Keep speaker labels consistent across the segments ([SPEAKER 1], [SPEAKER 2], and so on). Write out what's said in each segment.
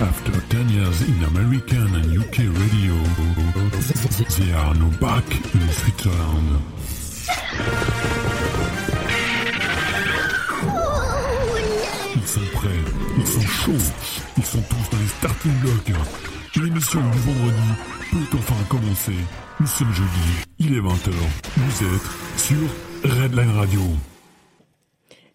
[SPEAKER 1] After 10 years in American and UK radio, they are now back in Switzerland. Ils sont prêts, ils sont chauds, ils sont tous dans les starting blocks. L'émission du vendredi peut enfin commencer. Nous sommes jeudi, il est 20h. Vous êtes sur Redline Radio.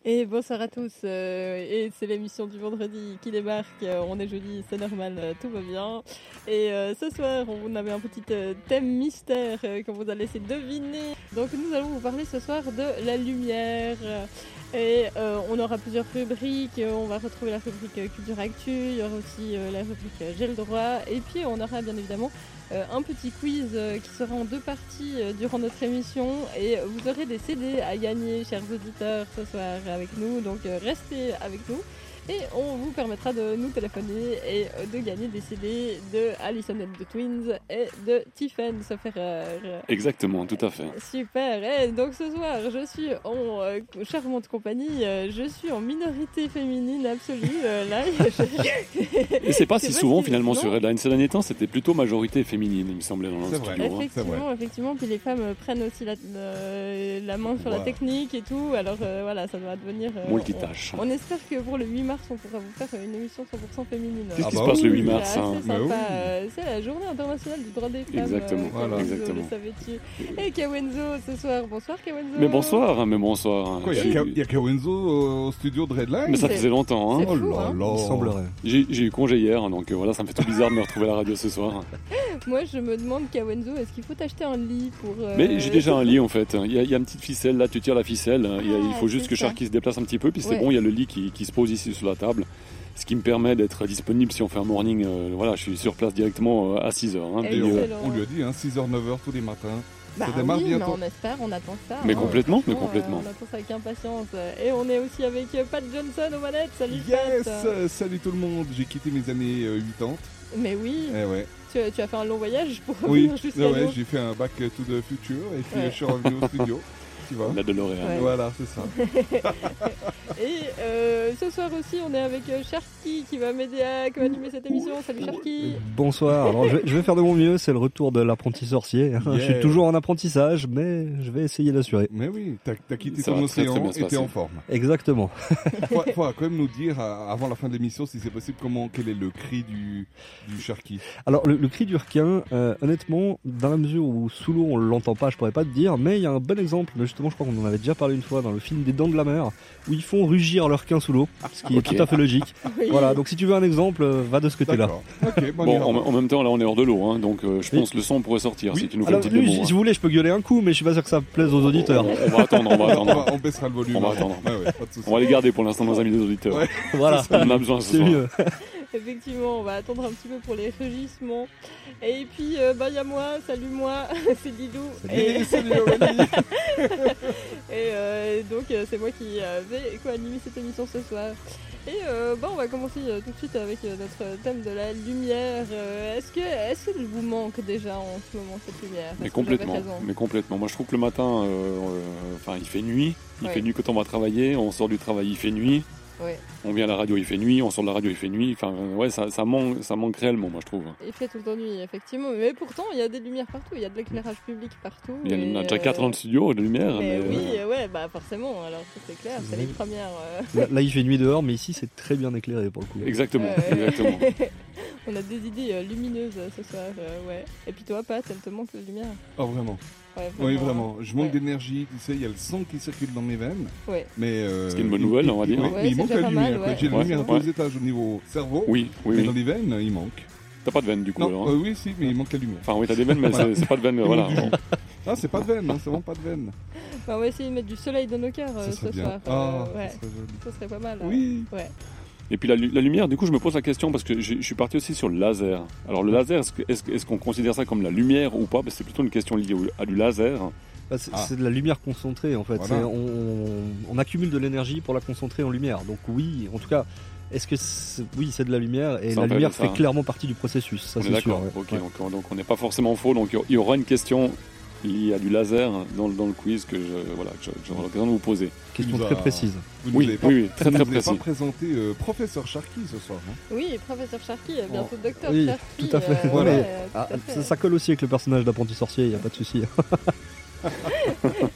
[SPEAKER 2] Et bonsoir à tous, euh, et c'est l'émission du vendredi qui débarque, Euh, on est jeudi, c'est normal, euh, tout va bien. Et euh, ce soir, on avait un petit euh, thème mystère euh, qu'on vous a laissé deviner. Donc nous allons vous parler ce soir de la lumière. Et euh, on aura plusieurs rubriques, Euh, on va retrouver la rubrique euh, Culture Actu, il y aura aussi euh, la rubrique euh, J'ai le droit, et puis on aura bien évidemment euh, un petit quiz euh, qui sera en deux parties euh, durant notre émission et vous aurez des CD à gagner, chers auditeurs, ce soir avec nous. Donc euh, restez avec nous et on vous permettra de nous téléphoner et euh, de gagner des CD de Alison and the Twins et de Tiffen Sofferer.
[SPEAKER 3] Exactement, tout à fait.
[SPEAKER 2] Super, et donc ce soir je suis en euh, charmante compagnie, euh, je suis en minorité féminine absolue euh, là.
[SPEAKER 3] Et c'est pas
[SPEAKER 2] C'est
[SPEAKER 3] si
[SPEAKER 2] vrai,
[SPEAKER 3] souvent
[SPEAKER 2] c'est-
[SPEAKER 3] finalement
[SPEAKER 2] non.
[SPEAKER 3] sur Redline. Ces derniers temps, c'était plutôt majorité féminine, il me semblait, dans le
[SPEAKER 4] C'est vrai.
[SPEAKER 3] studio. hein.
[SPEAKER 4] c'est
[SPEAKER 2] Effectivement, effectivement, puis les femmes euh, prennent aussi la, euh, la main sur la
[SPEAKER 4] Wow.
[SPEAKER 2] technique et tout, alors euh, voilà, ça doit devenir... euh,
[SPEAKER 3] Multitâche.
[SPEAKER 2] on, on espère que pour le 8 mars, on pourra vous faire une émission 100% féminine.
[SPEAKER 3] Qu'est-ce
[SPEAKER 4] Ah
[SPEAKER 3] qui
[SPEAKER 4] bah
[SPEAKER 3] se passe le
[SPEAKER 4] oui,
[SPEAKER 3] 8 mars
[SPEAKER 2] C'est
[SPEAKER 3] hein
[SPEAKER 2] assez
[SPEAKER 4] Bah
[SPEAKER 2] sympa,
[SPEAKER 4] oui.
[SPEAKER 2] euh, c'est la journée internationale du droit des femmes.
[SPEAKER 3] Exactement,
[SPEAKER 2] voilà.
[SPEAKER 4] voilà.
[SPEAKER 3] exactement.
[SPEAKER 2] Le savais-tu Et Kawenzo ce soir, bonsoir Kawenzo.
[SPEAKER 3] Mais bonsoir, hein, mais bonsoir. hein.
[SPEAKER 4] Quoi, il
[SPEAKER 3] J'ai-
[SPEAKER 4] y a- il y a Kawenzo euh, au studio de Redline Oh
[SPEAKER 3] Mais ça
[SPEAKER 2] C'est-
[SPEAKER 3] faisait longtemps. hein.
[SPEAKER 2] C'est fou, hein.
[SPEAKER 4] là.
[SPEAKER 5] Il semblerait.
[SPEAKER 3] J'ai j'ai eu congé hier, hein, donc euh, voilà, ça me fait tout bizarre de me retrouver à la radio ce soir.
[SPEAKER 2] Moi je me demande Kawenzo, est-ce qu'il faut t'acheter un lit pour... euh,
[SPEAKER 3] Mais j'ai déjà un lit en fait. Il y, a, il y a une petite ficelle, là tu tires la ficelle. Il, y a- il faut
[SPEAKER 2] Ah,
[SPEAKER 3] juste
[SPEAKER 2] c'est
[SPEAKER 3] que
[SPEAKER 2] ça.
[SPEAKER 3] Sharky se déplace un petit peu, puis c'est
[SPEAKER 2] Ouais.
[SPEAKER 3] bon, il y a le lit qui, qui se pose ici sur la table. Ce qui me permet d'être disponible si on fait un morning. euh, voilà, je suis sur place directement euh, à 6h.
[SPEAKER 4] Et
[SPEAKER 2] Excellent.
[SPEAKER 4] on, on lui a dit, hein, 6h, 9h tous les matins.
[SPEAKER 2] Bah
[SPEAKER 4] Ça démarre
[SPEAKER 2] oui,
[SPEAKER 4] bientôt.
[SPEAKER 2] mais on espère, on attend ça.
[SPEAKER 3] mais
[SPEAKER 2] hein.
[SPEAKER 3] complètement, mais
[SPEAKER 2] Franchement,
[SPEAKER 3] complètement.
[SPEAKER 2] euh, on attend ça avec impatience. Et on est aussi avec euh, Pat Johnson aux manettes. Salut
[SPEAKER 4] Yes
[SPEAKER 2] Pat.
[SPEAKER 4] euh, Salut tout le monde J'ai quitté mes années euh, 80.
[SPEAKER 2] Mais oui,
[SPEAKER 4] Eh ouais.
[SPEAKER 2] tu, tu as fait un long voyage pour
[SPEAKER 4] Oui,
[SPEAKER 2] revenir jusqu'à
[SPEAKER 4] ouais,
[SPEAKER 2] nous.
[SPEAKER 4] j'ai fait un bac euh, to the future et puis
[SPEAKER 2] Ouais.
[SPEAKER 4] euh, je suis revenu au studio. Tu vois
[SPEAKER 3] La DeLorean.
[SPEAKER 2] Ouais.
[SPEAKER 4] Voilà, c'est ça.
[SPEAKER 2] Et euh, ce soir aussi, on est avec euh, Sharky qui va m'aider à co-animer cette émission. Salut Sharky.
[SPEAKER 5] Bonsoir. Alors, je, vais, je vais faire de mon mieux. C'est le retour de l'apprenti sorcier. hein. Je
[SPEAKER 4] Yeah.
[SPEAKER 5] suis toujours en apprentissage, mais je vais essayer d'assurer.
[SPEAKER 4] Mais oui, t'as t'as quitté
[SPEAKER 3] Ça
[SPEAKER 4] ton
[SPEAKER 3] va très, très
[SPEAKER 4] océan
[SPEAKER 3] bien se
[SPEAKER 4] et t'es en
[SPEAKER 3] passer.
[SPEAKER 4] forme.
[SPEAKER 5] Exactement.
[SPEAKER 4] Faut, faut quand même nous dire euh, avant la fin de l'émission si c'est possible comment quel est le cri du du Sharky.
[SPEAKER 5] Alors, le, le cri du requin, euh, honnêtement, dans la mesure où sous l'eau on l'entend pas, je pourrais pas te dire, mais il y a un bon exemple. Justement, je crois qu'on en avait déjà parlé une fois dans le film des Dents de la Mer, où ils font rugir le requin sous l'eau, ce qui
[SPEAKER 3] Ok.
[SPEAKER 5] est tout à fait logique.
[SPEAKER 2] Oui.
[SPEAKER 5] Voilà. Donc, si tu veux un exemple, euh, va de ce côté-là.
[SPEAKER 4] D'accord. OK, bon, on
[SPEAKER 3] Bon,
[SPEAKER 4] ira
[SPEAKER 3] en,
[SPEAKER 4] voir.
[SPEAKER 3] en même temps, là, on est hors de l'eau, hein, donc euh, je
[SPEAKER 5] Oui.
[SPEAKER 3] pense que le son pourrait sortir
[SPEAKER 4] Oui.
[SPEAKER 3] si tu nous fais
[SPEAKER 5] Alors,
[SPEAKER 3] une petite
[SPEAKER 5] lui,
[SPEAKER 3] démo. Oh,
[SPEAKER 5] si
[SPEAKER 3] hein.
[SPEAKER 5] vous voulez, je peux gueuler un coup, mais je suis pas sûr que ça plaise aux auditeurs.
[SPEAKER 3] On, on va attendre, on va
[SPEAKER 4] on,
[SPEAKER 3] attendre.
[SPEAKER 4] va- on baissera le volume.
[SPEAKER 3] On va
[SPEAKER 4] hein.
[SPEAKER 3] attendre.
[SPEAKER 4] Ah ouais, pas de souci.
[SPEAKER 3] On va les garder pour l'instant, nos amis des auditeurs.
[SPEAKER 4] Ouais.
[SPEAKER 5] Voilà.
[SPEAKER 3] On a besoin ce
[SPEAKER 5] C'est
[SPEAKER 3] soir.
[SPEAKER 5] mieux.
[SPEAKER 2] Effectivement, on va attendre un petit peu pour les rugissements. Et puis, euh, bah, il y a moi, salut moi, c'est Didou. Et,
[SPEAKER 4] Et salut, Aurélie.
[SPEAKER 2] et, euh, donc, euh, c'est moi qui euh, vais co-animer cette émission ce soir. Et euh, bah, on va commencer euh, tout de suite avec euh, notre thème de la lumière. Euh, est-ce que, est-ce qu'elle vous manque déjà en ce moment cette lumière
[SPEAKER 3] Mais
[SPEAKER 2] Est-ce que vous avez
[SPEAKER 3] complètement,
[SPEAKER 2] raison
[SPEAKER 3] mais complètement. Moi, je trouve que le matin, euh, euh, enfin, il fait nuit. Il
[SPEAKER 2] Ouais.
[SPEAKER 3] fait nuit quand on va travailler. On sort du travail, il fait nuit.
[SPEAKER 2] Ouais.
[SPEAKER 3] On vient à la radio, il fait nuit. On sort de la radio, il fait nuit. Enfin, euh, ouais, ça, ça manque, ça manque réellement, moi, je trouve.
[SPEAKER 2] Il fait tout le temps nuit, effectivement. Mais pourtant, il y a des lumières partout, il y a de l'éclairage public partout.
[SPEAKER 3] Il y en a
[SPEAKER 2] et,
[SPEAKER 3] déjà
[SPEAKER 2] euh,
[SPEAKER 3] 4 ans de studio, de lumière.
[SPEAKER 2] mais
[SPEAKER 3] Mais,
[SPEAKER 2] oui,
[SPEAKER 3] euh,
[SPEAKER 2] euh, ouais, bah forcément, alors ça c'est clair, c'est les
[SPEAKER 5] Oui.
[SPEAKER 2] premières. euh,
[SPEAKER 5] Là, là, il fait nuit dehors, mais ici, c'est très bien éclairé pour le coup.
[SPEAKER 3] euh, Exactement,
[SPEAKER 2] Ouais, ouais.
[SPEAKER 3] exactement.
[SPEAKER 2] On a des idées euh, lumineuses euh, ce soir, euh, ouais. Et puis toi, Pat, elle te manque la lumière.
[SPEAKER 4] Oh, vraiment.
[SPEAKER 2] Ouais,
[SPEAKER 4] Oui, vraiment. Je manque
[SPEAKER 2] Ouais.
[SPEAKER 4] d'énergie. Tu sais, il y a le sang qui circule dans mes veines.
[SPEAKER 2] Ouais.
[SPEAKER 4] Mais euh,
[SPEAKER 3] Ce qui est une bonne nouvelle,
[SPEAKER 4] il-
[SPEAKER 3] on va dire.
[SPEAKER 4] oui,
[SPEAKER 3] Ouais,
[SPEAKER 4] mais
[SPEAKER 2] c'est
[SPEAKER 4] il manque
[SPEAKER 2] déjà
[SPEAKER 4] la
[SPEAKER 2] pas
[SPEAKER 4] lumière.
[SPEAKER 2] mal,
[SPEAKER 4] quoi.
[SPEAKER 2] ouais.
[SPEAKER 4] J'ai la
[SPEAKER 3] Ouais,
[SPEAKER 4] lumière à
[SPEAKER 3] ouais.
[SPEAKER 4] deux étages au niveau cerveau.
[SPEAKER 3] Oui, oui,
[SPEAKER 4] mais
[SPEAKER 3] oui.
[SPEAKER 4] dans les veines, il manque.
[SPEAKER 3] T'as pas de veine, du coup, alors.
[SPEAKER 4] Non,
[SPEAKER 3] hein.
[SPEAKER 4] euh, oui, si, mais il manque la lumière.
[SPEAKER 3] Enfin, oui, t'as des veines, mais
[SPEAKER 4] Voilà.
[SPEAKER 3] c'est- c'est pas de veine. euh,
[SPEAKER 4] Il
[SPEAKER 3] Voilà.
[SPEAKER 4] manque du jus. Ah, c'est pas de veine, hein, c'est vraiment pas de veine.
[SPEAKER 2] Bah, on va essayer de mettre du soleil dans nos cœurs euh,
[SPEAKER 4] Ça
[SPEAKER 2] ce
[SPEAKER 4] serait bien.
[SPEAKER 2] soir.
[SPEAKER 4] Ah,
[SPEAKER 2] euh, ouais.
[SPEAKER 4] ça serait joli.
[SPEAKER 2] Ça serait pas mal. euh.
[SPEAKER 4] Oui.
[SPEAKER 2] Ouais.
[SPEAKER 3] Et puis la, lu- la lumière, du coup, je me pose la question parce que je, je suis parti aussi sur le laser. Alors le laser, est-ce que- est-ce que- est-ce qu'on considère ça comme la lumière ou pas Parce que C'est plutôt une question liée au- à du laser.
[SPEAKER 5] Bah, c'est
[SPEAKER 4] Ah.
[SPEAKER 5] c'est de la lumière concentrée en fait.
[SPEAKER 4] Voilà.
[SPEAKER 5] C'est- On, on- on accumule de l'énergie pour la concentrer en lumière. Donc oui, en tout cas, est-ce que c'est- oui c'est de la lumière et
[SPEAKER 3] Ça
[SPEAKER 5] la
[SPEAKER 3] appelle
[SPEAKER 5] lumière
[SPEAKER 3] ça,
[SPEAKER 5] fait
[SPEAKER 3] hein.
[SPEAKER 5] clairement partie du processus. Ça
[SPEAKER 3] on est
[SPEAKER 5] c'est sûr.
[SPEAKER 3] d'accord.
[SPEAKER 5] ouais.
[SPEAKER 3] Ok,
[SPEAKER 5] Ouais.
[SPEAKER 3] donc, donc on n'est pas forcément faux. Donc il y aura une question liées à du laser dans, le- dans le quiz que je- voilà, que je- que j'aurai l'occasion de vous poser.
[SPEAKER 5] Question
[SPEAKER 4] Bah.
[SPEAKER 5] très précise.
[SPEAKER 4] Vous
[SPEAKER 3] Oui,
[SPEAKER 4] nous avez
[SPEAKER 3] oui,
[SPEAKER 4] pas,
[SPEAKER 3] oui, très
[SPEAKER 4] vous
[SPEAKER 3] très
[SPEAKER 4] nous avez
[SPEAKER 3] précis.
[SPEAKER 4] pas présenté euh, Professeur Sharky ce soir. hein.
[SPEAKER 2] Oui, et professeur Sharky, euh, bientôt
[SPEAKER 4] Oh,
[SPEAKER 2] docteur
[SPEAKER 5] oui,
[SPEAKER 2] Sharky.
[SPEAKER 5] tout à fait,
[SPEAKER 2] euh,
[SPEAKER 5] voilà.
[SPEAKER 2] ouais, euh, tout
[SPEAKER 5] Ah,
[SPEAKER 2] à
[SPEAKER 5] ça,
[SPEAKER 2] fait.
[SPEAKER 5] ça colle aussi avec le personnage d'apprenti sorcier, il a pas de souci.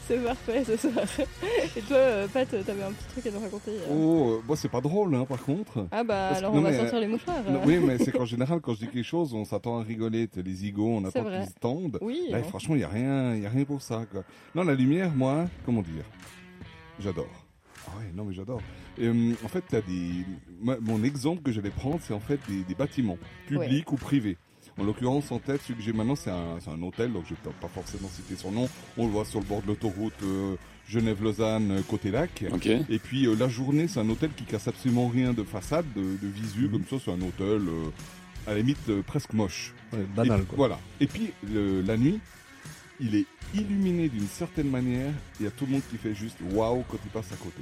[SPEAKER 2] C'est parfait ce soir. Et toi, euh, Pat, t'avais un petit truc à nous raconter euh.
[SPEAKER 4] Oh, euh, bon, c'est pas drôle hein, par contre.
[SPEAKER 2] Ah bah
[SPEAKER 4] Parce que-
[SPEAKER 2] alors
[SPEAKER 4] non,
[SPEAKER 2] on va
[SPEAKER 4] mais,
[SPEAKER 2] sortir les mouchoirs.
[SPEAKER 4] Non,
[SPEAKER 2] euh.
[SPEAKER 4] oui, mais c'est qu'en général, quand je dis quelque chose, on s'attend à rigoler. T'as les zigots, on
[SPEAKER 2] C'est
[SPEAKER 4] attend
[SPEAKER 2] vrai.
[SPEAKER 4] qu'ils se tendent.
[SPEAKER 2] Oui,
[SPEAKER 4] Là,
[SPEAKER 2] hein.
[SPEAKER 4] franchement, il n'y a, rien- y a rien pour ça. Quoi. Non, la lumière, moi, comment dire J'adore. Ah ouais, non, mais j'adore. Et, hum, en fait, t'as des... moi, mon exemple que j'allais prendre, c'est en fait des, des bâtiments, publics ou privés. En l'occurrence, en tête, celui que j'ai maintenant, c'est un, c'est un hôtel, donc je vais pas forcément citer son nom. On le voit sur le bord de l'autoroute euh, Genève-Lausanne, euh, côté lac.
[SPEAKER 3] Ok.
[SPEAKER 4] Et puis euh, la journée, c'est un hôtel qui casse absolument rien de façade, de, de visu, comme ça, c'est un hôtel euh, à la limite euh, presque moche.
[SPEAKER 5] Ouais,
[SPEAKER 4] Et-
[SPEAKER 5] banal quoi.
[SPEAKER 4] Voilà. Et puis le- la nuit, il est illuminé d'une certaine manière. Il y a tout le monde qui fait juste waouh quand il passe à côté.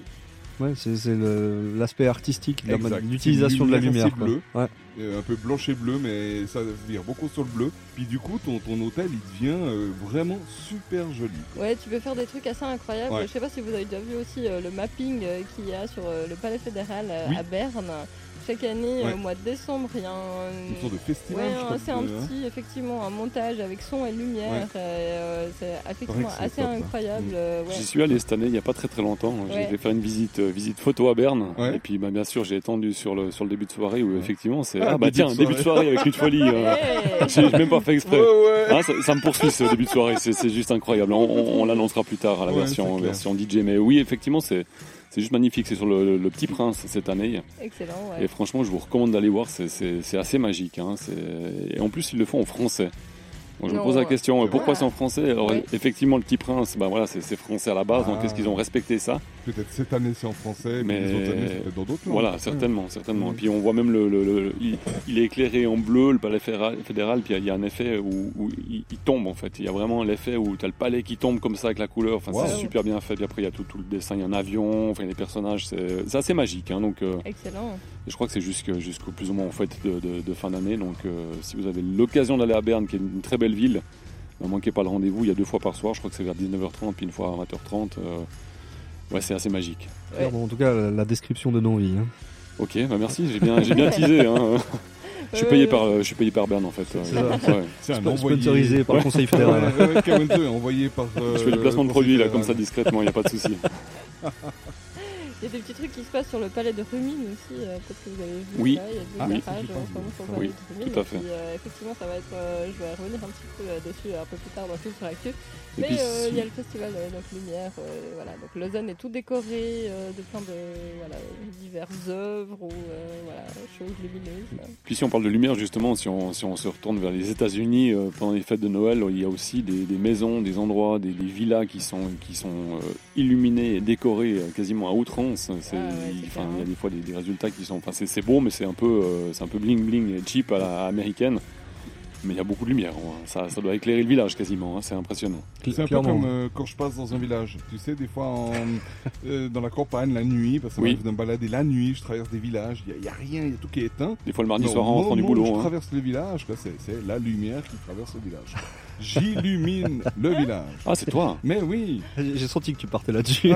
[SPEAKER 5] Ouais, c'est c'est le- l'aspect artistique, de la
[SPEAKER 4] Exact.
[SPEAKER 5] man- l'utilisation de la
[SPEAKER 4] C'est
[SPEAKER 5] lumière.
[SPEAKER 4] assez
[SPEAKER 5] quoi.
[SPEAKER 4] bleu.
[SPEAKER 5] Ouais.
[SPEAKER 4] Euh, un peu blanche et bleu, mais ça veut dire beaucoup sur le bleu. Puis du coup, ton, ton hôtel, il devient euh, vraiment super joli. quoi.
[SPEAKER 2] Ouais, tu peux faire des trucs assez incroyables.
[SPEAKER 4] Ouais.
[SPEAKER 2] Je sais pas si vous avez déjà vu aussi euh, le mapping euh, qu'il y a sur euh, le Palais fédéral euh,
[SPEAKER 4] Oui.
[SPEAKER 2] à Berne. Chaque année, euh,
[SPEAKER 4] Ouais.
[SPEAKER 2] au mois de décembre, il y a un...
[SPEAKER 4] Une sorte de festival.
[SPEAKER 2] Mm. Ouais, hein,
[SPEAKER 4] je crois,
[SPEAKER 2] c'est un
[SPEAKER 4] de-
[SPEAKER 3] euh,
[SPEAKER 2] petit, effectivement, un montage avec son et lumière. et, euh, c'est effectivement
[SPEAKER 4] c'est
[SPEAKER 2] assez
[SPEAKER 4] top, hein.
[SPEAKER 2] incroyable.
[SPEAKER 4] Mm.
[SPEAKER 2] euh, ouais.
[SPEAKER 3] J'y suis allé cette année, il n'y a pas très très longtemps. J'ai
[SPEAKER 2] Ouais.
[SPEAKER 3] fait faire une visite, euh, visite photo à Berne.
[SPEAKER 4] Ouais.
[SPEAKER 3] Et puis, bah, bien sûr, j'ai étendu sur le, sur le début de soirée où effectivement, c'est.
[SPEAKER 4] Ah,
[SPEAKER 3] Ah, bah
[SPEAKER 4] début
[SPEAKER 3] tiens,
[SPEAKER 4] de
[SPEAKER 3] début de soirée avec Lutte Folie. euh,
[SPEAKER 2] Ouais.
[SPEAKER 3] J'ai même pas fait
[SPEAKER 4] hein. Ouais,
[SPEAKER 3] exprès.
[SPEAKER 4] ouais.
[SPEAKER 3] Ah, ça, ça me poursuit ce début de soirée, c'est c'est juste incroyable. On, on- on l'annoncera plus tard à la
[SPEAKER 4] Ouais, c'est
[SPEAKER 3] version,
[SPEAKER 4] clair.
[SPEAKER 3] version DJ. Mais oui, effectivement, c'est c'est juste magnifique. C'est sur le, le- le Petit Prince cette année.
[SPEAKER 2] Excellent, ouais.
[SPEAKER 3] Et franchement, je vous recommande d'aller voir. c'est- C'est c'est assez magique. hein. C'est- Et en plus, ils le font en français. Donc, je me
[SPEAKER 2] Non,
[SPEAKER 3] pose la
[SPEAKER 2] ouais.
[SPEAKER 3] question, euh, pourquoi
[SPEAKER 2] Ah.
[SPEAKER 3] c'est en français Alors,
[SPEAKER 2] Ouais.
[SPEAKER 3] effectivement, le Petit Prince, bah, voilà, c'est c'est français à la base.
[SPEAKER 4] Ah.
[SPEAKER 3] Donc, est-ce qu'ils ont respecté ça
[SPEAKER 4] Peut-être cette année, c'est en français,
[SPEAKER 3] Mais-
[SPEAKER 4] mais les autres années, c'est peut-être dans d'autres langues.
[SPEAKER 3] Voilà, certainement, certainement. Et puis on voit même le, le- le- il, il est éclairé en bleu, le palais fédéral, fédéral, puis il y a un effet où, où il, il tombe en fait. Il y a vraiment l'effet où tu as le palais qui tombe comme ça avec la couleur. Enfin, c'est
[SPEAKER 4] Wow.
[SPEAKER 3] super bien fait. Puis après, il y a tout, tout le dessin, il y a un avion, enfin, il y a des personnages. C'est c'est assez magique. Hein, donc, euh,
[SPEAKER 2] Excellent.
[SPEAKER 3] je crois que c'est jusque- jusqu'au plus ou moins en fait de, de- de fin d'année. Donc, euh, si vous avez l'occasion d'aller à Berne, qui est une très belle ville, ne manquez pas le rendez-vous. Il y a deux fois par soir. Je crois que c'est vers 19h30 puis une fois à 20h30. euh, ouais, c'est assez magique.
[SPEAKER 5] Clairement, En tout cas, la, la description de non-vie. hein.
[SPEAKER 3] Ok, bah merci, j'ai bien, j'ai bien teasé. Hein. Je suis payé
[SPEAKER 2] Ouais,
[SPEAKER 3] par, euh, je suis payé par Berne en fait.
[SPEAKER 5] C'est
[SPEAKER 3] ouais. Ouais.
[SPEAKER 4] C'est un
[SPEAKER 5] Spo-
[SPEAKER 4] envoyé-
[SPEAKER 5] Sponsorisé par le Conseil
[SPEAKER 4] Ouais,
[SPEAKER 5] fédéral.
[SPEAKER 4] ouais, ouais, K22, envoyé par. euh,
[SPEAKER 3] Je fais du placement de
[SPEAKER 4] le
[SPEAKER 3] produits là
[SPEAKER 4] Conseil
[SPEAKER 3] comme ça
[SPEAKER 4] fédéral.
[SPEAKER 3] discrètement, il n'y a pas de souci.
[SPEAKER 2] Il y a des petits trucs qui se passent sur le palais de Rumine aussi, euh, peut-être que vous avez vu.
[SPEAKER 3] Oui.
[SPEAKER 2] ça, Il y a des
[SPEAKER 4] Ah oui,
[SPEAKER 2] garages
[SPEAKER 4] j'ai pas
[SPEAKER 2] euh, en
[SPEAKER 4] vu.
[SPEAKER 2] ce moment sur le
[SPEAKER 3] Oui,
[SPEAKER 2] palais de Rumine.
[SPEAKER 3] tout à fait.
[SPEAKER 2] Et puis, euh, effectivement, ça va être. euh, je vais revenir un petit peu euh, dessus un peu plus tard dans le film sur l'actu.
[SPEAKER 3] Et
[SPEAKER 2] Mais
[SPEAKER 3] puis,
[SPEAKER 2] euh, il y a
[SPEAKER 3] si-
[SPEAKER 2] le festival euh, donc Lumière, euh, voilà. Donc Lausanne est tout décoré euh, de plein de voilà, diverses œuvres ou euh, voilà, choses lumineuses. là.
[SPEAKER 3] puis si on parle de lumière justement, si on, si on se retourne vers les États-Unis euh, pendant les fêtes de Noël, il y a aussi des, des maisons, des endroits, des, des villas qui sont qui sont euh, illuminées et décorées euh, quasiment à outrance. C'est-
[SPEAKER 2] Ah ouais,
[SPEAKER 3] il
[SPEAKER 2] c'est
[SPEAKER 3] enfin,
[SPEAKER 2] clair,
[SPEAKER 3] il y a
[SPEAKER 2] hein.
[SPEAKER 3] des fois des, des résultats qui sont, enfin c'est- c'est beau, mais c'est un peu euh, c'est un peu bling bling et cheap à la à américaine. Mais il y a beaucoup de lumière, hein. ça, ça doit éclairer le village quasiment, hein. c'est impressionnant.
[SPEAKER 5] Cl-
[SPEAKER 4] C'est un peu
[SPEAKER 5] clairement.
[SPEAKER 4] comme euh, quand je passe dans un village. Tu sais, des fois en, euh, dans la campagne, la nuit, parce que
[SPEAKER 3] Oui.
[SPEAKER 4] moi, je vais me balader la nuit, je traverse des villages, il n'y a, rien, il y a tout qui est éteint.
[SPEAKER 3] Des fois le mardi
[SPEAKER 4] Mais au
[SPEAKER 3] Ah, soir en rentrant du
[SPEAKER 4] moment où
[SPEAKER 3] boulot.
[SPEAKER 4] Je
[SPEAKER 3] hein.
[SPEAKER 4] traverse le village, quoi, c'est, c'est la lumière qui traverse le village. J'illumine le village.
[SPEAKER 3] Ah, c'est toi
[SPEAKER 4] Mais oui,
[SPEAKER 5] J'ai j'ai senti que tu partais là-dessus.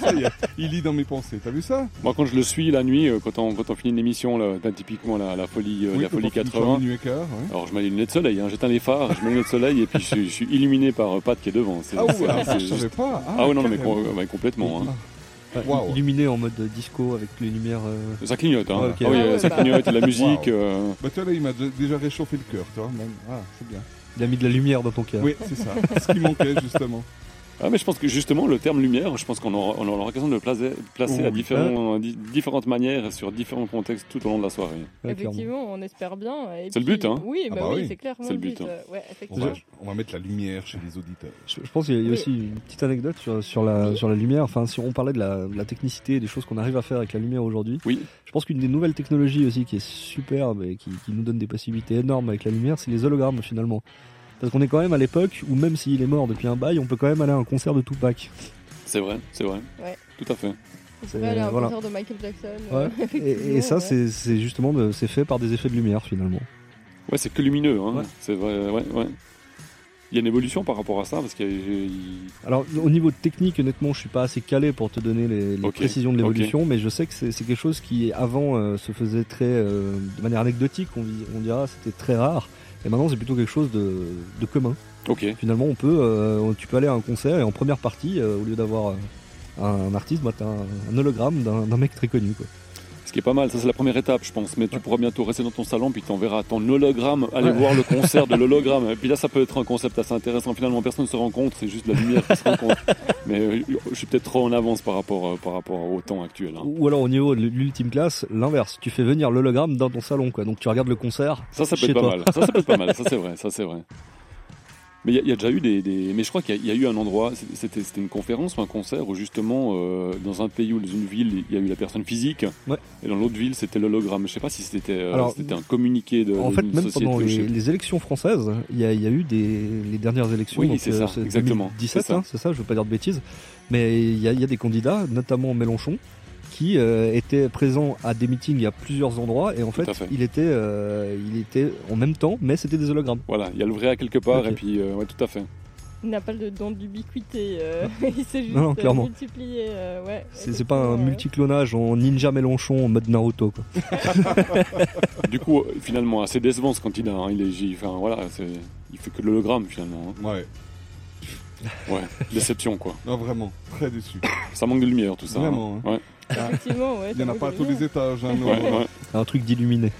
[SPEAKER 4] Ça y est, il lit dans mes pensées. T'as vu ça
[SPEAKER 3] Moi, quand je le suis la nuit, euh, quand on, quand on finit une émission, là, là, typiquement la, la folie, euh,
[SPEAKER 4] Oui,
[SPEAKER 3] la
[SPEAKER 4] quand on
[SPEAKER 3] folie
[SPEAKER 4] finit sur
[SPEAKER 3] 80,
[SPEAKER 4] minuit et quart, ouais.
[SPEAKER 3] alors je mets les lunettes de soleil, hein, j'éteins les phares, je mets les lunettes de soleil et puis je, je suis illuminé par euh, Pat qui est devant. C'est-
[SPEAKER 4] Ah ouais,
[SPEAKER 3] c'est-
[SPEAKER 4] ah, ça,
[SPEAKER 3] c'est
[SPEAKER 4] je
[SPEAKER 3] juste-
[SPEAKER 4] savais pas.
[SPEAKER 3] Ah ouais, non, non, mais
[SPEAKER 4] carrément.
[SPEAKER 3] com- ouais, complètement. hein.
[SPEAKER 4] Waouh.
[SPEAKER 5] Illuminé en mode disco avec les lumières. euh,
[SPEAKER 3] Ça clignote, hein.
[SPEAKER 5] Ouais, ok.
[SPEAKER 3] Ah oui,
[SPEAKER 2] Ah
[SPEAKER 3] euh,
[SPEAKER 2] ouais,
[SPEAKER 3] ça
[SPEAKER 2] bah.
[SPEAKER 3] clignote, la musique.
[SPEAKER 4] Wow.
[SPEAKER 3] euh,
[SPEAKER 4] Bah, toi, là, il m'a dé- déjà réchauffé le cœur, toi, même. Ah, c'est bien.
[SPEAKER 5] Il a mis de la lumière dans ton cœur.
[SPEAKER 4] Oui, c'est ça. Ce qui manquait, justement.
[SPEAKER 3] Ah, mais je pense que justement, le terme lumière, je pense qu'on aura, on aura l'occasion de le placer, placer à
[SPEAKER 4] Oui.
[SPEAKER 3] différents- di- différentes manières, sur différents contextes tout au long de la soirée.
[SPEAKER 5] Ouais, clairement.
[SPEAKER 2] Effectivement, on espère bien. et
[SPEAKER 3] C'est le
[SPEAKER 2] puis-
[SPEAKER 3] but, hein.
[SPEAKER 2] Oui,
[SPEAKER 4] Ah
[SPEAKER 2] bah
[SPEAKER 4] bah
[SPEAKER 2] oui,
[SPEAKER 4] oui,
[SPEAKER 2] c'est clairement
[SPEAKER 3] c'est le but, hein.
[SPEAKER 2] euh, Ouais,
[SPEAKER 4] On
[SPEAKER 2] effectivement.
[SPEAKER 4] va, on va mettre la lumière chez les auditeurs.
[SPEAKER 5] Je, je pense qu'il y a
[SPEAKER 2] Oui.
[SPEAKER 5] aussi une petite anecdote sur, sur la, sur la lumière. Enfin, si on parlait de la, de la technicité et des choses qu'on arrive à faire avec la lumière aujourd'hui,
[SPEAKER 3] Oui.
[SPEAKER 5] je pense qu'une des nouvelles technologies aussi qui est superbe et qui, qui nous donne des possibilités énormes avec la lumière, c'est les hologrammes finalement. Parce qu'on est quand même à l'époque où même s'il est mort depuis un bail, on peut quand même aller à un concert de Tupac.
[SPEAKER 3] C'est vrai, c'est vrai.
[SPEAKER 2] Ouais.
[SPEAKER 3] Tout à fait.
[SPEAKER 2] On
[SPEAKER 5] C'est-
[SPEAKER 2] pourrait aller à un
[SPEAKER 5] voilà.
[SPEAKER 2] concert de Michael Jackson.
[SPEAKER 5] Ouais.
[SPEAKER 2] euh,
[SPEAKER 5] Et, et
[SPEAKER 2] effectivement,
[SPEAKER 5] ça,
[SPEAKER 2] ouais.
[SPEAKER 5] c'est- c'est justement de- c'est fait par des effets de lumière finalement.
[SPEAKER 3] Ouais, c'est que lumineux, hein.
[SPEAKER 5] Ouais.
[SPEAKER 3] C'est vrai, ouais, ouais. Il y a une évolution par rapport à ça parce qu'il y a- il-
[SPEAKER 5] Alors, au niveau technique, honnêtement, je suis pas assez calé pour te donner les, les
[SPEAKER 3] Ok,
[SPEAKER 5] précisions de l'évolution, mais je sais que c'est c'est quelque chose qui, avant, euh, se faisait très, euh, de manière anecdotique, on, vi- on dira, c'était très rare. Et maintenant, c'est plutôt quelque chose de, de commun.
[SPEAKER 3] Ok,
[SPEAKER 5] Finalement, on peut, euh, tu peux aller à un concert et en première partie, euh, au lieu d'avoir euh, un artiste, bah, t'as un, un hologramme d'un d'un mec très connu. Quoi.
[SPEAKER 3] ce qui est pas mal, ça c'est la première étape je pense, mais tu pourras bientôt rester dans ton salon puis t'enverras ton hologramme, aller
[SPEAKER 5] Ouais.
[SPEAKER 3] voir le concert de l'hologramme, et puis là ça peut être un concept assez intéressant, finalement personne ne se rencontre, c'est juste la lumière qui se rencontre, mais euh, je suis peut-être trop en avance par rapport, euh, par rapport au temps actuel. hein.
[SPEAKER 5] Ou alors, au niveau de l'ultime classe, l'inverse. Tu fais venir l'hologramme dans ton salon. Quoi. Donc, tu regardes le concert.
[SPEAKER 3] Ça, ça peut
[SPEAKER 5] Chez
[SPEAKER 3] être pas
[SPEAKER 5] toi.
[SPEAKER 3] mal. Ça, ça peut être pas mal. Ça, c'est vrai. Ça, c'est vrai. Mais il y a- il y, a déjà eu des, des- Mais je crois qu'il y, a- il y a eu un endroit. c'est- C'était, c'était une conférence ou un concert où justement, euh, dans un pays ou dans une ville, il y a eu la personne physique.
[SPEAKER 5] Ouais.
[SPEAKER 3] Et dans l'autre ville, c'était l'hologramme. Je sais pas si c'était, euh,
[SPEAKER 5] Alors,
[SPEAKER 3] c'était un communiqué de.
[SPEAKER 5] En fait,
[SPEAKER 3] d'une
[SPEAKER 5] même
[SPEAKER 3] société
[SPEAKER 5] pendant
[SPEAKER 3] ou je sais
[SPEAKER 5] les, les élections françaises, il y, a- il y a eu des, les dernières élections.
[SPEAKER 3] Oui,
[SPEAKER 5] donc, euh,
[SPEAKER 3] c'est ça, exactement,
[SPEAKER 5] 2017,
[SPEAKER 3] c'est ça.
[SPEAKER 5] hein, c'est ça. je veux pas dire de bêtises. Mais il y, a- il y a des candidats, notamment Mélenchon, qui euh, étaient présents à des meetings à plusieurs endroits. Et en fait,
[SPEAKER 3] à fait.
[SPEAKER 5] Il, était, euh, il était en même temps, mais c'était des hologrammes.
[SPEAKER 3] Voilà, il y a le vrai à quelque part.
[SPEAKER 5] Ok.
[SPEAKER 3] Et puis, euh, ouais, tout à fait.
[SPEAKER 2] Il n'a pas le don d'ubiquité. euh, il s'est juste
[SPEAKER 5] Non, non,
[SPEAKER 2] euh,
[SPEAKER 5] clairement.
[SPEAKER 2] multiplié. euh, ouais,
[SPEAKER 5] C'est c'est pas un
[SPEAKER 2] effectivement, euh,
[SPEAKER 5] multiclonage en ninja Mélenchon en mode Naruto. Quoi.
[SPEAKER 3] du coup, euh, finalement, assez décevant ce candidat. hein. Il est, il- enfin, voilà, c'est- il fait que de l'hologramme finalement.
[SPEAKER 4] Ouais,
[SPEAKER 3] hein. Ouais, déception quoi.
[SPEAKER 4] non, vraiment, très déçu.
[SPEAKER 3] Ça manque de lumière tout ça. hein.
[SPEAKER 4] Vraiment, hein.
[SPEAKER 3] Ouais,
[SPEAKER 2] Effectivement, ouais.
[SPEAKER 4] Il n'y en
[SPEAKER 2] ça
[SPEAKER 4] a
[SPEAKER 2] vaut
[SPEAKER 4] pas à
[SPEAKER 2] le
[SPEAKER 4] tous
[SPEAKER 2] bien.
[SPEAKER 4] les étages, hein, non.
[SPEAKER 3] ouais, ouais.
[SPEAKER 5] Un truc d'illuminé.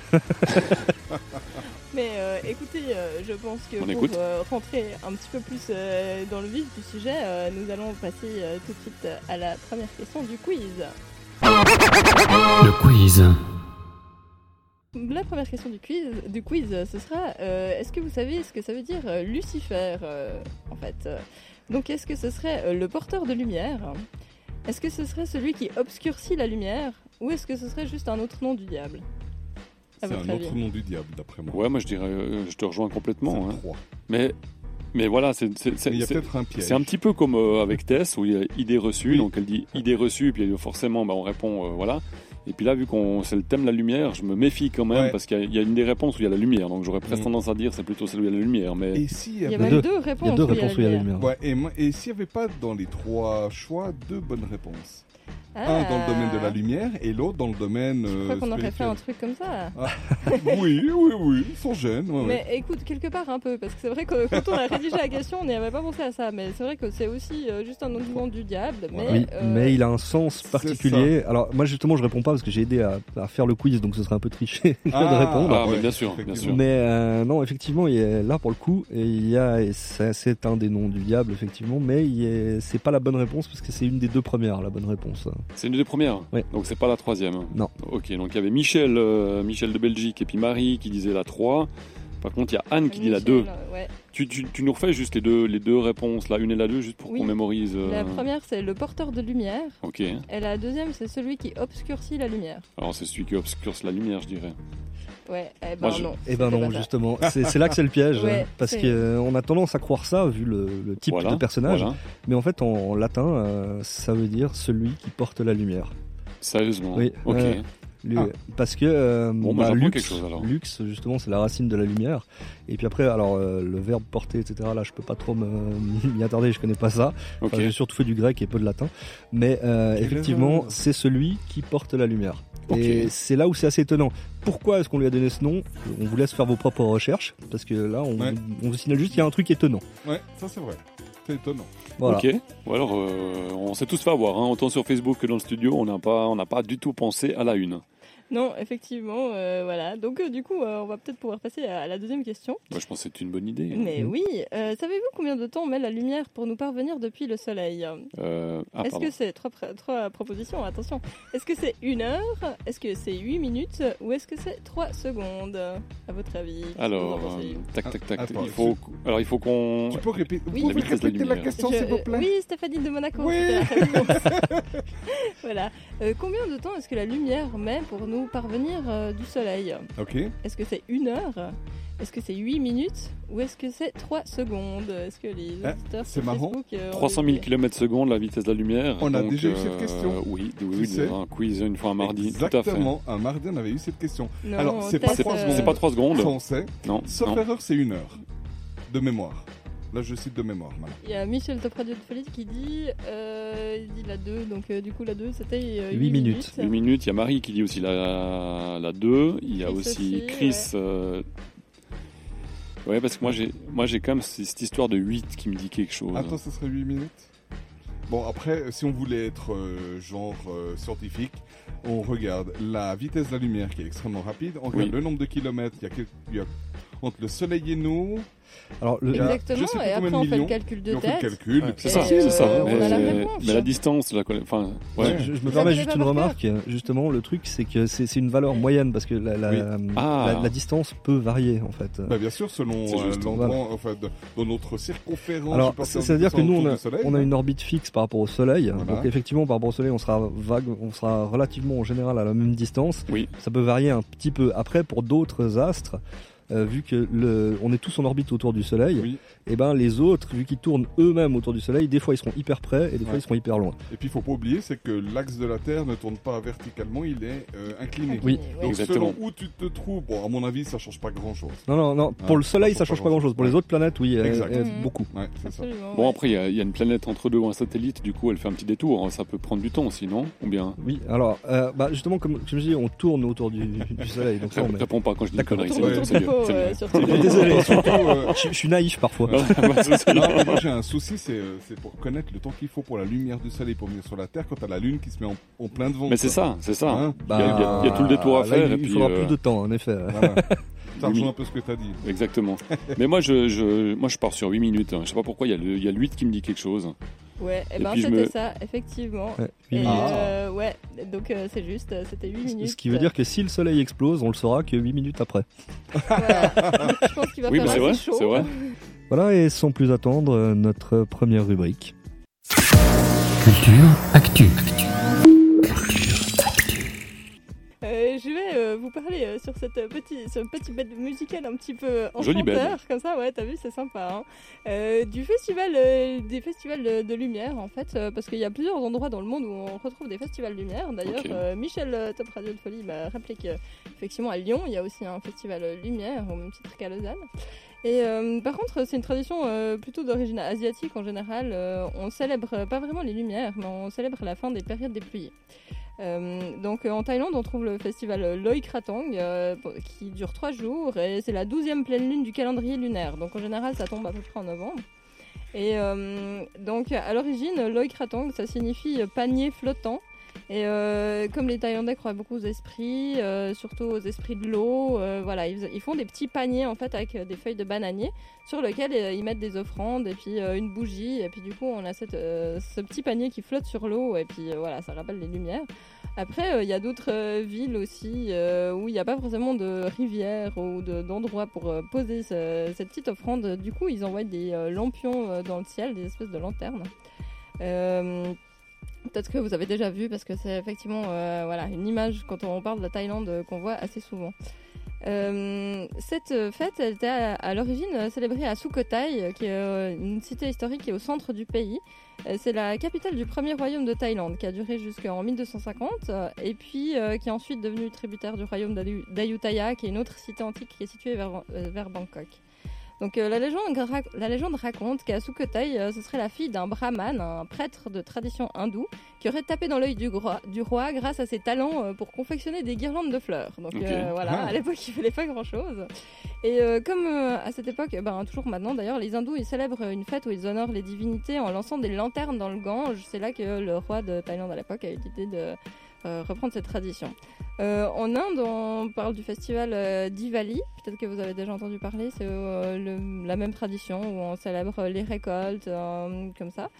[SPEAKER 2] Mais euh, écoutez, euh, je pense que
[SPEAKER 3] On
[SPEAKER 2] pour
[SPEAKER 3] écoute.
[SPEAKER 2] euh, rentrer un petit peu plus euh, dans le vif du sujet, euh, nous allons passer euh, tout de suite euh, à la première question du quiz.
[SPEAKER 6] Le quiz.
[SPEAKER 2] La première question du quiz, du quiz ce sera euh, est-ce que vous savez ce que ça veut dire euh, Lucifer euh, en fait euh, Donc est-ce que ce serait euh, le porteur de lumière Est-ce que ce serait celui qui obscurcit la lumière Ou est-ce que ce serait juste un autre nom du diable À
[SPEAKER 4] C'est
[SPEAKER 2] votre
[SPEAKER 4] un
[SPEAKER 2] avis
[SPEAKER 4] autre nom du diable, d'après moi.
[SPEAKER 3] Ouais, moi je dirais, euh, je te rejoins complètement.
[SPEAKER 4] C'est
[SPEAKER 3] hein.
[SPEAKER 4] trois.
[SPEAKER 3] Mais, mais voilà, c'est c'est-
[SPEAKER 4] Mais
[SPEAKER 3] c'est-
[SPEAKER 4] Il y a
[SPEAKER 3] c'est-
[SPEAKER 4] peut-être un piège.
[SPEAKER 3] c'est un petit peu comme euh, avec Tess où il y a idée reçue,
[SPEAKER 4] Oui.
[SPEAKER 3] donc elle dit idée reçue, et puis euh, forcément bah, on répond euh, voilà. Et puis là, vu qu'on c'est le thème la lumière, je me méfie quand même
[SPEAKER 4] Ouais.
[SPEAKER 3] parce qu'il y, a- il y a une des réponses où il y a la lumière, donc j'aurais presque
[SPEAKER 5] Mm.
[SPEAKER 3] tendance à dire c'est plutôt celle où il y a la lumière. Mais
[SPEAKER 4] Et s'il y
[SPEAKER 2] Il y
[SPEAKER 4] avait...
[SPEAKER 2] a
[SPEAKER 5] avait
[SPEAKER 2] même
[SPEAKER 5] deux.
[SPEAKER 2] deux
[SPEAKER 5] Il y a
[SPEAKER 2] réponses.
[SPEAKER 5] deux
[SPEAKER 2] où
[SPEAKER 5] réponses où il y a la lumière.
[SPEAKER 4] Ouais, et, moi- et s'il n'y avait pas dans les trois choix deux bonnes réponses Un dans le domaine de la lumière et l'autre dans le domaine.
[SPEAKER 2] Ah. Je crois
[SPEAKER 4] euh,
[SPEAKER 2] qu'on aurait fait un
[SPEAKER 4] spirituel.
[SPEAKER 2] truc comme ça.
[SPEAKER 4] Oui, oui, oui, sans gêne. ouais, ouais.
[SPEAKER 2] Mais écoute, quelque part un peu, parce que c'est vrai que quand on a rédigé la question, on n'y avait pas pensé à ça, mais c'est vrai que c'est aussi euh, juste un autre nom du diable. Mais,
[SPEAKER 4] Voilà.
[SPEAKER 5] Oui,
[SPEAKER 2] euh,
[SPEAKER 5] mais il a un sens
[SPEAKER 4] c'est
[SPEAKER 5] particulier. Alors moi justement je réponds pas parce que j'ai aidé à, à faire le quiz donc ce serait un peu triché de
[SPEAKER 4] Ah.
[SPEAKER 5] répondre.
[SPEAKER 3] Ah,
[SPEAKER 4] ouais,
[SPEAKER 3] mais bien sûr, bien sûr.
[SPEAKER 4] effectivement.
[SPEAKER 5] Mais euh, non, effectivement, il y a- là pour le coup, il y a, et ça, c'est un des noms du diable effectivement, mais il y a- c'est pas la bonne réponse parce que c'est une des deux premières la bonne réponse.
[SPEAKER 3] C'est une des premières.
[SPEAKER 5] Ouais.
[SPEAKER 3] Donc c'est pas la troisième.
[SPEAKER 5] Non.
[SPEAKER 3] Ok, donc il y avait Michel, euh, Michel de Belgique et puis Marie qui disait la 3. Par contre, il y a Anne qui dit la
[SPEAKER 2] Michel, euh,
[SPEAKER 3] 2.
[SPEAKER 2] ouais.
[SPEAKER 3] Tu, tu, tu nous refais juste les deux, les deux réponses, la une et la deux, juste pour
[SPEAKER 2] Oui.
[SPEAKER 3] qu'on mémorise. euh,
[SPEAKER 2] La première, c'est le porteur de lumière,
[SPEAKER 3] Ok,
[SPEAKER 2] et la deuxième, c'est celui qui obscurcit la lumière.
[SPEAKER 3] alors c'est celui qui obscurce la lumière, je dirais.
[SPEAKER 2] Ouais, eh ben
[SPEAKER 3] Moi, je-
[SPEAKER 2] non.
[SPEAKER 5] Et ben
[SPEAKER 2] c'était
[SPEAKER 5] non,
[SPEAKER 2] pas ça.
[SPEAKER 5] justement, c'est c'est là que c'est le piège
[SPEAKER 2] Ouais,
[SPEAKER 5] hein, parce
[SPEAKER 2] c'est-
[SPEAKER 5] que euh, on a tendance à croire ça vu le, le type
[SPEAKER 3] Voilà,
[SPEAKER 5] de personnage,
[SPEAKER 3] Voilà,
[SPEAKER 5] mais en fait en, en latin euh, ça veut dire celui qui porte la lumière.
[SPEAKER 3] sérieusement.
[SPEAKER 5] Oui,
[SPEAKER 3] ok.
[SPEAKER 5] ouais. Lui,
[SPEAKER 4] Ah.
[SPEAKER 5] euh, Parce que euh,
[SPEAKER 3] Bon, bah,
[SPEAKER 5] bah,
[SPEAKER 3] j'apprends
[SPEAKER 5] luxe,
[SPEAKER 3] quelque chose, alors.
[SPEAKER 5] luxe, justement, c'est la racine de la lumière. Et puis après, alors euh, le verbe porter, etc. Là, je peux pas trop me- m'y attarder, je connais pas ça.
[SPEAKER 3] ok.
[SPEAKER 5] Enfin, J'ai surtout fait du grec et peu de latin. Mais euh,
[SPEAKER 4] Quel
[SPEAKER 5] effectivement,
[SPEAKER 4] erreur.
[SPEAKER 5] c'est celui qui porte la lumière.
[SPEAKER 3] Ok.
[SPEAKER 5] Et c'est là où c'est assez étonnant. Pourquoi est-ce qu'on lui a donné ce nom On vous laisse faire vos propres recherches parce que là, on,
[SPEAKER 4] Ouais.
[SPEAKER 5] on vous signale juste qu'il y a un truc étonnant.
[SPEAKER 4] Ouais, ça c'est vrai. C'est étonnant.
[SPEAKER 5] Voilà.
[SPEAKER 3] Ok. Ou alors, euh, on s'est tous fait avoir, hein. autant sur Facebook que dans le studio, on n'a pas, on n'a pas du tout pensé à la une.
[SPEAKER 2] Non, effectivement, euh, voilà. Donc euh, du coup, euh, on va peut-être pouvoir passer à la deuxième question.
[SPEAKER 3] Moi, je pense que c'est une bonne idée.
[SPEAKER 2] Mais oui, euh, savez-vous combien de temps met la lumière pour nous parvenir depuis le soleil
[SPEAKER 3] Euh, ah,
[SPEAKER 2] Est-ce
[SPEAKER 3] pardon.
[SPEAKER 2] que c'est trois, pr- trois propositions Attention. Est-ce que c'est une heure Est-ce que c'est huit minutes Ou est-ce que c'est trois secondes À votre avis qu'est-ce que vous en
[SPEAKER 3] Alors,
[SPEAKER 2] pensez
[SPEAKER 3] euh, tac, tac, tac.
[SPEAKER 4] Attends,
[SPEAKER 3] il faut, alors, il faut qu'on.
[SPEAKER 4] Ah, Tu peux répéter,
[SPEAKER 2] Oui.
[SPEAKER 4] vous
[SPEAKER 2] La
[SPEAKER 4] pouvez
[SPEAKER 3] vitesse de la
[SPEAKER 4] répéter la
[SPEAKER 3] lumière.
[SPEAKER 4] question,
[SPEAKER 2] Je-
[SPEAKER 4] s'il vous
[SPEAKER 2] euh,
[SPEAKER 4] plaît
[SPEAKER 2] Oui, Stéphanie de Monaco.
[SPEAKER 4] Oui.
[SPEAKER 2] c'était la réponse. voilà. Euh, combien de temps est-ce que la lumière met pour nous parvenir euh, du soleil
[SPEAKER 4] Ok.
[SPEAKER 2] Est-ce que c'est une heure Est-ce que c'est huit minutes Ou est-ce que c'est trois secondes Est-ce que les
[SPEAKER 4] Ah,
[SPEAKER 2] auditeurs
[SPEAKER 4] c'est
[SPEAKER 2] sur
[SPEAKER 4] marrant.
[SPEAKER 2] Facebook, euh, ont
[SPEAKER 3] 300 000 km secondes la vitesse de la lumière.
[SPEAKER 4] On a
[SPEAKER 3] Donc,
[SPEAKER 4] déjà eu
[SPEAKER 3] euh,
[SPEAKER 4] cette question.
[SPEAKER 3] Oui, oui,
[SPEAKER 4] Tu
[SPEAKER 3] oui,
[SPEAKER 4] sais.
[SPEAKER 3] un quiz une fois un mardi. Tout à fait.
[SPEAKER 4] Exactement. Un mardi, on avait eu cette question.
[SPEAKER 2] Non,
[SPEAKER 4] Alors, c'est pas
[SPEAKER 2] peut-être,
[SPEAKER 3] C'est pas,
[SPEAKER 4] trois
[SPEAKER 2] euh,
[SPEAKER 3] c'est pas 3
[SPEAKER 4] Ça,
[SPEAKER 3] secondes.
[SPEAKER 4] on sait.
[SPEAKER 3] Non.
[SPEAKER 4] Sauf
[SPEAKER 3] non.
[SPEAKER 4] erreur, c'est une heure de mémoire. Là, je cite de mémoire. Madame.
[SPEAKER 2] Il y a Michel Top Radio de Folie qui dit, euh, il dit la 2, donc euh, du coup la 2 c'était euh,
[SPEAKER 5] Huit
[SPEAKER 2] 8
[SPEAKER 5] minutes.
[SPEAKER 3] 8 minutes, il y a Marie qui dit aussi la, la 2, il y a
[SPEAKER 2] Chris
[SPEAKER 3] aussi
[SPEAKER 2] aussi,
[SPEAKER 3] Chris.
[SPEAKER 2] ouais.
[SPEAKER 3] euh, Ouais, parce que moi j'ai moi j'ai quand même c- cette histoire de 8 qui me dit quelque chose.
[SPEAKER 4] Attends, ça serait 8 minutes Bon, après, si on voulait être euh, genre euh, scientifique, on regarde la vitesse de la lumière qui est extrêmement rapide, on regarde
[SPEAKER 3] Oui.
[SPEAKER 4] le nombre de kilomètres, il y a, quel- il y a- entre le soleil et nous,
[SPEAKER 5] Alors, le-
[SPEAKER 4] Exact. je sais
[SPEAKER 2] Exactement,
[SPEAKER 4] plus
[SPEAKER 2] et après
[SPEAKER 4] combien de
[SPEAKER 2] on fait le
[SPEAKER 4] millions,
[SPEAKER 2] calcul
[SPEAKER 4] et
[SPEAKER 2] de
[SPEAKER 4] on fait le
[SPEAKER 2] tête.
[SPEAKER 4] calcul.
[SPEAKER 3] Ouais, c'est
[SPEAKER 2] Et
[SPEAKER 3] ça,
[SPEAKER 2] euh,
[SPEAKER 3] c'est ça.
[SPEAKER 2] on
[SPEAKER 3] mais,
[SPEAKER 2] a la
[SPEAKER 3] mais
[SPEAKER 2] réponse.
[SPEAKER 3] la distance, la conna- enfin, ouais.
[SPEAKER 5] je, je me
[SPEAKER 2] Vous
[SPEAKER 5] permets
[SPEAKER 2] avez
[SPEAKER 5] juste
[SPEAKER 2] pas
[SPEAKER 5] une
[SPEAKER 2] marqué
[SPEAKER 5] remarque. Justement, le truc, c'est que c'est c'est une valeur moyenne parce que la, la,
[SPEAKER 4] Oui.
[SPEAKER 3] Ah.
[SPEAKER 5] la- la distance peut varier en fait.
[SPEAKER 4] Bah, bien sûr, selon
[SPEAKER 3] C'est
[SPEAKER 4] euh,
[SPEAKER 3] juste,
[SPEAKER 4] l'endroit,
[SPEAKER 5] voilà.
[SPEAKER 4] enfin, de- dans notre circonférence.
[SPEAKER 5] Alors,
[SPEAKER 4] je pense,
[SPEAKER 5] c'est- c'est-à-dire que nous,
[SPEAKER 4] autour
[SPEAKER 5] on a,
[SPEAKER 4] du soleil,
[SPEAKER 5] on a une orbite fixe par rapport au Soleil.
[SPEAKER 4] Voilà.
[SPEAKER 5] Donc, effectivement, par rapport au Soleil, on sera vague, on sera relativement en général à la même distance.
[SPEAKER 3] Oui.
[SPEAKER 5] Ça peut varier un petit peu. Après, pour d'autres astres, euh, vu que le, on est tous en orbite autour du Soleil,
[SPEAKER 4] Oui.
[SPEAKER 5] et ben les autres, vu qu'ils tournent eux-mêmes autour du Soleil, des fois ils seront hyper près et des fois
[SPEAKER 4] Ouais.
[SPEAKER 5] ils seront hyper loin.
[SPEAKER 4] Et puis, il faut pas oublier, c'est que l'axe de la Terre ne tourne pas verticalement, il est euh, incliné.
[SPEAKER 5] Oui.
[SPEAKER 4] Donc,
[SPEAKER 3] Exactement.
[SPEAKER 4] selon où tu te trouves, bon, à mon avis, ça change pas grand-chose.
[SPEAKER 5] Non, non, non.
[SPEAKER 4] Ah,
[SPEAKER 5] Pour le Soleil,
[SPEAKER 4] ça
[SPEAKER 5] ça
[SPEAKER 4] change
[SPEAKER 5] change
[SPEAKER 4] pas
[SPEAKER 5] pas grand-chose. Pour les
[SPEAKER 4] grand-chose.
[SPEAKER 5] autres planètes, oui, euh,
[SPEAKER 4] Exact.
[SPEAKER 5] euh,
[SPEAKER 3] Mm.
[SPEAKER 2] Mhm.
[SPEAKER 5] beaucoup.
[SPEAKER 4] Ouais, c'est ça.
[SPEAKER 2] Absolument.
[SPEAKER 3] Bon,
[SPEAKER 2] ouais.
[SPEAKER 3] après, il y, a- il y a une planète entre deux ou un satellite, du coup, elle fait un petit détour. hein. Ça peut prendre du temps, sinon, ou bien.
[SPEAKER 5] Oui. Alors, euh, bah, justement, comme, comme je dis, on tourne autour du, du Soleil. Donc,
[SPEAKER 3] Je
[SPEAKER 5] non, mais-
[SPEAKER 3] réponds pas quand je dis des
[SPEAKER 5] D'accord.
[SPEAKER 3] conneries.
[SPEAKER 2] Tourne
[SPEAKER 3] c'est-
[SPEAKER 2] autour
[SPEAKER 3] c'est
[SPEAKER 2] du
[SPEAKER 3] mieux,
[SPEAKER 2] pot,
[SPEAKER 3] c'est
[SPEAKER 2] euh,
[SPEAKER 3] mieux.
[SPEAKER 2] surtout.
[SPEAKER 5] Désolé.
[SPEAKER 4] Surtout, euh,
[SPEAKER 5] je, je suis naïf parfois.
[SPEAKER 3] Bah, c'est ça.
[SPEAKER 4] Non, mais moi j'ai un souci, c'est euh, c'est pour connaître le temps qu'il faut pour la lumière du soleil pour venir sur la Terre quand t'as la Lune qui se met en, en plein devant.
[SPEAKER 3] Mais c'est ça, c'est ça.
[SPEAKER 4] Hein
[SPEAKER 3] Il y a- il y a- il y a tout le détour à
[SPEAKER 5] Bah, là,
[SPEAKER 3] faire,
[SPEAKER 5] Il,
[SPEAKER 3] et
[SPEAKER 5] il
[SPEAKER 3] puis,
[SPEAKER 5] faudra
[SPEAKER 3] euh,
[SPEAKER 5] plus de temps, en effet.
[SPEAKER 4] Voilà. Ça
[SPEAKER 3] Oui.
[SPEAKER 4] rejoint un peu ce que t'as dit.
[SPEAKER 3] Exactement. Mais moi, je, je, moi, je pars sur 8 minutes. hein. Je sais pas pourquoi, il y a le- il y a le 8 qui me dit quelque chose.
[SPEAKER 2] Ouais, et
[SPEAKER 3] Et
[SPEAKER 2] ben
[SPEAKER 3] puis je
[SPEAKER 2] c'était
[SPEAKER 3] me-
[SPEAKER 2] ça, effectivement.
[SPEAKER 5] Ouais, huit
[SPEAKER 2] Et,
[SPEAKER 5] minutes.
[SPEAKER 2] euh, ouais, donc euh, c'est juste, euh, c'était 8 minutes.
[SPEAKER 5] Ah. Ce qui veut dire que si le soleil explose, on le saura que 8 minutes après.
[SPEAKER 2] euh, Voilà. Je pense qu'il va
[SPEAKER 3] Oui,
[SPEAKER 2] faire
[SPEAKER 3] bah, c'est
[SPEAKER 2] assez
[SPEAKER 3] vrai,
[SPEAKER 2] chaud.
[SPEAKER 3] c'est vrai.
[SPEAKER 5] Voilà, et sans plus attendre, euh, notre première rubrique.
[SPEAKER 6] Culture, actu.
[SPEAKER 2] Euh, je vais euh, vous parler euh, sur cette euh, petite, sur une petite bête musicale un petit peu en
[SPEAKER 3] Jolie bête.
[SPEAKER 2] comme ça, ouais, t'as vu, c'est sympa. hein. Euh, du festival, euh, des festivals de, de lumière en fait, euh, parce qu'il y a plusieurs endroits dans le monde où on retrouve des festivals de lumière. D'ailleurs,
[SPEAKER 3] Ok.
[SPEAKER 2] euh, Michel euh, Top Radio de Folie m'a rappelé que effectivement à Lyon, il y a aussi un festival euh, lumière au même titre qu'à Lausanne. Et euh, par contre, c'est une tradition euh, plutôt d'origine asiatique en général. Euh, on célèbre euh, pas vraiment les lumières, mais on célèbre la fin des périodes des pluies. Euh, donc euh, en Thaïlande, on trouve le festival euh, Loi Kratang euh, pour- qui dure trois jours et c'est la douzième pleine lune du calendrier lunaire. Donc en général, ça tombe à peu près en novembre. Et euh, donc à l'origine, Loi Kratang, ça signifie euh, panier flottant. Et euh, comme les Thaïlandais croient beaucoup aux esprits, euh, surtout aux esprits de l'eau, euh, voilà, ils, ils font des petits paniers en fait avec euh, des feuilles de bananier sur lesquels euh, ils mettent des offrandes et puis euh, une bougie et puis du coup on a cette, euh, ce petit panier qui flotte sur l'eau et puis euh, voilà, ça rappelle les lumières. Après, euh, il y a d'autres euh, villes aussi euh, où il n'y a pas forcément de rivière ou de- d'endroit pour euh, poser ce- cette petite offrande. Du coup, ils envoient des euh, lampions euh, dans le ciel, des espèces de lanternes. Euh, Peut-être que vous avez déjà vu parce que c'est effectivement euh, voilà, une image quand on parle de la Thaïlande euh, qu'on voit assez souvent. Euh, cette euh, fête elle était à, à l'origine euh, célébrée à Sukhothai, euh, qui est euh, une cité historique qui est au centre du pays. Euh, C'est la capitale du premier royaume de Thaïlande qui a duré jusqu'en 1250 euh, et puis euh, qui est ensuite devenue tributaire du royaume d'Ayu- d'Ayutthaya qui est une autre cité antique qui est située vers, euh, vers Bangkok. Donc euh, la, légende, rac- la légende raconte qu'à Sukhothai, euh, ce serait la fille d'un brahman, un prêtre de tradition hindoue, qui aurait tapé dans l'œil du, gro- du roi grâce à ses talents euh, pour confectionner des guirlandes de fleurs. Donc
[SPEAKER 3] Ok.
[SPEAKER 2] euh, voilà,
[SPEAKER 4] Ah.
[SPEAKER 2] à l'époque il fallait pas grand-chose. Et euh, comme euh, à cette époque, ben, toujours maintenant d'ailleurs, les hindous ils célèbrent une fête où ils honorent les divinités en lançant des lanternes dans le Gange. C'est là que le roi de Thaïlande à l'époque a eu l'idée de euh, reprendre cette tradition. Euh, en Inde, on parle du festival euh, Diwali. Peut-être que vous avez déjà entendu parler. C'est euh, le- la même tradition où on célèbre euh, les récoltes, euh, comme ça.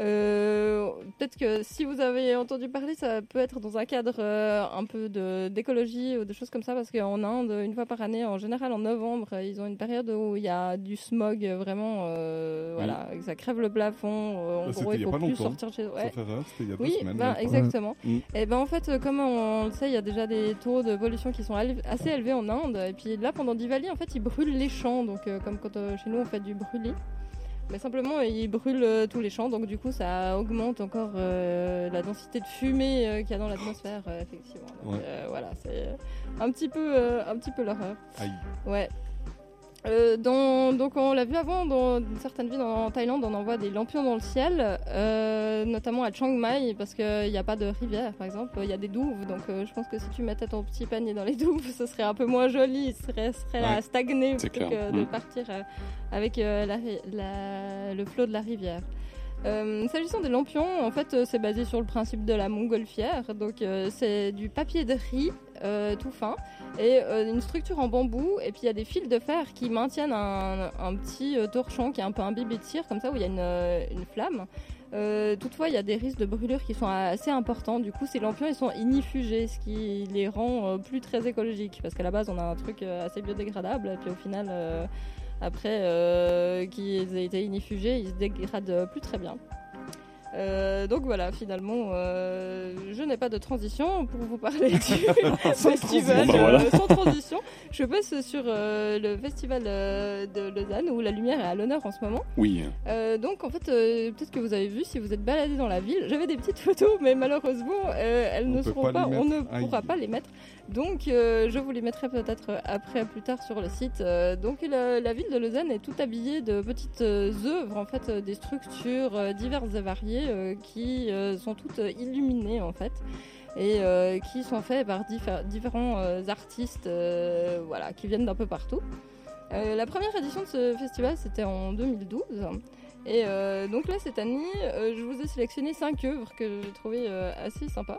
[SPEAKER 2] Euh, Peut-être que si vous avez entendu parler, ça peut être dans un cadre euh, un peu de- d'écologie ou des choses comme ça, parce qu'en Inde, une fois par année, en général en novembre, euh, ils ont une période où il y a du smog euh, vraiment, euh, voilà, que ça crève le plafond. euh, En
[SPEAKER 4] Bah,
[SPEAKER 2] gros,
[SPEAKER 4] c'était il
[SPEAKER 2] il
[SPEAKER 4] y a
[SPEAKER 2] faut
[SPEAKER 4] pas
[SPEAKER 2] plus
[SPEAKER 4] longtemps,
[SPEAKER 2] sortir de chez ouais.
[SPEAKER 4] Sauf erreur, c'était il y a
[SPEAKER 2] Oui,
[SPEAKER 4] deux semaines.
[SPEAKER 2] ben,
[SPEAKER 4] mais-
[SPEAKER 2] exactement.
[SPEAKER 4] Mm.
[SPEAKER 2] Et ben en fait, euh, comme on le sait, il y a déjà des taux de pollution qui sont al- assez élevés en Inde. Et puis là, pendant Diwali, en fait, ils brûlent les champs. Donc euh, comme quand euh, chez nous, on fait du brûlé. Mais simplement, euh, ils brûlent euh, tous les champs. Donc du coup, ça augmente encore euh, la densité de fumée euh, qu'il y a dans l'atmosphère, euh, effectivement. Donc,
[SPEAKER 4] Ouais. Ah
[SPEAKER 2] euh, voilà, c'est euh, un petit peu, euh, un petit peu l'horreur.
[SPEAKER 4] Aïe.
[SPEAKER 2] Ouais. Euh, dans- donc on l'a vu avant, dans certaines villes en Thaïlande, on envoie des lampions dans le ciel, euh, notamment à Chiang Mai, parce qu'il n'y a pas de rivière, par exemple, il y a des douves, donc euh, je pense que si tu mettais ton petit panier dans les douves, ce serait un peu moins joli, ce serait, ce serait à
[SPEAKER 3] Ouais,
[SPEAKER 2] stagner
[SPEAKER 3] c'est
[SPEAKER 2] plutôt
[SPEAKER 3] clair.
[SPEAKER 2] que de
[SPEAKER 3] Mm.
[SPEAKER 2] partir euh, avec euh, la ri- la- le flot de la rivière. Euh, S'agissant des lampions, en fait, euh, c'est basé sur le principe de la montgolfière. Donc, euh, c'est du papier de riz euh, tout fin et euh, une structure en bambou. Et puis, il y a des fils de fer qui maintiennent un, un petit euh, torchon qui est un peu imbibé de cire, comme ça, où il y a une, euh, une flamme. Euh, toutefois, il y a des risques de brûlure qui sont assez importants. Du coup, ces lampions, ils sont ignifugés, ce qui les rend euh, plus très écologiques. Parce qu'à la base, on a un truc euh, assez biodégradable. Et puis, au final, euh, après euh, qu'ils aient été ignifugés, ils se dégradent euh, plus très bien. Euh, donc voilà, finalement, euh, je n'ai pas de transition pour vous parler du festival
[SPEAKER 3] transition. Bah
[SPEAKER 2] euh,
[SPEAKER 3] voilà.
[SPEAKER 2] sans transition. Je passe sur euh, le festival euh, de Lausanne où la lumière est à l'honneur en ce moment.
[SPEAKER 3] Oui,
[SPEAKER 2] Euh, donc en fait, euh, peut-être que vous avez vu si vous êtes baladé dans la ville. J'avais des petites photos, mais malheureusement, euh, elles
[SPEAKER 4] On
[SPEAKER 2] ne
[SPEAKER 4] peut
[SPEAKER 2] seront
[SPEAKER 4] pas
[SPEAKER 2] pas,
[SPEAKER 4] les
[SPEAKER 2] on ne
[SPEAKER 4] mettre. Aïe.
[SPEAKER 2] pourra pas les mettre. Donc euh, je vous les mettrai peut-être après, plus tard sur le site. Euh, donc la, la ville de Lausanne est tout habillée de petites euh, œuvres, en fait, euh, des structures euh, diverses et variées euh, qui euh, sont toutes euh, illuminées en fait et euh, qui sont faits par diffé- différents euh, artistes euh, voilà, qui viennent d'un peu partout. Euh, la première édition de ce festival, c'était en 2012. Et euh, donc là, cette année, euh, je vous ai sélectionné cinq œuvres que j'ai trouvées euh, assez sympas.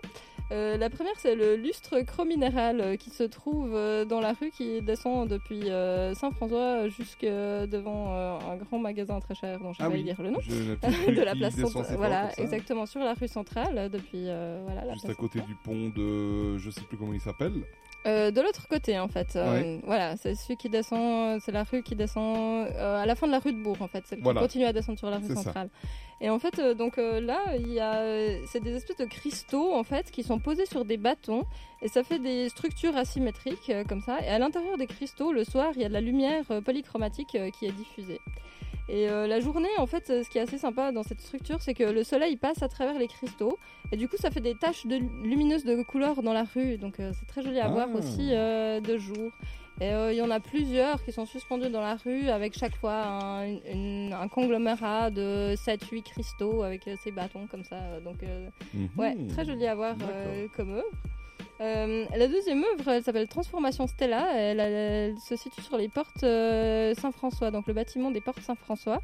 [SPEAKER 2] Euh, la première, c'est le lustre chrominéral euh, qui se trouve euh, dans la rue qui descend depuis euh, Saint-François jusque devant euh, un grand magasin très cher dont je vais
[SPEAKER 4] Ah
[SPEAKER 2] pas
[SPEAKER 4] oui.
[SPEAKER 2] lire le nom.
[SPEAKER 4] Je- le petit truc
[SPEAKER 2] de la
[SPEAKER 4] qui
[SPEAKER 2] place
[SPEAKER 4] descend
[SPEAKER 2] centrale,
[SPEAKER 4] ses pas,
[SPEAKER 2] voilà,
[SPEAKER 4] comme ça,
[SPEAKER 2] exactement, sur la rue centrale, depuis euh, voilà, la
[SPEAKER 4] Juste à
[SPEAKER 2] place
[SPEAKER 4] côté
[SPEAKER 2] centrale.
[SPEAKER 4] du pont de, je sais plus comment il s'appelle.
[SPEAKER 2] Euh, de l'autre côté, en fait. Euh,
[SPEAKER 4] Ouais.
[SPEAKER 2] Voilà, c'est celui qui descend, euh, c'est la rue qui descend euh, à la fin de la rue de Bourg, en fait. Celle
[SPEAKER 4] Voilà.
[SPEAKER 2] qui continue à descendre sur la rue
[SPEAKER 4] C'est ça.
[SPEAKER 2] centrale. Et en fait, euh, donc euh, là, il y a, euh, c'est des espèces de cristaux, en fait, qui sont posés sur des bâtons. Et ça fait des structures asymétriques, euh, comme ça. Et à l'intérieur des cristaux, le soir, il y a de la lumière euh, polychromatique euh, qui est diffusée. Et euh, la journée, en fait, euh, ce qui est assez sympa dans cette structure, c'est que le soleil passe à travers les cristaux. Et du coup, ça fait des taches de lu- lumineuses de couleur dans la rue. Donc, euh, c'est très joli à
[SPEAKER 4] Ah.
[SPEAKER 2] voir aussi euh, de jour. Et euh, il y en a plusieurs qui sont suspendus dans la rue avec chaque fois un, une- un conglomérat de 7-8 cristaux avec euh, ces bâtons comme ça. Donc, euh, Ouais,
[SPEAKER 4] Mhm.
[SPEAKER 2] très joli à voir
[SPEAKER 4] D'accord.
[SPEAKER 2] euh, comme œuvre. Euh, la deuxième œuvre, elle s'appelle Transformation Stella. Elle, elle se situe sur les portes euh, Saint-François, donc le bâtiment des portes Saint-François.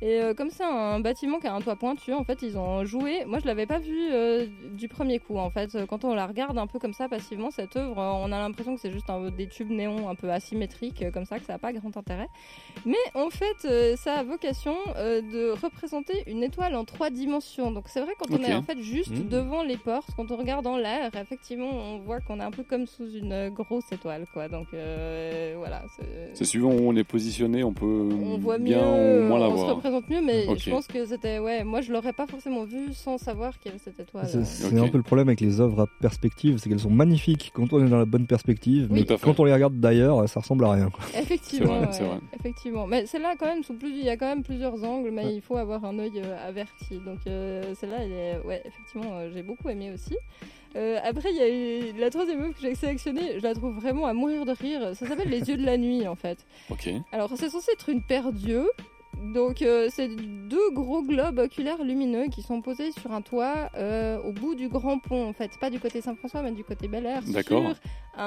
[SPEAKER 2] Et euh, comme c'est un bâtiment qui a un toit pointu, en fait, ils ont joué. Moi, je l'avais pas vu euh, du premier coup. En fait, quand on la regarde un peu comme ça passivement, cette œuvre, euh, on a l'impression que c'est juste un- des tubes néons un peu asymétriques, euh, comme ça, que ça n'a pas grand intérêt. Mais en fait, euh, ça a vocation euh, de représenter une étoile en trois dimensions. Donc c'est vrai quand on
[SPEAKER 3] Ok.
[SPEAKER 2] est en fait juste
[SPEAKER 3] Hmm.
[SPEAKER 4] Mmh.
[SPEAKER 2] devant les portes, quand on regarde dans l'air, effectivement, on voit qu'on est un peu comme sous une euh, grosse étoile, quoi. Donc euh, voilà. c'est-
[SPEAKER 3] c'est suivant où on est positionné, on peut
[SPEAKER 2] on voit
[SPEAKER 3] bien
[SPEAKER 2] mieux,
[SPEAKER 3] ou moins la
[SPEAKER 2] on se
[SPEAKER 3] voir.
[SPEAKER 2] représente mieux, mais
[SPEAKER 3] Ok.
[SPEAKER 2] je pense que c'était ouais. Moi, je l'aurais pas forcément vu sans savoir qu'il y avait cette étoile.
[SPEAKER 5] C'est c'est
[SPEAKER 3] Ok.
[SPEAKER 5] un peu le problème avec les œuvres à perspective, c'est qu'elles sont magnifiques quand on est dans la bonne perspective,
[SPEAKER 2] Oui.
[SPEAKER 5] mais
[SPEAKER 3] Tout à fait.
[SPEAKER 5] quand on les regarde d'ailleurs, ça ressemble à rien. quoi.
[SPEAKER 2] Effectivement,
[SPEAKER 3] C'est vrai, c'est
[SPEAKER 2] ouais,
[SPEAKER 3] vrai.
[SPEAKER 2] effectivement. Mais celle-là, quand même, sous plus, il y a quand même plusieurs angles, mais il faut avoir un œil euh, averti. Donc euh, celle-là, elle est- ouais, effectivement, euh, j'ai beaucoup aimé aussi. Euh, après, il y a eu la troisième œuvre que j'ai sélectionnée. Je la trouve vraiment à mourir de rire. Ça s'appelle Les yeux de la nuit, en fait.
[SPEAKER 3] Ok.
[SPEAKER 2] Alors, c'est censé être une paire d'yeux. Donc, euh, c'est deux gros globes oculaires lumineux qui sont posés sur un toit euh, au bout du grand pont, en fait. Pas du côté Saint-François, mais du côté Bel Air.
[SPEAKER 3] D'accord.
[SPEAKER 2] Sur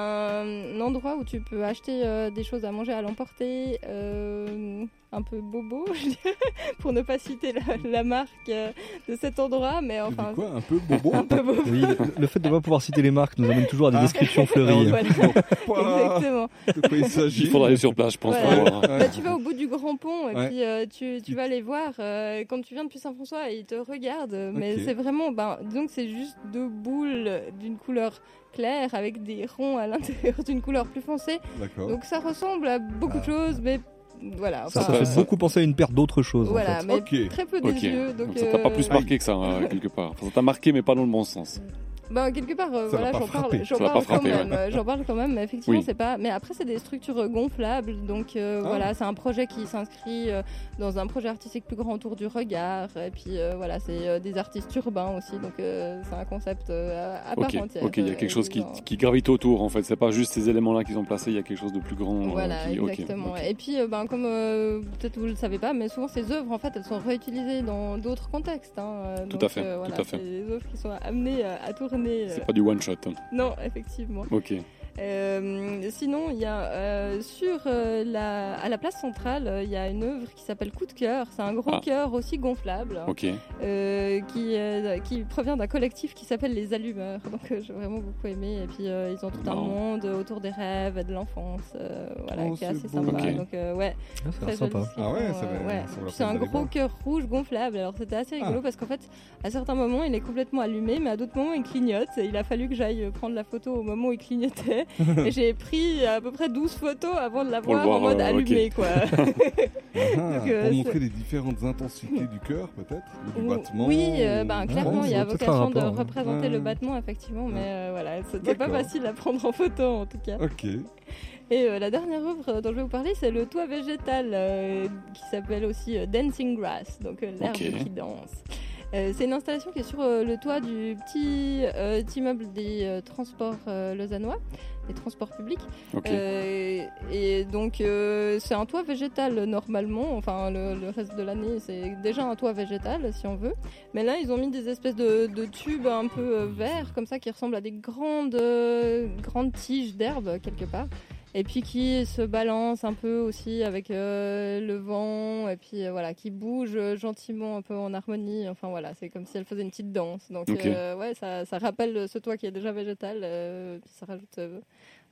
[SPEAKER 2] un endroit où tu peux acheter euh, des choses à manger à l'emporter, euh, un peu bobo, je dirais, pour ne pas citer la, la marque euh, de cet endroit, mais
[SPEAKER 4] Tu dis
[SPEAKER 2] enfin.
[SPEAKER 4] quoi, un peu bobo
[SPEAKER 2] Un peu bobo.
[SPEAKER 5] Oui, le- le fait de ne pas pouvoir citer les marques nous amène toujours à des
[SPEAKER 4] Ah.
[SPEAKER 5] descriptions fleuries.
[SPEAKER 2] Voilà,
[SPEAKER 4] Voilà
[SPEAKER 2] exactement.
[SPEAKER 4] de quoi il s'agit.
[SPEAKER 3] Il faudra aller sur place, je pense. pour
[SPEAKER 2] Voilà.
[SPEAKER 3] voir.
[SPEAKER 4] Ouais.
[SPEAKER 2] Bah, tu vas au bout du grand pont et
[SPEAKER 4] Ouais.
[SPEAKER 2] puis euh, tu, tu vas les voir. euh, quand tu viens depuis Saint-François, ils te regardent. euh, Mais
[SPEAKER 4] Ok.
[SPEAKER 2] c'est vraiment, ben, donc c'est juste deux boules d'une couleur claire avec des ronds à l'intérieur d'une couleur plus foncée.
[SPEAKER 4] D'accord.
[SPEAKER 2] Donc ça ressemble à beaucoup de
[SPEAKER 5] Ah.
[SPEAKER 2] choses, mais voilà.
[SPEAKER 5] Ça,
[SPEAKER 2] enfin,
[SPEAKER 5] ça fait
[SPEAKER 3] ça-
[SPEAKER 5] beaucoup penser à une paire d'autres choses. en
[SPEAKER 2] voilà,
[SPEAKER 5] fait.
[SPEAKER 2] mais
[SPEAKER 4] Ok.
[SPEAKER 2] très peu des
[SPEAKER 3] Ok.
[SPEAKER 2] yeux. Donc,
[SPEAKER 3] ça t'a pas
[SPEAKER 2] euh,
[SPEAKER 3] plus marqué que ça, euh, quelque part. Ça t'a marqué, mais pas dans le bon sens.
[SPEAKER 2] Ben, quelque part, euh,
[SPEAKER 4] Ça va
[SPEAKER 2] voilà,
[SPEAKER 4] pas
[SPEAKER 2] j'en parle,
[SPEAKER 4] frapper.
[SPEAKER 2] j'en
[SPEAKER 3] Ça va
[SPEAKER 2] parle
[SPEAKER 3] pas
[SPEAKER 2] quand
[SPEAKER 3] frapper,
[SPEAKER 2] même. euh, J'en parle quand même, mais effectivement,
[SPEAKER 3] Oui.
[SPEAKER 2] c'est pas. Mais après, c'est des structures gonflables, donc euh,
[SPEAKER 4] Ah.
[SPEAKER 2] voilà, c'est un projet qui s'inscrit euh, dans un projet artistique plus grand autour du regard. Et puis euh, voilà, c'est euh, des artistes urbains aussi, donc euh, c'est un concept euh, à à part
[SPEAKER 3] Ok,
[SPEAKER 2] entière.
[SPEAKER 3] ok, il y a
[SPEAKER 2] euh,
[SPEAKER 3] quelque chose qui,
[SPEAKER 2] évidemment.
[SPEAKER 3] qui gravite autour en fait. C'est pas juste ces éléments-là qu'ils ont placés, il y a quelque chose de plus grand. euh,
[SPEAKER 2] Voilà,
[SPEAKER 3] qui- ok,
[SPEAKER 2] exactement.
[SPEAKER 3] ok.
[SPEAKER 2] Et puis, euh, ben, comme euh, peut-être vous le savez pas, mais souvent ces œuvres, en fait, elles sont réutilisées dans d'autres contextes. hein, euh,
[SPEAKER 3] Tout
[SPEAKER 2] donc,
[SPEAKER 3] à fait,
[SPEAKER 2] euh,
[SPEAKER 3] tout
[SPEAKER 2] voilà,
[SPEAKER 3] à fait.
[SPEAKER 2] C'est des œuvres qui sont amenées euh, à tourner. euh,
[SPEAKER 3] C'est pas du one shot.
[SPEAKER 2] Non, effectivement.
[SPEAKER 3] Ok.
[SPEAKER 2] Euh, sinon, il y a euh, sur euh, la, à la place centrale, euh, il y a une œuvre qui s'appelle Coup de cœur. C'est un gros
[SPEAKER 3] Ah.
[SPEAKER 2] cœur aussi gonflable
[SPEAKER 3] Ok.
[SPEAKER 2] euh, qui, euh, qui provient d'un collectif qui s'appelle les Allumeurs. Donc, euh, j'ai vraiment beaucoup aimé. Et puis, euh, ils ont tout un
[SPEAKER 3] Marrant.
[SPEAKER 2] monde autour des rêves et de l'enfance, euh, voilà,
[SPEAKER 4] Oh,
[SPEAKER 2] qui est
[SPEAKER 4] c'est
[SPEAKER 2] assez
[SPEAKER 4] beau.
[SPEAKER 2] sympa.
[SPEAKER 3] Ok.
[SPEAKER 2] Donc, euh, ouais,
[SPEAKER 5] Ah, ça a l'air
[SPEAKER 2] très
[SPEAKER 5] sympa.
[SPEAKER 2] joli, ce qu'ils
[SPEAKER 4] Ah ouais,
[SPEAKER 2] font,
[SPEAKER 4] ça
[SPEAKER 2] euh, ouais.
[SPEAKER 4] va- ça vaut la
[SPEAKER 2] C'est
[SPEAKER 4] peine
[SPEAKER 2] un
[SPEAKER 4] d'aller
[SPEAKER 2] gros
[SPEAKER 4] voir.
[SPEAKER 2] cœur rouge gonflable. Alors c'était assez rigolo
[SPEAKER 4] Ah.
[SPEAKER 2] parce qu'en fait, à certains moments, il est complètement allumé, mais à d'autres moments, il clignote. Et il a fallu que j'aille euh, prendre la photo au moment où il clignotait. et j'ai pris euh, à peu près 12 photos
[SPEAKER 3] Pour
[SPEAKER 2] avant de
[SPEAKER 3] le
[SPEAKER 2] l'avoir en
[SPEAKER 3] voir,
[SPEAKER 2] mode
[SPEAKER 3] euh,
[SPEAKER 2] allumé, quoi.
[SPEAKER 4] Ah, ah,
[SPEAKER 2] Donc, euh,
[SPEAKER 4] pour
[SPEAKER 2] c'est-
[SPEAKER 4] montrer les différentes intensités du cœur, peut-être, ou du
[SPEAKER 2] Ou-
[SPEAKER 4] battement. Ah,
[SPEAKER 2] Oui, euh,
[SPEAKER 4] ou-
[SPEAKER 2] ben, clairement,
[SPEAKER 5] ouais,
[SPEAKER 2] il y
[SPEAKER 5] ça
[SPEAKER 2] a
[SPEAKER 5] doit peut-être
[SPEAKER 2] vocation
[SPEAKER 5] faire un
[SPEAKER 2] de
[SPEAKER 5] rapport, hein.
[SPEAKER 2] représenter le
[SPEAKER 4] Ouais.
[SPEAKER 2] battement, effectivement, mais euh, voilà, c'était pas
[SPEAKER 4] D'accord.
[SPEAKER 2] facile à prendre en photo en tout cas.
[SPEAKER 4] Ok.
[SPEAKER 2] Et euh, la dernière œuvre euh, dont je vais vous parler, c'est le toit végétal euh, qui s'appelle aussi euh, Dancing Grass, donc euh, l'herbe
[SPEAKER 3] Ok.
[SPEAKER 2] qui danse. Euh, c'est une installation qui est sur euh, le toit du petit euh, petit immeuble des euh, transports euh, lausannois, des transports publics.
[SPEAKER 3] Ok.
[SPEAKER 2] Euh, et donc euh, c'est un toit végétal euh, normalement, enfin le, le reste de l'année c'est déjà un toit végétal si on veut. Mais là ils ont mis des espèces de, de tubes un peu euh, verts comme ça qui ressemblent à des grandes, euh, grandes tiges d'herbe quelque part. Et puis qui se balancent un peu aussi avec euh, le vent, et puis euh, voilà, qui bougent euh, gentiment un peu en harmonie. Enfin voilà, c'est comme si elle faisait une petite danse. Donc
[SPEAKER 3] Ok.
[SPEAKER 2] euh, ouais, ça, ça rappelle ce toit qui est déjà végétal, euh, puis ça rajoute euh,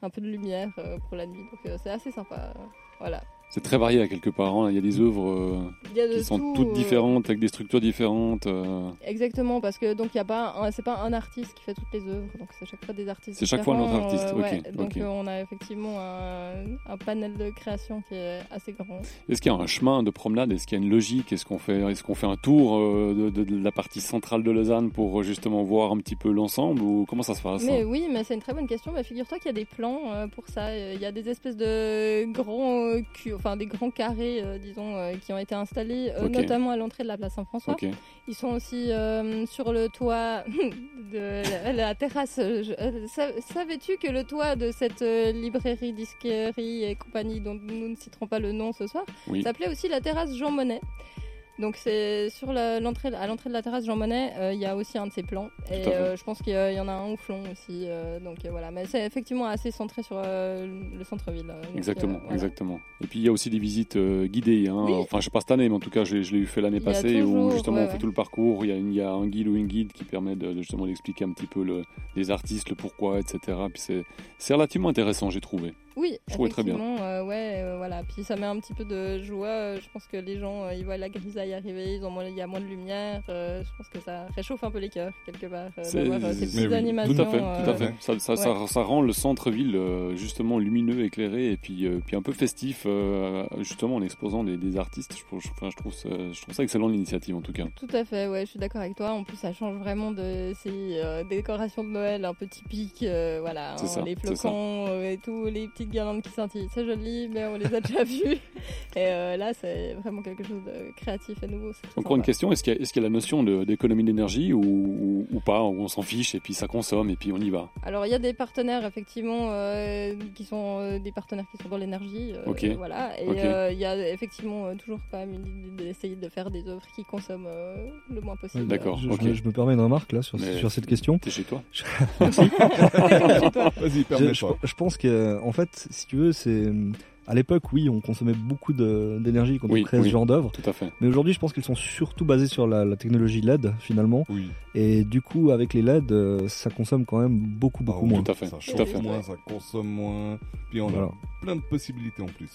[SPEAKER 2] un peu de lumière euh, pour la nuit. Donc euh, c'est assez sympa. euh, Voilà.
[SPEAKER 3] C'est très varié à quelque part. hein. Il y a des œuvres euh,
[SPEAKER 2] Il y a de
[SPEAKER 3] qui sont
[SPEAKER 2] tout,
[SPEAKER 3] toutes
[SPEAKER 2] euh,
[SPEAKER 3] différentes, avec des structures différentes. euh,
[SPEAKER 2] Exactement, parce que donc il y a pas, un- c'est pas un artiste qui fait toutes les œuvres, donc c'est à chaque fois des artistes.
[SPEAKER 3] C'est chaque fois un autre
[SPEAKER 2] différents,
[SPEAKER 3] artiste, ok,
[SPEAKER 2] ouais. donc
[SPEAKER 3] ok.
[SPEAKER 2] euh, on a effectivement un, un panel de création qui est assez grand.
[SPEAKER 3] Est-ce qu'il y a un chemin de promenade Est-ce qu'il y a une logique Est-ce qu'on fait, est-ce qu'on fait un tour euh, de, de- de la partie centrale de Lausanne pour euh, justement voir un petit peu l'ensemble ou comment ça se passe
[SPEAKER 2] Mais
[SPEAKER 3] hein
[SPEAKER 2] oui, mais c'est une très bonne question. Bah, Figure-toi qu'il y a des plans euh, pour ça. Euh, Il y a des espèces de grands, euh, cu- enfin des grands carrés, euh, disons, euh, qui ont été installés, euh,
[SPEAKER 3] Ok.
[SPEAKER 2] notamment à l'entrée de la place Saint-François.
[SPEAKER 3] Ok.
[SPEAKER 2] Ils sont aussi euh, sur le toit de la, la terrasse. Je- euh, sa- Savais-tu que le toit de cette euh, librairie, disquerie et compagnie, dont nous ne citerons pas le nom ce soir,
[SPEAKER 3] Oui.
[SPEAKER 2] s'appelait aussi la terrasse Jean Monnet donc c'est sur la- l'entrée, à l'entrée de la terrasse Jean Monnet, euh, il y a aussi un de ses plans. Et
[SPEAKER 3] Tout à fait.
[SPEAKER 2] euh, je pense qu'il y a- il y en a un au flon aussi. euh, donc euh, voilà, mais c'est effectivement assez centré sur euh, le centre-ville. euh, donc,
[SPEAKER 3] Exactement,
[SPEAKER 2] euh, voilà.
[SPEAKER 3] exactement. Et puis il y a aussi des visites euh, guidées. Hein.
[SPEAKER 2] Oui.
[SPEAKER 3] Enfin, je sais pas cette année, mais en tout cas, je, l'ai- je l'ai eu fait l'année
[SPEAKER 2] Il y a
[SPEAKER 3] passée
[SPEAKER 2] toujours,
[SPEAKER 3] où justement
[SPEAKER 2] ouais,
[SPEAKER 3] on fait
[SPEAKER 2] ouais.
[SPEAKER 3] tout le parcours. Il y, a une- il y a un guide ou une guide qui permet de, de justement d'expliquer un petit peu le, les artistes, le pourquoi, etc. Puis c'est, c'est relativement intéressant, j'ai trouvé.
[SPEAKER 2] Oui,
[SPEAKER 3] Je trouvais très bien.
[SPEAKER 2] effectivement, euh, ouais, euh, voilà. Puis ça met un petit peu de joie. euh, je pense que les gens, euh, ils voient la grisaille arriver, ils ont moins, il y a moins de lumière. euh, je pense que ça réchauffe un peu les cœurs quelque part. euh,
[SPEAKER 3] C'est-
[SPEAKER 2] d'avoir, euh, ces
[SPEAKER 3] Mais
[SPEAKER 2] petites
[SPEAKER 4] oui, tout à
[SPEAKER 2] animations.
[SPEAKER 3] Tout à fait, tout à
[SPEAKER 2] euh,
[SPEAKER 3] fait. Ça, ça, ça, ça rend le centre-ville euh, justement lumineux, éclairé et puis, euh, puis un peu festif, euh, justement en exposant des, des artistes. Je, trouve- je- enfin, je, trouve ça, je trouve ça excellent l'initiative en tout cas.
[SPEAKER 2] Tout à fait, ouais, je suis d'accord avec toi. En plus, ça change vraiment de ces euh, décorations de Noël un peu typiques, euh, voilà,
[SPEAKER 3] C'est
[SPEAKER 2] hein,
[SPEAKER 3] ça,
[SPEAKER 2] les
[SPEAKER 3] c'est ça.
[SPEAKER 2] flocons euh, et tout, les petites guirlandes qui scintillent, c'est joli, mais on les a déjà vus. Et euh, là, c'est vraiment quelque chose de créatif et nouveau. c'est très
[SPEAKER 3] Encore une
[SPEAKER 2] sympa.
[SPEAKER 3] question, est-ce qu'il y, a- est-ce qu'il y a la notion de- d'économie d'énergie ou, ou, ou pas, ou on s'en fiche et puis ça consomme et puis on y va
[SPEAKER 2] Alors, il y a des partenaires effectivement euh, qui sont euh, des partenaires qui sont dans l'énergie, euh,
[SPEAKER 3] Ok.
[SPEAKER 2] voilà. Et
[SPEAKER 3] Ok.
[SPEAKER 2] euh, il y a effectivement euh, toujours quand même une idée d'essayer de faire des œuvres qui consomment euh, le moins possible.
[SPEAKER 3] D'accord,
[SPEAKER 5] Je, je
[SPEAKER 3] ok.
[SPEAKER 5] me- je me permets une remarque là sur,
[SPEAKER 3] Mais-
[SPEAKER 5] sur cette question.
[SPEAKER 3] T'es chez toi
[SPEAKER 4] Vas-y,
[SPEAKER 5] Je,
[SPEAKER 4] permets
[SPEAKER 5] je-
[SPEAKER 4] pas.
[SPEAKER 5] je pense que, en fait, si tu veux, c'est à l'époque, oui, on consommait beaucoup de- d'énergie quand
[SPEAKER 3] Oui,
[SPEAKER 5] on créait
[SPEAKER 3] oui.
[SPEAKER 5] ce genre d'œuvre.
[SPEAKER 3] Tout à fait.
[SPEAKER 5] Mais aujourd'hui, je pense qu'ils sont surtout basés sur la, la technologie LED finalement.
[SPEAKER 4] Oui.
[SPEAKER 5] Et du coup, avec les LED, euh, ça consomme quand même beaucoup,
[SPEAKER 3] Bah,
[SPEAKER 5] beaucoup
[SPEAKER 4] Ah oui,
[SPEAKER 5] moins.
[SPEAKER 3] Tout à fait,
[SPEAKER 4] Ça
[SPEAKER 3] tout à
[SPEAKER 4] chauffe
[SPEAKER 2] fait.
[SPEAKER 4] moins, ça consomme moins. Puis on
[SPEAKER 5] Voilà.
[SPEAKER 4] a plein de possibilités en plus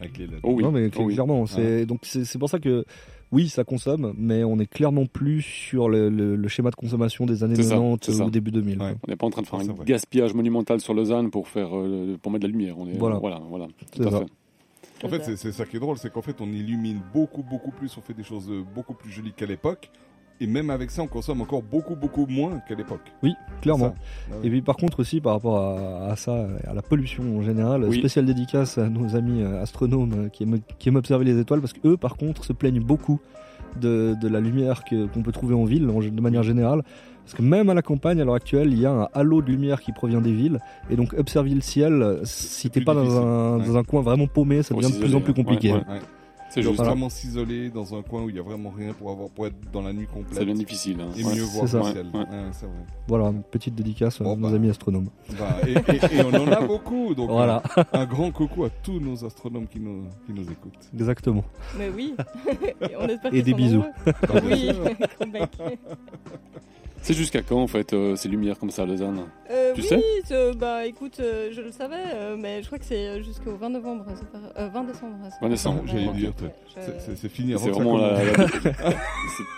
[SPEAKER 4] avec les LED.
[SPEAKER 3] Oh oui,
[SPEAKER 5] Non, mais
[SPEAKER 3] oh oui.
[SPEAKER 5] clairement, c'est donc c'est c'est pour ça que oui, ça consomme, mais on est clairement plus sur le, le- le schéma de consommation des années
[SPEAKER 3] C'est ça,
[SPEAKER 5] 90
[SPEAKER 3] c'est ça.
[SPEAKER 5] ou début 2000.
[SPEAKER 4] Ouais.
[SPEAKER 3] On n'est pas en train de faire
[SPEAKER 4] Ah, c'est
[SPEAKER 3] un
[SPEAKER 4] vrai.
[SPEAKER 3] gaspillage monumental sur Lausanne pour, faire, euh, pour mettre de la lumière. On est,
[SPEAKER 5] Voilà.
[SPEAKER 3] voilà, voilà.
[SPEAKER 5] C'est
[SPEAKER 3] Tout à
[SPEAKER 5] ça.
[SPEAKER 3] fait.
[SPEAKER 4] En fait, c'est- c'est ça qui est drôle, c'est qu'en fait, on illumine beaucoup, beaucoup plus, on fait des choses euh, beaucoup plus jolies qu'à l'époque, Et même avec ça, on consomme encore beaucoup, beaucoup moins qu'à l'époque.
[SPEAKER 5] Oui, clairement.
[SPEAKER 4] Ça. Ah ouais.
[SPEAKER 5] Et puis par contre aussi par rapport à, à ça, à la pollution en général,
[SPEAKER 3] Oui.
[SPEAKER 5] spéciale dédicace à nos amis euh, astronomes euh, qui aiment, qui aiment observer les étoiles, parce qu'eux par contre se plaignent beaucoup de, de la lumière que- qu'on peut trouver en ville en g- de manière générale. Parce que même à la campagne, à l'heure actuelle, il y a un halo de lumière qui provient des villes. Et donc observer le ciel, euh, si t'es
[SPEAKER 4] plus
[SPEAKER 5] pas dans
[SPEAKER 4] difficile,
[SPEAKER 5] un,
[SPEAKER 4] ouais.
[SPEAKER 5] dans un coin vraiment paumé, ça
[SPEAKER 3] Faut
[SPEAKER 5] devient de plus en
[SPEAKER 3] s'isoler,
[SPEAKER 5] plus
[SPEAKER 3] ouais,
[SPEAKER 5] compliqué.
[SPEAKER 3] ouais.
[SPEAKER 4] Ouais.
[SPEAKER 3] C'est
[SPEAKER 4] Genre
[SPEAKER 3] juste,
[SPEAKER 5] Voilà.
[SPEAKER 4] vraiment s'isoler dans un coin où il n'y a vraiment rien pour, avoir, pour être dans la nuit complète.
[SPEAKER 3] ça devient difficile. hein.
[SPEAKER 4] Et
[SPEAKER 3] Ouais.
[SPEAKER 4] mieux
[SPEAKER 5] c'est
[SPEAKER 4] voir le
[SPEAKER 5] ça.
[SPEAKER 4] ciel.
[SPEAKER 3] Ouais, ouais.
[SPEAKER 4] Ouais, c'est vrai.
[SPEAKER 5] Voilà, une petite dédicace
[SPEAKER 4] Bon,
[SPEAKER 5] à nos
[SPEAKER 4] bah.
[SPEAKER 5] amis astronomes.
[SPEAKER 4] Bah, et, et- et on en a beaucoup. Donc euh,
[SPEAKER 5] Voilà,
[SPEAKER 4] un, un grand coucou à tous nos astronomes qui nous, qui nous écoutent.
[SPEAKER 5] exactement.
[SPEAKER 2] Mais oui. Et on espère qu'ils
[SPEAKER 5] Et des
[SPEAKER 2] sont
[SPEAKER 5] bisous.
[SPEAKER 2] nombreux.
[SPEAKER 3] Ah
[SPEAKER 4] Bah, bien
[SPEAKER 2] Oui,
[SPEAKER 4] sûr.
[SPEAKER 2] gros bec.
[SPEAKER 3] C'est jusqu'à quand en fait euh, ces lumières comme ça à Lausanne
[SPEAKER 2] Euh,
[SPEAKER 3] Tu
[SPEAKER 2] oui,
[SPEAKER 3] sais
[SPEAKER 2] euh, bah écoute, euh, je le savais, euh, mais je crois que c'est euh, jusqu'au 20 novembre, c'est pas- euh, 20 décembre. c'est pas-
[SPEAKER 3] 20 décembre,
[SPEAKER 2] Ouais,
[SPEAKER 4] j'allais
[SPEAKER 2] ouais,
[SPEAKER 4] dire,
[SPEAKER 2] ouais,
[SPEAKER 4] C'est-
[SPEAKER 2] je-
[SPEAKER 4] C'est c'est fini avant
[SPEAKER 3] C'est
[SPEAKER 4] que ça
[SPEAKER 3] vraiment la,
[SPEAKER 4] commence.
[SPEAKER 3] la- c'est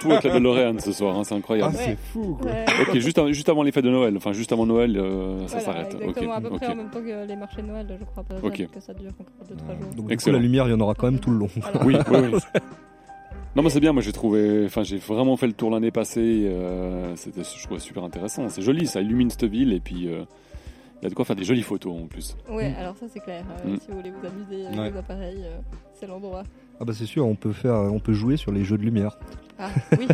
[SPEAKER 3] tout avec la DeLorean ce soir, hein, c'est
[SPEAKER 4] Ah,
[SPEAKER 3] incroyable.
[SPEAKER 4] c'est
[SPEAKER 2] Ouais.
[SPEAKER 4] fou. quoi.
[SPEAKER 2] Ouais,
[SPEAKER 3] Ok, juste, av- juste avant les fêtes de Noël, enfin juste avant Noël, euh, ça
[SPEAKER 2] voilà,
[SPEAKER 3] s'arrête. Ok,
[SPEAKER 2] Exactement, à peu près
[SPEAKER 3] ok.
[SPEAKER 2] en même temps que les marchés de Noël, je crois pas
[SPEAKER 3] Ok.
[SPEAKER 2] que ça dure encore 2-3
[SPEAKER 4] Ah,
[SPEAKER 2] jours.
[SPEAKER 5] Donc du coup,
[SPEAKER 3] Excellent.
[SPEAKER 5] la lumière, il y en aura quand même tout le long.
[SPEAKER 2] Voilà.
[SPEAKER 3] Oui, oui, oui. Non, mais c'est bien, moi j'ai trouvé, enfin j'ai vraiment fait le tour l'année passée, euh, c'était, je trouvais super intéressant, c'est joli, ça illumine cette ville et puis euh, il y a de quoi faire des jolies photos en plus.
[SPEAKER 2] Ouais, alors ça c'est clair. euh,
[SPEAKER 3] Mm.
[SPEAKER 2] Si vous voulez vous amuser avec
[SPEAKER 4] Ouais.
[SPEAKER 2] vos appareils, euh, c'est l'endroit.
[SPEAKER 5] Ah bah c'est sûr, on peut faire, on peut jouer sur les jeux de lumière.
[SPEAKER 2] Ah oui,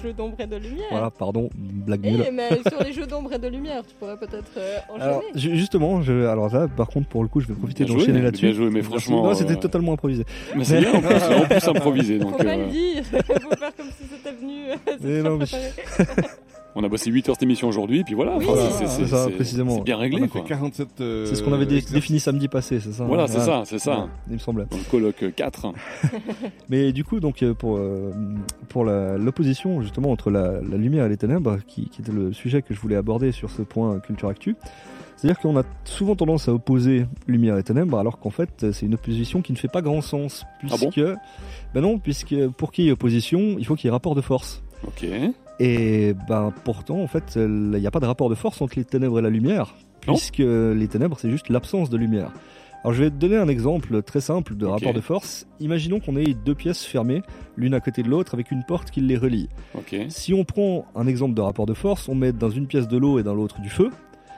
[SPEAKER 2] jeu d'ombre et de lumière.
[SPEAKER 5] Voilà, pardon, blague
[SPEAKER 2] Eh,
[SPEAKER 5] nulle.
[SPEAKER 2] mais sur les jeux d'ombre et de lumière, tu pourrais peut-être euh, enchaîner.
[SPEAKER 5] Alors ju- justement, je, alors ça, par contre, pour le coup, je vais profiter
[SPEAKER 3] Bien
[SPEAKER 5] d'enchaîner
[SPEAKER 3] joué,
[SPEAKER 5] là-dessus.
[SPEAKER 3] bien joué, mais
[SPEAKER 5] Merci.
[SPEAKER 3] franchement,
[SPEAKER 5] non, c'était
[SPEAKER 3] euh,
[SPEAKER 5] totalement improvisé.
[SPEAKER 3] Mais c'est bien en plus, c'est en plus improvisé,
[SPEAKER 2] Faut
[SPEAKER 3] donc
[SPEAKER 2] pas le
[SPEAKER 3] euh,
[SPEAKER 2] dire, faut faire comme si c'était venu. euh, c'est
[SPEAKER 5] Mais
[SPEAKER 2] très
[SPEAKER 5] non, mais-
[SPEAKER 2] préparé.
[SPEAKER 3] on a bossé 8 heures d'émission aujourd'hui et puis voilà,
[SPEAKER 2] Oui,
[SPEAKER 3] enfin,
[SPEAKER 5] voilà,
[SPEAKER 3] c'est,
[SPEAKER 5] c'est ça, précisément.
[SPEAKER 3] c'est bien
[SPEAKER 4] On a
[SPEAKER 3] réglé
[SPEAKER 4] fait
[SPEAKER 3] quoi.
[SPEAKER 4] 47. euh,
[SPEAKER 5] C'est ce qu'on avait dé-
[SPEAKER 4] exercices.
[SPEAKER 5] défini samedi passé, c'est ça hein,
[SPEAKER 3] Voilà, c'est ça, c'est ça.
[SPEAKER 5] Ouais, il me semblait.
[SPEAKER 3] Dans le colloque 4,
[SPEAKER 5] Mais du coup, donc euh, pour euh, pour la- l'opposition justement entre la, la lumière et les ténèbres, qui, qui était le sujet que je voulais aborder sur ce point euh, culture actu, c'est-à-dire qu'on a souvent tendance à opposer lumière et ténèbres, alors qu'en fait, euh, c'est une opposition qui ne fait pas grand sens,
[SPEAKER 3] Ah
[SPEAKER 5] puisque
[SPEAKER 3] bon
[SPEAKER 5] ben non, puisque pour qu'il y ait opposition, il faut qu'il y ait rapport de force.
[SPEAKER 3] ok.
[SPEAKER 5] Et ben pourtant, en fait, il n'y a pas de rapport de force entre les ténèbres et la lumière,
[SPEAKER 3] Non.
[SPEAKER 5] puisque les ténèbres, c'est juste l'absence de lumière. Alors je vais te donner un exemple très simple de
[SPEAKER 3] Ok.
[SPEAKER 5] rapport de force. Imaginons qu'on ait deux pièces fermées, l'une à côté de l'autre, avec une porte qui les relie.
[SPEAKER 3] Ok,
[SPEAKER 5] Si on prend un exemple de rapport de force, on met dans une pièce de l'eau et dans l'autre du feu.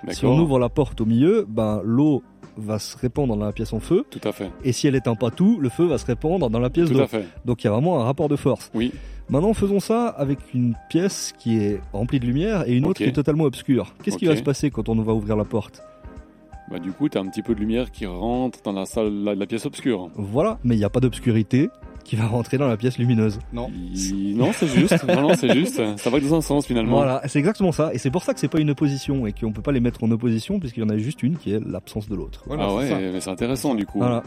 [SPEAKER 3] d'accord.
[SPEAKER 5] Si on ouvre la porte au milieu, ben l'eau va se répandre dans la pièce en feu,
[SPEAKER 3] Tout à fait,
[SPEAKER 5] et si elle éteint pas tout, le feu va se répandre dans la pièce
[SPEAKER 3] tout
[SPEAKER 5] d'eau.
[SPEAKER 3] à fait.
[SPEAKER 5] Donc il y a vraiment un rapport de force.
[SPEAKER 3] Oui,
[SPEAKER 5] Maintenant, faisons ça avec une pièce qui est remplie de lumière et une autre
[SPEAKER 3] Ok.
[SPEAKER 5] qui est totalement obscure. Qu'est-ce qui
[SPEAKER 3] Ok.
[SPEAKER 5] va se passer quand on va ouvrir la porte
[SPEAKER 3] bah du coup t'as un petit peu de lumière qui rentre dans la salle, la, la pièce obscure.
[SPEAKER 5] Voilà, mais il n'y a pas d'obscurité qui va rentrer dans la pièce lumineuse.
[SPEAKER 3] Ah
[SPEAKER 4] Non.
[SPEAKER 3] Il- Non, c'est juste, non, non, c'est juste, ça va dans un sens finalement.
[SPEAKER 5] Voilà, c'est exactement ça. Et c'est pour ça que c'est pas une opposition et qu'on peut pas les mettre en opposition puisqu'il y en a juste une qui est l'absence de l'autre.
[SPEAKER 4] Voilà,
[SPEAKER 3] Ah
[SPEAKER 4] c'est
[SPEAKER 3] ouais,
[SPEAKER 4] ça.
[SPEAKER 3] mais c'est intéressant du coup.
[SPEAKER 5] Voilà.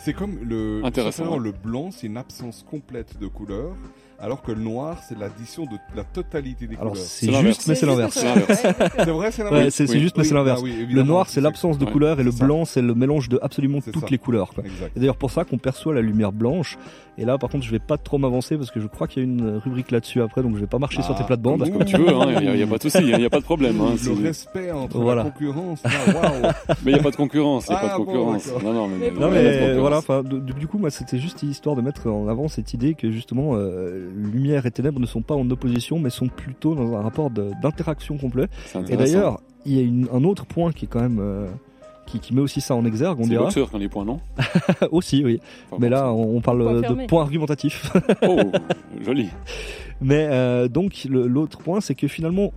[SPEAKER 4] C'est comme le
[SPEAKER 3] Intéressant,
[SPEAKER 4] simplement,
[SPEAKER 3] ouais.
[SPEAKER 4] le blanc, c'est une absence complète de couleurs, alors que le noir, c'est l'addition de la totalité des
[SPEAKER 5] Alors
[SPEAKER 4] couleurs.
[SPEAKER 5] c'est
[SPEAKER 3] C'est l'inverse.
[SPEAKER 5] juste, mais c'est l'inverse.
[SPEAKER 3] C'est l'inverse.
[SPEAKER 2] Ouais, exactement.
[SPEAKER 4] C'est vrai, c'est
[SPEAKER 5] Ouais,
[SPEAKER 4] l'inverse.
[SPEAKER 5] c'est c'est
[SPEAKER 3] Oui.
[SPEAKER 5] juste, mais
[SPEAKER 4] Oui,
[SPEAKER 5] c'est l'inverse.
[SPEAKER 4] bah oui,
[SPEAKER 5] Le
[SPEAKER 4] évidemment,
[SPEAKER 5] noir, c'est
[SPEAKER 4] ça.
[SPEAKER 5] l'absence de
[SPEAKER 3] Ouais,
[SPEAKER 5] couleur et le
[SPEAKER 4] c'est ça.
[SPEAKER 5] blanc, c'est le mélange de absolument
[SPEAKER 4] C'est
[SPEAKER 5] toutes
[SPEAKER 4] ça.
[SPEAKER 5] les couleurs. quoi.
[SPEAKER 4] Exact.
[SPEAKER 5] C'est d'ailleurs pour ça qu'on perçoit la lumière blanche. Et là, par contre, je vais pas trop m'avancer parce que je crois qu'il y a une rubrique là-dessus après, donc je vais pas marcher sur
[SPEAKER 4] Ah,
[SPEAKER 5] tes plates-bandes.
[SPEAKER 4] oui.
[SPEAKER 3] Comme tu veux, il hein, n'y a, y a pas de souci, il n'y a pas de problème. hein, si-
[SPEAKER 4] Le respect entre
[SPEAKER 5] Voilà.
[SPEAKER 4] la concurrence, là, waouh.
[SPEAKER 3] Mais il n'y a pas de concurrence, il n'y a
[SPEAKER 4] Ah,
[SPEAKER 3] pas de
[SPEAKER 4] bon,
[SPEAKER 3] concurrence.
[SPEAKER 4] d'accord.
[SPEAKER 3] non, non, mais,
[SPEAKER 2] Mais
[SPEAKER 5] Non
[SPEAKER 3] il y a pas de
[SPEAKER 5] mais
[SPEAKER 3] concurrence.
[SPEAKER 5] voilà, enfin, du, du coup moi c'était juste histoire de mettre en avant cette idée que justement euh, lumière et ténèbres ne sont pas en opposition mais sont plutôt dans un rapport de- d'interaction complet.
[SPEAKER 3] C'est
[SPEAKER 5] Et
[SPEAKER 3] intéressant.
[SPEAKER 5] d'ailleurs il y a une- un autre point qui est quand même euh, qui, qui met aussi ça en exergue, on
[SPEAKER 3] c'est les
[SPEAKER 5] dira
[SPEAKER 3] boxeurs qui ont les points, non
[SPEAKER 5] aussi oui.
[SPEAKER 3] Enfin,
[SPEAKER 5] Mais
[SPEAKER 3] bon,
[SPEAKER 5] là on, on parle
[SPEAKER 2] Point
[SPEAKER 5] de
[SPEAKER 2] fermé.
[SPEAKER 5] points argumentatifs.
[SPEAKER 3] c'est- Oh, joli.
[SPEAKER 5] mais euh, donc le- l'autre point c'est que finalement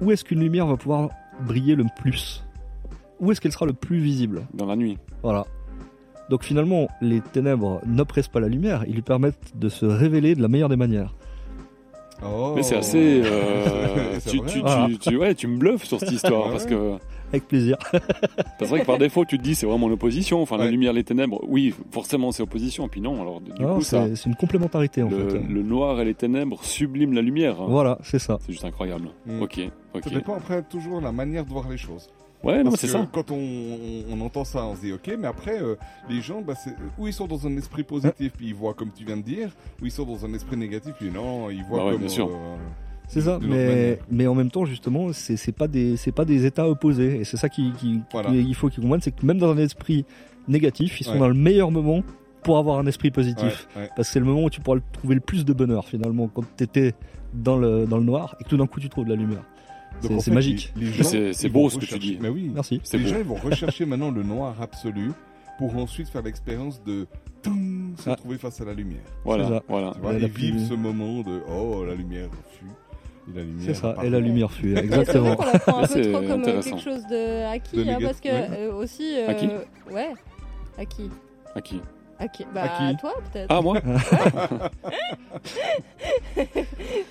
[SPEAKER 5] où est-ce qu'une lumière va pouvoir briller le plus Où est-ce qu'elle sera le plus visible
[SPEAKER 3] Dans la nuit.
[SPEAKER 5] Voilà. Donc finalement, les ténèbres n'oppressent pas la lumière, ils lui permettent de se révéler de la meilleure des manières.
[SPEAKER 4] Oh.
[SPEAKER 3] Mais c'est assez. euh,
[SPEAKER 4] C'est
[SPEAKER 3] tu, tu,
[SPEAKER 4] vrai.
[SPEAKER 3] tu,
[SPEAKER 5] Voilà.
[SPEAKER 3] tu- ouais, tu me bluffes sur cette histoire.
[SPEAKER 4] Ouais,
[SPEAKER 3] parce
[SPEAKER 4] ouais.
[SPEAKER 3] que
[SPEAKER 5] Avec plaisir.
[SPEAKER 3] c'est vrai que par défaut, tu te dis c'est vraiment l'opposition. Enfin, la
[SPEAKER 4] Ouais.
[SPEAKER 3] lumière, les ténèbres, oui, forcément c'est opposition. Puis non, alors du
[SPEAKER 5] Non,
[SPEAKER 3] coup, ça.
[SPEAKER 5] c'est c'est une complémentarité en
[SPEAKER 3] Le,
[SPEAKER 5] fait.
[SPEAKER 3] le noir et les ténèbres subliment la lumière.
[SPEAKER 5] Voilà, c'est ça.
[SPEAKER 3] C'est juste incroyable.
[SPEAKER 4] Mm.
[SPEAKER 3] Ok, ok.
[SPEAKER 4] Ça dépend après toujours la manière de voir les choses.
[SPEAKER 3] Ouais, non,
[SPEAKER 4] Parce
[SPEAKER 3] c'est
[SPEAKER 4] que
[SPEAKER 3] ça.
[SPEAKER 4] Quand on, on- on entend ça, on se dit ok, mais après, euh, les gens, bah, c'est- ou ils sont dans un esprit positif, puis ils voient comme tu viens de dire, ou ils sont dans un esprit négatif, puis non, ils voient
[SPEAKER 3] Bah ouais,
[SPEAKER 4] comme.
[SPEAKER 3] bien sûr.
[SPEAKER 4] euh,
[SPEAKER 5] C'est ça.
[SPEAKER 4] De leur
[SPEAKER 5] Mais,
[SPEAKER 4] manière.
[SPEAKER 5] mais en même temps, justement, c'est c'est pas des c'est pas des états opposés. Et c'est ça qui, qui- qui-
[SPEAKER 4] Voilà.
[SPEAKER 5] il faut qu'ils comprennent, c'est que même dans un esprit négatif, ils sont
[SPEAKER 4] Ouais.
[SPEAKER 5] dans le meilleur moment pour avoir un esprit positif.
[SPEAKER 4] Ouais, ouais.
[SPEAKER 5] Parce que c'est le moment où tu pourras le- trouver le plus de bonheur finalement, quand t'étais dans le, dans le noir et que tout d'un coup tu trouves de la lumière.
[SPEAKER 4] Donc,
[SPEAKER 5] C'est
[SPEAKER 4] en
[SPEAKER 5] c'est
[SPEAKER 4] fait,
[SPEAKER 5] magique.
[SPEAKER 4] les- les
[SPEAKER 3] Mais
[SPEAKER 4] gens,
[SPEAKER 3] c'est- c'est
[SPEAKER 4] ils
[SPEAKER 3] beau
[SPEAKER 4] vont
[SPEAKER 3] ce que tu
[SPEAKER 4] rechercher-
[SPEAKER 3] dis.
[SPEAKER 4] Mais oui.
[SPEAKER 5] Merci.
[SPEAKER 3] C'est
[SPEAKER 4] les
[SPEAKER 3] beau.
[SPEAKER 4] gens ils vont rechercher maintenant le noir absolu pour ensuite faire l'expérience de toum, se
[SPEAKER 5] Ah.
[SPEAKER 4] trouver face à la lumière.
[SPEAKER 5] C'est
[SPEAKER 3] Voilà,
[SPEAKER 5] ça.
[SPEAKER 3] voilà.
[SPEAKER 4] Tu vois,
[SPEAKER 5] La-
[SPEAKER 4] ils
[SPEAKER 5] la
[SPEAKER 4] vivent
[SPEAKER 5] plus-
[SPEAKER 4] ce moment de oh la lumière fut et la lumière.
[SPEAKER 5] C'est ça,
[SPEAKER 4] apparaît.
[SPEAKER 5] et la lumière fut, exactement.
[SPEAKER 2] qu'on la prend un
[SPEAKER 3] Là,
[SPEAKER 2] peu
[SPEAKER 3] c'est
[SPEAKER 2] trop comme euh,
[SPEAKER 3] intéressant.
[SPEAKER 2] quelque chose de acquis,
[SPEAKER 4] De
[SPEAKER 2] hein,
[SPEAKER 4] négatif,
[SPEAKER 2] parce que
[SPEAKER 4] ouais.
[SPEAKER 2] euh, aussi. euh,
[SPEAKER 3] Acquis
[SPEAKER 2] Ouais, acquis.
[SPEAKER 3] À qui
[SPEAKER 2] Acquis. Bah,
[SPEAKER 4] Acquis.
[SPEAKER 2] à toi peut-être.
[SPEAKER 3] Ah, moi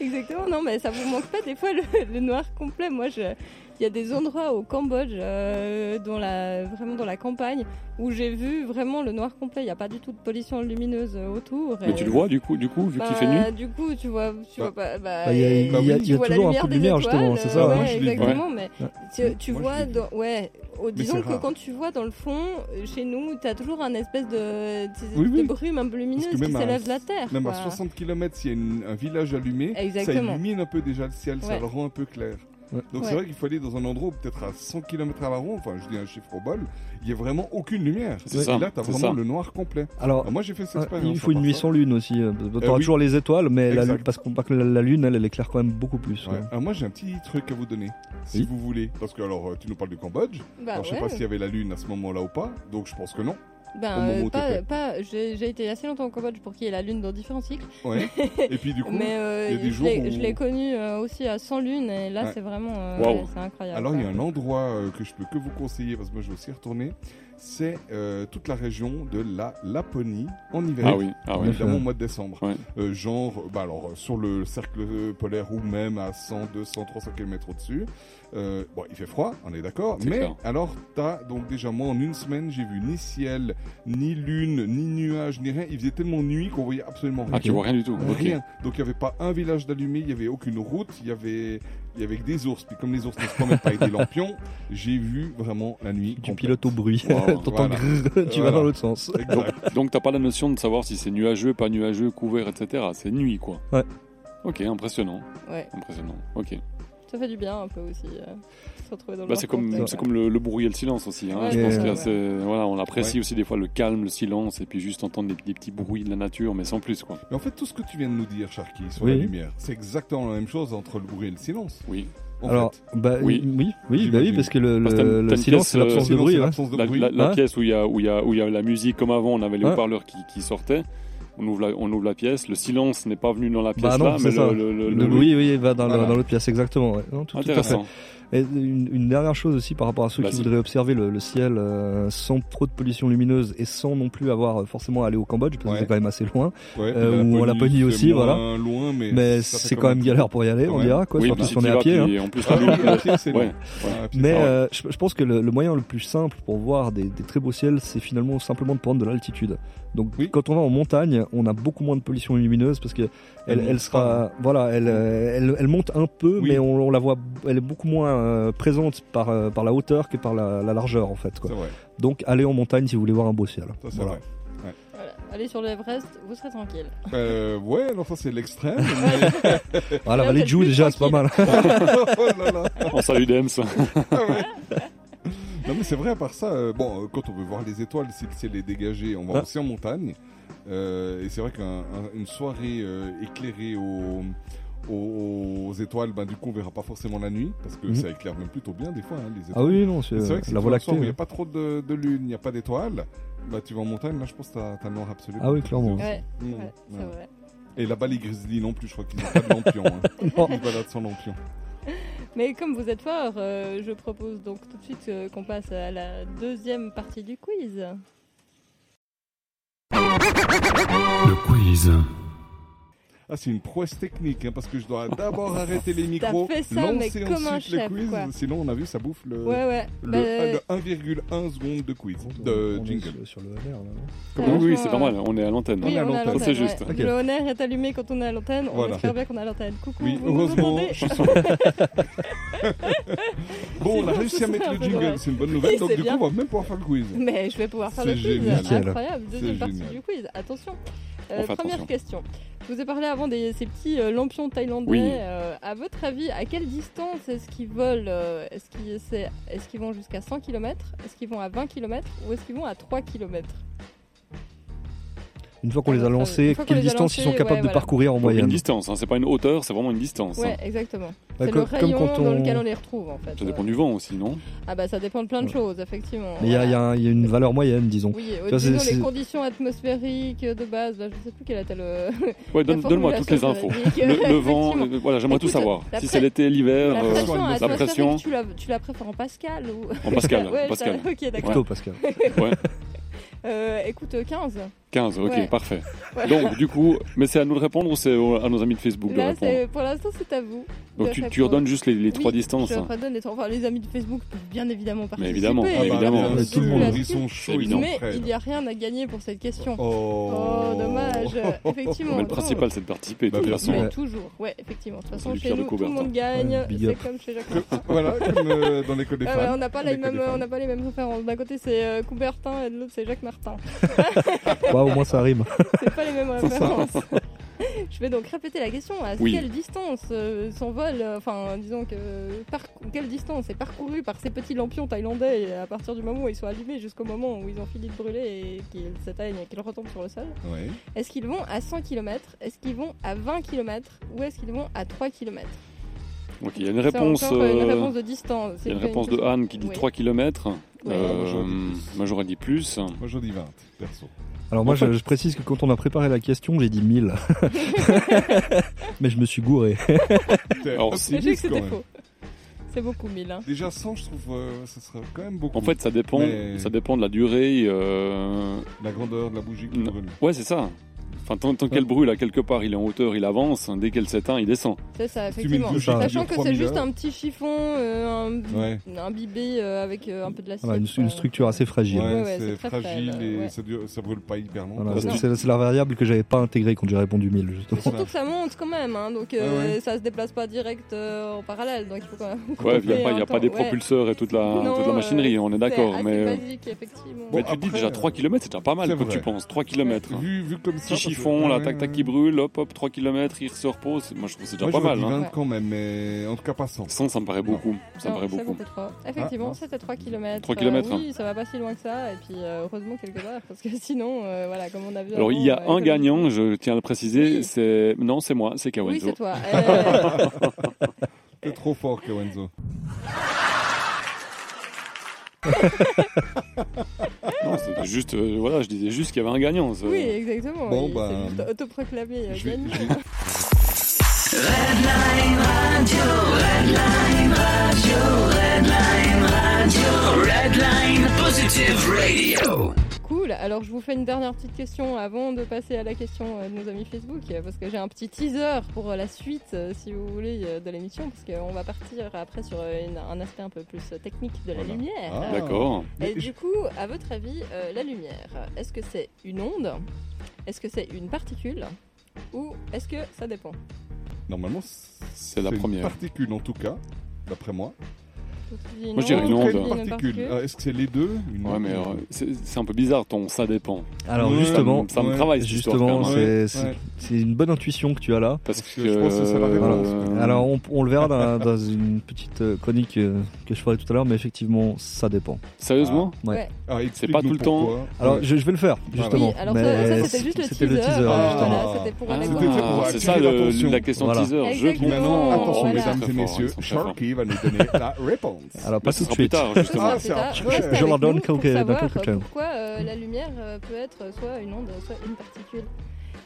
[SPEAKER 2] Exactement, non, mais ça vous manque pas des fois le, le noir complet. Moi, je- il y a des endroits au Cambodge, euh, dans la, vraiment dans la campagne, où j'ai vu vraiment le noir complet. Il n'y a pas du tout de pollution lumineuse euh, autour. bah,
[SPEAKER 3] Mais tu le vois du coup, du coup vu qu'il fait
[SPEAKER 5] euh,
[SPEAKER 3] nuit
[SPEAKER 2] Du coup, tu vois, tu
[SPEAKER 4] Bah,
[SPEAKER 2] vois pas. bah,
[SPEAKER 5] bah, il y a-
[SPEAKER 2] et
[SPEAKER 5] il y a-
[SPEAKER 2] tu
[SPEAKER 5] il y a
[SPEAKER 2] vois la
[SPEAKER 5] toujours un
[SPEAKER 2] lumière
[SPEAKER 5] peu de
[SPEAKER 2] des
[SPEAKER 5] lumière,
[SPEAKER 2] étoiles,
[SPEAKER 5] justement, c'est ça,
[SPEAKER 2] ouais,
[SPEAKER 4] moi, je l'ai vu.
[SPEAKER 2] exactement, mais
[SPEAKER 5] Ouais.
[SPEAKER 2] tu, tu
[SPEAKER 4] Moi, je
[SPEAKER 2] vois,
[SPEAKER 4] l'ai vu.
[SPEAKER 2] dans, ouais, oh, disons
[SPEAKER 4] c'est
[SPEAKER 2] que
[SPEAKER 4] rare.
[SPEAKER 2] quand tu vois dans le fond, euh, chez nous, tu as toujours un espèce de, de-
[SPEAKER 4] Oui, oui.
[SPEAKER 2] de brume un peu lumineuse
[SPEAKER 4] que
[SPEAKER 2] qui
[SPEAKER 4] même à-
[SPEAKER 2] s'élève de la terre.
[SPEAKER 4] Même à
[SPEAKER 2] quoi.
[SPEAKER 4] 60 km, s'il y a une- un village allumé,
[SPEAKER 2] Ah. Exactement.
[SPEAKER 4] ça illumine un peu déjà le ciel, ça
[SPEAKER 2] Ouais.
[SPEAKER 4] le rend un peu clair.
[SPEAKER 5] Ouais.
[SPEAKER 4] Donc
[SPEAKER 2] Ouais.
[SPEAKER 4] c'est vrai qu'il faut aller dans un endroit où peut-être à 100 km à la ronde, enfin je dis un chiffre au bol, il n'y a vraiment aucune lumière.
[SPEAKER 3] C'est
[SPEAKER 4] Et
[SPEAKER 3] ça,
[SPEAKER 4] là, t'as
[SPEAKER 3] c'est
[SPEAKER 4] vraiment
[SPEAKER 3] ça.
[SPEAKER 4] le noir complet.
[SPEAKER 5] Alors,
[SPEAKER 4] Alors, moi j'ai fait cette
[SPEAKER 5] Ouais,
[SPEAKER 4] expérience.
[SPEAKER 5] il faut
[SPEAKER 4] à
[SPEAKER 5] une
[SPEAKER 4] part
[SPEAKER 5] nuit
[SPEAKER 4] ça.
[SPEAKER 5] sans lune aussi. euh, parce que T'auras
[SPEAKER 4] Eh oui.
[SPEAKER 5] toujours les étoiles, mais la
[SPEAKER 4] Exact.
[SPEAKER 5] lune, parce qu'on parce que la, la lune, elle, elle éclaire quand même beaucoup plus.
[SPEAKER 4] Ouais.
[SPEAKER 5] ouais.
[SPEAKER 4] Alors moi j'ai un petit truc à vous donner, si
[SPEAKER 5] Oui.
[SPEAKER 4] vous voulez. Parce que alors euh, tu nous parles du Cambodge,
[SPEAKER 2] Bah
[SPEAKER 4] alors je sais
[SPEAKER 2] ouais.
[SPEAKER 4] pas s'il y avait la lune à ce moment-là ou pas, donc je pense que non.
[SPEAKER 2] Ben,
[SPEAKER 4] Au moment
[SPEAKER 2] euh,
[SPEAKER 4] où t'es
[SPEAKER 2] pas,
[SPEAKER 4] fait.
[SPEAKER 2] pas, j'ai j'ai été assez longtemps au Cambodge pour qu'il y ait la lune dans différents cycles,
[SPEAKER 4] Ouais. Et puis du coup,
[SPEAKER 2] mais euh,
[SPEAKER 4] il y a des
[SPEAKER 2] je
[SPEAKER 4] jours
[SPEAKER 2] l'ai-
[SPEAKER 4] où-
[SPEAKER 2] je l'ai connu euh, aussi à 100 lunes et là
[SPEAKER 4] Ouais.
[SPEAKER 2] c'est vraiment euh,
[SPEAKER 3] Waouh.
[SPEAKER 2] ouais, c'est incroyable.
[SPEAKER 4] alors il y a
[SPEAKER 2] quoi.
[SPEAKER 4] un endroit euh, que je peux que vous conseiller, parce que moi je vais aussi y retourner, c'est euh, toute la région de la Laponie en hiver.
[SPEAKER 3] Ah oui, ah oui.
[SPEAKER 4] Évidemment au mois de décembre.
[SPEAKER 3] Ouais.
[SPEAKER 4] Euh, genre, bah alors, euh, sur le cercle euh, polaire ou même à 100, 200, 300 km au-dessus. Euh, bon, il fait froid, on est d'accord.
[SPEAKER 3] C'est
[SPEAKER 4] Mais
[SPEAKER 3] clair.
[SPEAKER 4] alors, t'as, donc déjà, moi, en une semaine, j'ai vu ni ciel, ni lune, ni nuage, ni rien. Il faisait tellement nuit qu'on voyait absolument rien.
[SPEAKER 3] Ah, tu vois rien du tout. Ok.
[SPEAKER 4] Rien. Donc, il n'y avait pas un village d'allumé, il n'y avait aucune route, il y avait, il y avait que des ours. Puis, comme les ours ne se promènent pas avec des lampions, j'ai vu vraiment la nuit.
[SPEAKER 5] Tu
[SPEAKER 4] complète.
[SPEAKER 5] pilotes au bruit.
[SPEAKER 3] Wow.
[SPEAKER 5] T'entends
[SPEAKER 4] Voilà.
[SPEAKER 5] grrr, tu vas
[SPEAKER 4] Voilà.
[SPEAKER 5] dans l'autre sens.
[SPEAKER 4] Exact.
[SPEAKER 3] Donc t'as pas la notion de savoir si c'est nuageux, pas nuageux, couvert, etc. C'est nuit quoi.
[SPEAKER 5] Ouais.
[SPEAKER 3] Ok, impressionnant,
[SPEAKER 2] Ouais,
[SPEAKER 3] impressionnant. Ok.
[SPEAKER 2] ça fait du bien un peu aussi. euh, se retrouver dans le
[SPEAKER 3] Bah,
[SPEAKER 2] noir
[SPEAKER 3] c'est comme,
[SPEAKER 2] complet,
[SPEAKER 3] c'est
[SPEAKER 2] quoi.
[SPEAKER 3] comme le, le bruit et le silence aussi. hein.
[SPEAKER 2] Ouais,
[SPEAKER 3] Je
[SPEAKER 5] c'est
[SPEAKER 3] pense
[SPEAKER 5] ça,
[SPEAKER 3] que là,
[SPEAKER 2] ouais.
[SPEAKER 3] c'est- voilà, on apprécie
[SPEAKER 4] Ouais.
[SPEAKER 3] aussi des fois le calme, le silence, et puis juste entendre des, des petits bruits de la nature, mais sans plus quoi.
[SPEAKER 4] Mais en fait, tout ce que tu viens de nous dire, Sharky, sur
[SPEAKER 5] Oui.
[SPEAKER 4] la lumière, c'est exactement la même chose entre le bruit et le silence.
[SPEAKER 3] Oui.
[SPEAKER 4] En
[SPEAKER 5] Alors,
[SPEAKER 4] fait.
[SPEAKER 5] bah,
[SPEAKER 3] Oui.
[SPEAKER 5] oui, oui, oui, bah oui,
[SPEAKER 4] J'imagine.
[SPEAKER 5] parce que le,
[SPEAKER 3] Parce que t'as
[SPEAKER 5] le-
[SPEAKER 3] une-
[SPEAKER 5] le
[SPEAKER 3] t'as une
[SPEAKER 5] silence,
[SPEAKER 3] pièce,
[SPEAKER 5] c'est l'absence de
[SPEAKER 4] Sinon,
[SPEAKER 5] bruit.
[SPEAKER 4] c'est
[SPEAKER 5] ouais.
[SPEAKER 4] l'absence de
[SPEAKER 3] La,
[SPEAKER 4] bruit.
[SPEAKER 3] la- la
[SPEAKER 5] Hein
[SPEAKER 3] pièce où il y a, où il y a, où il y a la musique comme avant, on avait les
[SPEAKER 5] Hein
[SPEAKER 3] haut-parleurs qui, qui sortaient. On ouvre, la, on ouvre la pièce, le silence n'est pas venu dans la pièce
[SPEAKER 5] Bah non,
[SPEAKER 3] là,
[SPEAKER 5] c'est
[SPEAKER 3] mais
[SPEAKER 5] ça.
[SPEAKER 3] le, le- le-
[SPEAKER 5] Le
[SPEAKER 3] le-
[SPEAKER 5] bruit, oui, il va dans le-
[SPEAKER 4] Voilà.
[SPEAKER 5] dans l'autre pièce, exactement. ouais. Non, tout- tout à fait.
[SPEAKER 3] Intéressant.
[SPEAKER 5] Et une, une dernière chose aussi par rapport à ceux qui
[SPEAKER 3] Vas-y.
[SPEAKER 5] voudraient observer le, le ciel euh, sans trop de pollution lumineuse et sans non plus avoir euh, forcément à aller au Cambodge parce
[SPEAKER 4] Ouais.
[SPEAKER 5] que c'est quand même assez loin.
[SPEAKER 4] Ouais,
[SPEAKER 5] euh,
[SPEAKER 4] la
[SPEAKER 5] ou en
[SPEAKER 4] Laponie,
[SPEAKER 5] Laponie
[SPEAKER 4] c'est
[SPEAKER 5] aussi,
[SPEAKER 4] moins
[SPEAKER 5] voilà.
[SPEAKER 4] loin, mais,
[SPEAKER 5] Mais
[SPEAKER 4] ça fait
[SPEAKER 5] c'est quand même galère pour y aller,
[SPEAKER 4] quand
[SPEAKER 5] on
[SPEAKER 4] même.
[SPEAKER 5] dira quoi,
[SPEAKER 3] Oui,
[SPEAKER 5] surtout
[SPEAKER 3] puis
[SPEAKER 5] si
[SPEAKER 3] si
[SPEAKER 5] on
[SPEAKER 3] tu
[SPEAKER 5] est à
[SPEAKER 3] vas,
[SPEAKER 5] pied. hein.
[SPEAKER 3] puis en plus, la
[SPEAKER 4] Ah oui,
[SPEAKER 3] lumière-
[SPEAKER 4] à pied, c'est
[SPEAKER 3] Ouais.
[SPEAKER 4] loin. Ouais, à pied,
[SPEAKER 5] Mais
[SPEAKER 4] c'est loin.
[SPEAKER 5] euh, je, je pense que le, le moyen le plus simple pour voir des, des très beaux ciels, c'est finalement simplement de prendre de l'altitude. Donc
[SPEAKER 4] Oui.
[SPEAKER 5] quand on va en montagne, on a beaucoup moins de pollution lumineuse parce que elle,
[SPEAKER 4] monte
[SPEAKER 5] elle sera, voilà, elle, euh, elle, elle monte un peu,
[SPEAKER 4] Oui.
[SPEAKER 5] mais on, on la voit, elle est beaucoup moins euh, présente par, euh, par la hauteur que par la, la largeur en fait. Quoi.
[SPEAKER 4] C'est vrai,
[SPEAKER 5] Donc allez en montagne si vous voulez voir un beau ciel.
[SPEAKER 4] ça c'est
[SPEAKER 5] Voilà.
[SPEAKER 4] vrai.
[SPEAKER 2] Voilà. Allez sur l'Everest, vous serez tranquille.
[SPEAKER 4] Euh, ouais, alors ça c'est l'extrême. mais-
[SPEAKER 5] Ah, la
[SPEAKER 2] Là,
[SPEAKER 5] vallée
[SPEAKER 2] vous
[SPEAKER 5] de
[SPEAKER 2] êtes
[SPEAKER 5] Joux
[SPEAKER 2] plus
[SPEAKER 5] déjà, c'est pas mal.
[SPEAKER 4] Oh là là.
[SPEAKER 3] On salue Dems.
[SPEAKER 4] Ah ouais. Non mais c'est vrai, à part ça, euh, bon, euh, quand on veut voir les étoiles, si le ciel est dégagé, on va
[SPEAKER 5] Ah.
[SPEAKER 4] aussi en montagne. Euh, et c'est vrai qu'une soirée euh, éclairée aux, aux, aux étoiles, ben, du coup on verra pas forcément la nuit, parce que
[SPEAKER 5] Mhm.
[SPEAKER 4] ça éclaire même plutôt bien des fois, hein, les étoiles.
[SPEAKER 5] Ah oui, non, c'est
[SPEAKER 4] Mais C'est vrai que si
[SPEAKER 5] la
[SPEAKER 4] tu
[SPEAKER 5] voie
[SPEAKER 4] vas le soir
[SPEAKER 5] lactée.
[SPEAKER 4] où il n'y a
[SPEAKER 5] ouais.
[SPEAKER 4] pas trop de, de lune, il n'y a pas d'étoiles, bah tu vas en montagne, là je pense que t'as t'as mort absolu.
[SPEAKER 5] Ah oui, clairement.
[SPEAKER 2] Ouais,
[SPEAKER 4] Mmh.
[SPEAKER 2] ouais, c'est
[SPEAKER 4] Ouais.
[SPEAKER 2] vrai.
[SPEAKER 4] Et là-bas les grizzlies non plus, je crois qu'ils n'ont pas de lampion. Hein.
[SPEAKER 5] Non.
[SPEAKER 4] Ils se baladent sans lampion.
[SPEAKER 2] Mais comme vous êtes fort, euh, je propose donc tout de suite euh, qu'on passe à la deuxième partie du quiz.
[SPEAKER 4] Euh,
[SPEAKER 6] Le quiz.
[SPEAKER 4] Ah c'est une prouesse technique, hein, parce que je dois d'abord arrêter les
[SPEAKER 2] T'as
[SPEAKER 4] micros,
[SPEAKER 2] fait ça, mais
[SPEAKER 4] lancer
[SPEAKER 2] comme un
[SPEAKER 4] ensuite le
[SPEAKER 2] chef,
[SPEAKER 4] quiz,
[SPEAKER 2] quoi.
[SPEAKER 4] sinon on a vu ça bouffe le,
[SPEAKER 2] Ouais, ouais.
[SPEAKER 4] le, ah,
[SPEAKER 2] bah,
[SPEAKER 4] le 1,1 seconde de quiz, de
[SPEAKER 5] On est
[SPEAKER 4] jingle.
[SPEAKER 5] sur- Sur le LR, là, non
[SPEAKER 3] Oui,
[SPEAKER 2] franchement,
[SPEAKER 3] oui, c'est
[SPEAKER 2] euh,
[SPEAKER 3] normal, on est à l'antenne. hein.
[SPEAKER 2] Oui,
[SPEAKER 4] est à
[SPEAKER 2] on est à
[SPEAKER 4] l'antenne.
[SPEAKER 2] l'antenne.
[SPEAKER 3] Ça, c'est juste.
[SPEAKER 2] ouais.
[SPEAKER 5] Ok.
[SPEAKER 2] Le honneur est allumé quand on est à l'antenne. On
[SPEAKER 4] Voilà.
[SPEAKER 2] espère bien qu'on est à l'antenne. Coucou,
[SPEAKER 4] Oui,
[SPEAKER 2] vous nous
[SPEAKER 4] heureusement,
[SPEAKER 2] entendez
[SPEAKER 4] je suis sûr. bon, on a
[SPEAKER 2] Sinon, ce
[SPEAKER 4] réussi à
[SPEAKER 2] serait
[SPEAKER 4] mettre
[SPEAKER 2] un
[SPEAKER 4] le
[SPEAKER 2] peu
[SPEAKER 4] jingle,
[SPEAKER 2] dommage.
[SPEAKER 4] c'est une bonne nouvelle,
[SPEAKER 2] Oui,
[SPEAKER 4] donc
[SPEAKER 2] c'est
[SPEAKER 4] du
[SPEAKER 2] bien.
[SPEAKER 4] coup on va même pouvoir faire le quiz. Ah,
[SPEAKER 2] Mais je vais pouvoir faire
[SPEAKER 4] C'est
[SPEAKER 2] le quiz.
[SPEAKER 4] génial.
[SPEAKER 5] Nickel.
[SPEAKER 2] Incroyable. Deuxième
[SPEAKER 4] C'est
[SPEAKER 2] partie
[SPEAKER 4] génial.
[SPEAKER 2] du quiz. Attention. Euh,
[SPEAKER 3] On fait
[SPEAKER 2] première
[SPEAKER 3] attention.
[SPEAKER 2] question. Je vous ai parlé avant des ces petits euh, lampions thaïlandais.
[SPEAKER 3] Oui.
[SPEAKER 2] Euh, à votre avis, à quelle distance est-ce qu'ils volent euh, Est-ce qu'ils c'est- est-ce qu'ils vont jusqu'à 100 km Est-ce qu'ils vont à 20 km Ou est-ce qu'ils vont à 3 km
[SPEAKER 5] Une fois qu'on les a
[SPEAKER 2] Une
[SPEAKER 5] lancés,
[SPEAKER 2] fois qu'on
[SPEAKER 5] quelle
[SPEAKER 2] les a
[SPEAKER 5] distance ils sont
[SPEAKER 2] lancés,
[SPEAKER 5] capables
[SPEAKER 2] ouais,
[SPEAKER 5] de
[SPEAKER 2] voilà.
[SPEAKER 5] parcourir en
[SPEAKER 3] Donc, une
[SPEAKER 5] moyenne
[SPEAKER 3] distance, hein, c'est pas une hauteur, c'est vraiment une distance.
[SPEAKER 2] Ouais,
[SPEAKER 3] hein.
[SPEAKER 2] exactement.
[SPEAKER 5] Bah,
[SPEAKER 2] c'est
[SPEAKER 5] comme-
[SPEAKER 2] le
[SPEAKER 5] comme
[SPEAKER 2] rayon euh,
[SPEAKER 5] quand
[SPEAKER 2] dans
[SPEAKER 5] on-
[SPEAKER 2] lequel on les retrouve en fait.
[SPEAKER 3] Ça dépend
[SPEAKER 2] Ouais.
[SPEAKER 3] du vent aussi, non
[SPEAKER 2] Ah bah ça dépend de plein de
[SPEAKER 5] Ouais.
[SPEAKER 2] choses, effectivement.
[SPEAKER 5] Mais il y a, il y a un- il y a une valeur moyenne, disons.
[SPEAKER 2] Oui, euh,
[SPEAKER 5] vois, c'est-
[SPEAKER 2] disons
[SPEAKER 5] c'est-
[SPEAKER 2] les conditions atmosphériques de base, là, je sais plus quelle était le...
[SPEAKER 3] Ouais, donne-
[SPEAKER 2] la
[SPEAKER 3] donne-moi toutes les infos.
[SPEAKER 2] formulation juridique.
[SPEAKER 3] Le, le vent,
[SPEAKER 2] Effectivement.
[SPEAKER 3] euh, voilà, j'aimerais tout
[SPEAKER 2] Écoute,
[SPEAKER 3] savoir.
[SPEAKER 2] la
[SPEAKER 3] Si
[SPEAKER 2] pre-
[SPEAKER 3] c'est l'été, l'hiver,
[SPEAKER 2] La
[SPEAKER 3] euh,
[SPEAKER 2] pression
[SPEAKER 4] la
[SPEAKER 2] atmosphérique,
[SPEAKER 3] pression.
[SPEAKER 2] Tu, la, tu la préfères en Pascal ou...
[SPEAKER 3] euh, en Pascal,
[SPEAKER 2] Ouais,
[SPEAKER 3] en Pascal.
[SPEAKER 2] ça- ok, d'accord.
[SPEAKER 5] Plutôt, Pascal.
[SPEAKER 2] Euh, écoute, euh, 15.
[SPEAKER 3] 15, ok,
[SPEAKER 2] Ouais.
[SPEAKER 3] parfait.
[SPEAKER 2] Ouais.
[SPEAKER 3] Donc, du coup, mais c'est à nous de répondre ou c'est au- à nos amis de Facebook de
[SPEAKER 2] Là,
[SPEAKER 3] répondre
[SPEAKER 2] c'est- pour l'instant, c'est à vous.
[SPEAKER 3] Donc,
[SPEAKER 2] de
[SPEAKER 3] tu, tu
[SPEAKER 2] répondre.
[SPEAKER 3] redonnes juste les, les trois
[SPEAKER 2] Oui,
[SPEAKER 3] distances.
[SPEAKER 2] Je
[SPEAKER 3] hein.
[SPEAKER 2] redonne les temps. Enfin, les amis de Facebook peuvent bien évidemment participer. Hein.
[SPEAKER 3] évidemment,
[SPEAKER 4] Ah bah,
[SPEAKER 3] évidemment.
[SPEAKER 4] bien
[SPEAKER 5] Mais
[SPEAKER 4] sûr,
[SPEAKER 5] tout le monde.
[SPEAKER 4] Ils sont chauds, ils
[SPEAKER 3] évident.
[SPEAKER 4] sont
[SPEAKER 2] Mais
[SPEAKER 4] prêts.
[SPEAKER 2] il n'y a rien à gagner pour cette question.
[SPEAKER 4] Oh,
[SPEAKER 2] Oh, dommage. Effectivement.
[SPEAKER 3] Mais le
[SPEAKER 2] non.
[SPEAKER 3] principal, c'est de participer, de
[SPEAKER 4] Bah,
[SPEAKER 3] toute
[SPEAKER 4] bien
[SPEAKER 3] façon.
[SPEAKER 2] Mais
[SPEAKER 5] Ouais.
[SPEAKER 2] toujours, ouais, effectivement. De toute
[SPEAKER 3] C'est
[SPEAKER 2] façon,
[SPEAKER 3] du
[SPEAKER 2] chez
[SPEAKER 3] Pierre de
[SPEAKER 2] nous, tout le
[SPEAKER 3] Coubertin.
[SPEAKER 2] monde gagne.
[SPEAKER 5] Ouais, big
[SPEAKER 2] c'est
[SPEAKER 5] up.
[SPEAKER 2] comme chez Jacques
[SPEAKER 4] Que- voilà, comme euh, dans l'école des
[SPEAKER 2] Ah ouais,
[SPEAKER 4] femmes.
[SPEAKER 2] on n'a pas,
[SPEAKER 4] Avec
[SPEAKER 2] les
[SPEAKER 4] que des
[SPEAKER 2] mêmes- on
[SPEAKER 4] femmes.
[SPEAKER 2] n'a pas les mêmes références. D'un côté, c'est euh, Coubertin et de l'autre, c'est Jacques Martin.
[SPEAKER 5] Bah, au moins, ça rime.
[SPEAKER 2] C'est pas les mêmes références. Je vais donc répéter la question. À
[SPEAKER 3] Oui.
[SPEAKER 2] quelle distance euh, s'envole, euh, enfin, disons que euh, par- quelle distance est parcourue par ces petits lampions thaïlandais et à partir du moment où ils sont allumés jusqu'au moment où ils ont fini de brûler et qu'ils s'éteignent et qu'ils retombent sur le sol
[SPEAKER 4] Ouais.
[SPEAKER 2] Est-ce qu'ils vont à 100 km Est-ce qu'ils vont à 20 km Ou est-ce qu'ils vont à 3 km
[SPEAKER 3] Donc, il y a une réponse,
[SPEAKER 2] encore euh, une
[SPEAKER 3] euh,
[SPEAKER 2] réponse de distance.
[SPEAKER 3] il y a une réponse de Anne qui dit euh, 3 km.
[SPEAKER 2] Ouais.
[SPEAKER 3] moi, j'aurais dit plus.
[SPEAKER 4] Moi, j'en dis 20, perso.
[SPEAKER 5] Alors moi,
[SPEAKER 3] Enfin,
[SPEAKER 5] je, je précise que quand on a préparé la question, j'ai dit 1000. Mais je me suis gouré.
[SPEAKER 4] T'es
[SPEAKER 3] Alors,
[SPEAKER 2] J'ai que
[SPEAKER 4] optimiste, quand
[SPEAKER 2] c'était
[SPEAKER 4] même.
[SPEAKER 2] faux. C'est beaucoup 1000. Hein.
[SPEAKER 4] Déjà 100, je trouve, euh, ça sera quand même beaucoup.
[SPEAKER 3] En fait, ça dépend,
[SPEAKER 4] Mais-
[SPEAKER 3] ça dépend de la durée. euh,
[SPEAKER 4] la grandeur de la bougie qui
[SPEAKER 3] Non.
[SPEAKER 4] brûle.
[SPEAKER 3] Ouais, c'est ça. Enfin, tant, tant qu'elle brûle à quelque part, il est en hauteur, il avance. Dès qu'elle s'éteint, il descend.
[SPEAKER 2] C'est ça,
[SPEAKER 4] Tu mets une
[SPEAKER 2] effectivement.
[SPEAKER 4] bougie,
[SPEAKER 5] Ça.
[SPEAKER 4] tu mets
[SPEAKER 2] Sachant que
[SPEAKER 4] 3000
[SPEAKER 2] c'est juste
[SPEAKER 4] heures.
[SPEAKER 2] un petit chiffon, euh, un,
[SPEAKER 4] Ouais. Ah bah,
[SPEAKER 2] imbibé avec euh, un peu de l'acide.
[SPEAKER 5] Voilà, une,
[SPEAKER 2] quoi.
[SPEAKER 5] une structure assez fragile.
[SPEAKER 4] Ouais,
[SPEAKER 2] Ouais, ouais,
[SPEAKER 4] c'est
[SPEAKER 2] c'est très
[SPEAKER 4] fragile
[SPEAKER 2] frêle,
[SPEAKER 4] et
[SPEAKER 2] ouais.
[SPEAKER 4] ça, dure- ça brûle pas hyper longtemps.
[SPEAKER 5] Voilà,
[SPEAKER 2] Non.
[SPEAKER 5] c'est- c'est c'est la variable que j'avais pas intégrée quand j'ai répondu 1000 justement.
[SPEAKER 2] Surtout que ça monte quand même, hein, donc euh,
[SPEAKER 4] Ouais, ouais.
[SPEAKER 2] ça se déplace pas direct euh, en parallèle, donc il faut quand même.
[SPEAKER 3] Ouais, il n'y a,
[SPEAKER 2] couper
[SPEAKER 3] pas- il y
[SPEAKER 2] un
[SPEAKER 3] a pas des
[SPEAKER 2] temps.
[SPEAKER 3] propulseurs et toute la,
[SPEAKER 2] Non,
[SPEAKER 3] toute la machinerie, on est
[SPEAKER 2] Ouais. C'est
[SPEAKER 3] d'accord.
[SPEAKER 2] assez
[SPEAKER 3] Mais, euh,
[SPEAKER 2] basique, effectivement.
[SPEAKER 4] Bon,
[SPEAKER 3] mais tu te dis
[SPEAKER 4] après,
[SPEAKER 3] déjà 3
[SPEAKER 4] euh,
[SPEAKER 3] km, c'est déjà pas mal
[SPEAKER 4] c'est
[SPEAKER 3] quand tu
[SPEAKER 4] vrai.
[SPEAKER 3] penses. 3 km.
[SPEAKER 4] Vu, vu comme ça.
[SPEAKER 3] Petit
[SPEAKER 4] parce que-
[SPEAKER 3] chiffon, là,
[SPEAKER 4] ouais,
[SPEAKER 3] tac, tac,
[SPEAKER 4] ouais.
[SPEAKER 3] qui brûle, hop, hop, 3 km, il se repose. Moi, je trouve que c'est déjà
[SPEAKER 4] Moi,
[SPEAKER 3] pas mal.
[SPEAKER 4] j'aurais dit
[SPEAKER 3] hein.
[SPEAKER 4] 20
[SPEAKER 2] hein.
[SPEAKER 4] quand même, mais en tout cas pas 100.
[SPEAKER 3] 100, ça me paraît beaucoup. Ça me
[SPEAKER 2] Non,
[SPEAKER 3] paraît
[SPEAKER 2] ça,
[SPEAKER 3] beaucoup.
[SPEAKER 2] c'était trois. Effectivement,
[SPEAKER 4] Ah,
[SPEAKER 2] c'était 3 km.
[SPEAKER 3] Trois kilomètres, hein.
[SPEAKER 2] oui, ça va pas si loin que ça, et puis euh, heureusement quelque part, parce que sinon, euh, voilà, comme on a vu.
[SPEAKER 3] Alors, il y a
[SPEAKER 2] avant, euh,
[SPEAKER 3] un gagnant, je tiens à le préciser.
[SPEAKER 2] Oui.
[SPEAKER 3] C'est Non, c'est moi, c'est
[SPEAKER 2] Oui,
[SPEAKER 3] Kawenzo.
[SPEAKER 2] c'est toi. Euh,
[SPEAKER 4] T'es trop fort, Kawenzo.
[SPEAKER 3] non, c'était juste, euh, voilà, je disais juste qu'il y avait un gagnant. c'est-
[SPEAKER 2] oui, exactement.
[SPEAKER 4] Euh, Bon,
[SPEAKER 2] il
[SPEAKER 4] bah,
[SPEAKER 2] s'est juste autoproclamé euh,
[SPEAKER 4] Je vais,
[SPEAKER 2] gagnant.
[SPEAKER 4] je vais-
[SPEAKER 2] Cool. Alors, je vous fais une dernière petite question avant de passer à la question euh, de nos amis Facebook, euh, parce que j'ai un petit teaser pour euh, la suite, euh, si vous voulez, euh, de l'émission, parce qu'on va partir après sur euh, une- un aspect un peu plus euh, technique de la
[SPEAKER 4] Voilà.
[SPEAKER 2] lumière.
[SPEAKER 4] Ah.
[SPEAKER 3] D'accord.
[SPEAKER 2] Et
[SPEAKER 4] Mais je-
[SPEAKER 2] du coup, à votre avis, euh, la lumière, est-ce que c'est une onde Est-ce que c'est une particule Ou est-ce que ça dépend
[SPEAKER 4] Normalement,
[SPEAKER 3] C'est la
[SPEAKER 4] une
[SPEAKER 3] première.
[SPEAKER 4] particule en tout cas, d'après moi.
[SPEAKER 2] Toi, tu dis
[SPEAKER 3] Moi, je dirais
[SPEAKER 2] onde,
[SPEAKER 3] une
[SPEAKER 4] En
[SPEAKER 2] toi,
[SPEAKER 4] tout cas,
[SPEAKER 3] onde.
[SPEAKER 2] tu
[SPEAKER 4] une
[SPEAKER 2] dis
[SPEAKER 4] particule.
[SPEAKER 2] particule.
[SPEAKER 4] Ah, Est-ce que c'est les deux Une
[SPEAKER 3] Ouais,
[SPEAKER 4] onde
[SPEAKER 3] mais euh, c'est c'est un peu bizarre ton ça dépend.
[SPEAKER 5] Alors
[SPEAKER 4] Ouais.
[SPEAKER 5] justement,
[SPEAKER 3] Ça me
[SPEAKER 4] Ouais.
[SPEAKER 3] travaille, cette
[SPEAKER 5] justement,
[SPEAKER 3] histoire, quand même. hein,
[SPEAKER 4] ouais.
[SPEAKER 5] c'est c'est-
[SPEAKER 4] Ouais.
[SPEAKER 5] c'est une bonne intuition que tu as là.
[SPEAKER 3] Parce
[SPEAKER 4] Parce que
[SPEAKER 3] que.
[SPEAKER 4] je pense que c'est la réponse.
[SPEAKER 3] euh,
[SPEAKER 5] Alors on, on le verra dans, dans une petite euh, chronique euh, que je ferai tout à l'heure, mais effectivement, ça dépend.
[SPEAKER 3] Sérieusement
[SPEAKER 4] Ah,
[SPEAKER 3] C'est pas tout le temps.
[SPEAKER 4] explique-nous pourquoi.
[SPEAKER 5] Alors
[SPEAKER 4] Ouais.
[SPEAKER 5] je, je vais le faire justement.
[SPEAKER 2] Oui, alors
[SPEAKER 5] mais
[SPEAKER 2] ça, ça
[SPEAKER 5] c'est-
[SPEAKER 2] c'était juste le teaser. hein,
[SPEAKER 5] C'était le teaser
[SPEAKER 4] Ah,
[SPEAKER 5] justement.
[SPEAKER 2] Voilà, c'était pour
[SPEAKER 3] Ah,
[SPEAKER 2] aller
[SPEAKER 4] c'était
[SPEAKER 2] voir.
[SPEAKER 4] fait pour
[SPEAKER 3] c'est ça
[SPEAKER 4] attirer
[SPEAKER 3] le-
[SPEAKER 4] l'attention.
[SPEAKER 3] la question
[SPEAKER 5] Voilà.
[SPEAKER 3] teaser. Je
[SPEAKER 2] Exactement.
[SPEAKER 4] Maintenant,
[SPEAKER 2] Oh,
[SPEAKER 4] attention,
[SPEAKER 2] voilà.
[SPEAKER 4] mesdames et messieurs, Sharky va nous donner la réponse.
[SPEAKER 5] Alors pas tout de
[SPEAKER 3] plus
[SPEAKER 5] suite.
[SPEAKER 3] tard,
[SPEAKER 2] Ce
[SPEAKER 3] justement.
[SPEAKER 2] sera
[SPEAKER 4] Ah, c'est
[SPEAKER 2] plus
[SPEAKER 4] un
[SPEAKER 2] tard.
[SPEAKER 4] petit
[SPEAKER 2] Reste
[SPEAKER 4] jeu.
[SPEAKER 2] avec
[SPEAKER 5] Je leur donne
[SPEAKER 2] nous pour
[SPEAKER 5] quelques- dans
[SPEAKER 2] savoir
[SPEAKER 5] quelques temps.
[SPEAKER 2] Pourquoi euh, la lumière euh, peut être soit une onde, soit une particule.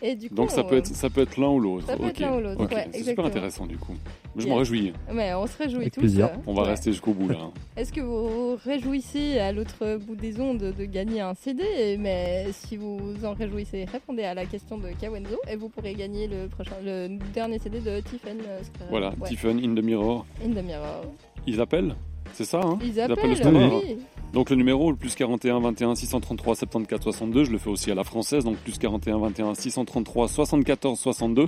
[SPEAKER 2] Et du coup,
[SPEAKER 3] Donc ça peut
[SPEAKER 2] euh,
[SPEAKER 3] être ça peut être l'un ou l'autre.
[SPEAKER 2] ça peut
[SPEAKER 3] Ok.
[SPEAKER 2] être l'un ou l'autre,
[SPEAKER 3] Ok.
[SPEAKER 2] ouais,
[SPEAKER 3] c'est super
[SPEAKER 2] exactement.
[SPEAKER 3] intéressant du coup. Je m'en
[SPEAKER 2] Yes.
[SPEAKER 3] réjouis.
[SPEAKER 2] mais on se réjouit
[SPEAKER 5] Avec
[SPEAKER 2] tous.
[SPEAKER 5] plaisir.
[SPEAKER 2] euh,
[SPEAKER 3] On va
[SPEAKER 2] ouais.
[SPEAKER 3] rester jusqu'au bout là. hein.
[SPEAKER 2] Est-ce que vous vous réjouissez à l'autre bout des ondes de gagner un CD Mais si vous vous en réjouissez, répondez à la question de Kawenzo et vous pourrez gagner le, prochain, le dernier CD de Tiffen. euh, Scarrel.
[SPEAKER 3] Voilà,
[SPEAKER 2] Ouais,
[SPEAKER 3] Tiffen in the Mirror.
[SPEAKER 2] In the Mirror.
[SPEAKER 3] Ils appellent C'est ça, hein
[SPEAKER 2] Ils appellent,
[SPEAKER 3] le standard.
[SPEAKER 2] oui.
[SPEAKER 3] Donc le numéro, le plus 41 21 633 74 62, je le fais aussi à la française, donc plus 41 21 633 74 62.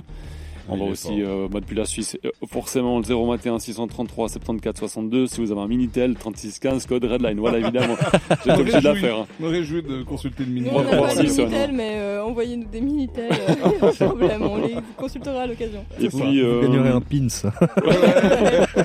[SPEAKER 3] On
[SPEAKER 4] Il
[SPEAKER 3] va
[SPEAKER 4] est
[SPEAKER 3] aussi,
[SPEAKER 4] fort.
[SPEAKER 3] euh, bah, depuis la Suisse, euh, forcément le 021 633 74 62. Si vous avez un Minitel 36 15, code Redline. Voilà, évidemment,
[SPEAKER 4] Ah
[SPEAKER 3] j'étais obligé de la faire. hein.
[SPEAKER 4] Je me réjouis de consulter le
[SPEAKER 2] Nous,
[SPEAKER 4] mini.
[SPEAKER 2] on n'a
[SPEAKER 3] Moi,
[SPEAKER 2] pas le
[SPEAKER 3] Francis, euh,
[SPEAKER 2] Minitel, mais euh, envoyez-nous des Minitel, euh, sans problème, on les consultera à l'occasion.
[SPEAKER 3] Et
[SPEAKER 4] C'est ça.
[SPEAKER 3] puis,
[SPEAKER 5] Vous
[SPEAKER 3] euh,
[SPEAKER 5] gagnerez un pins.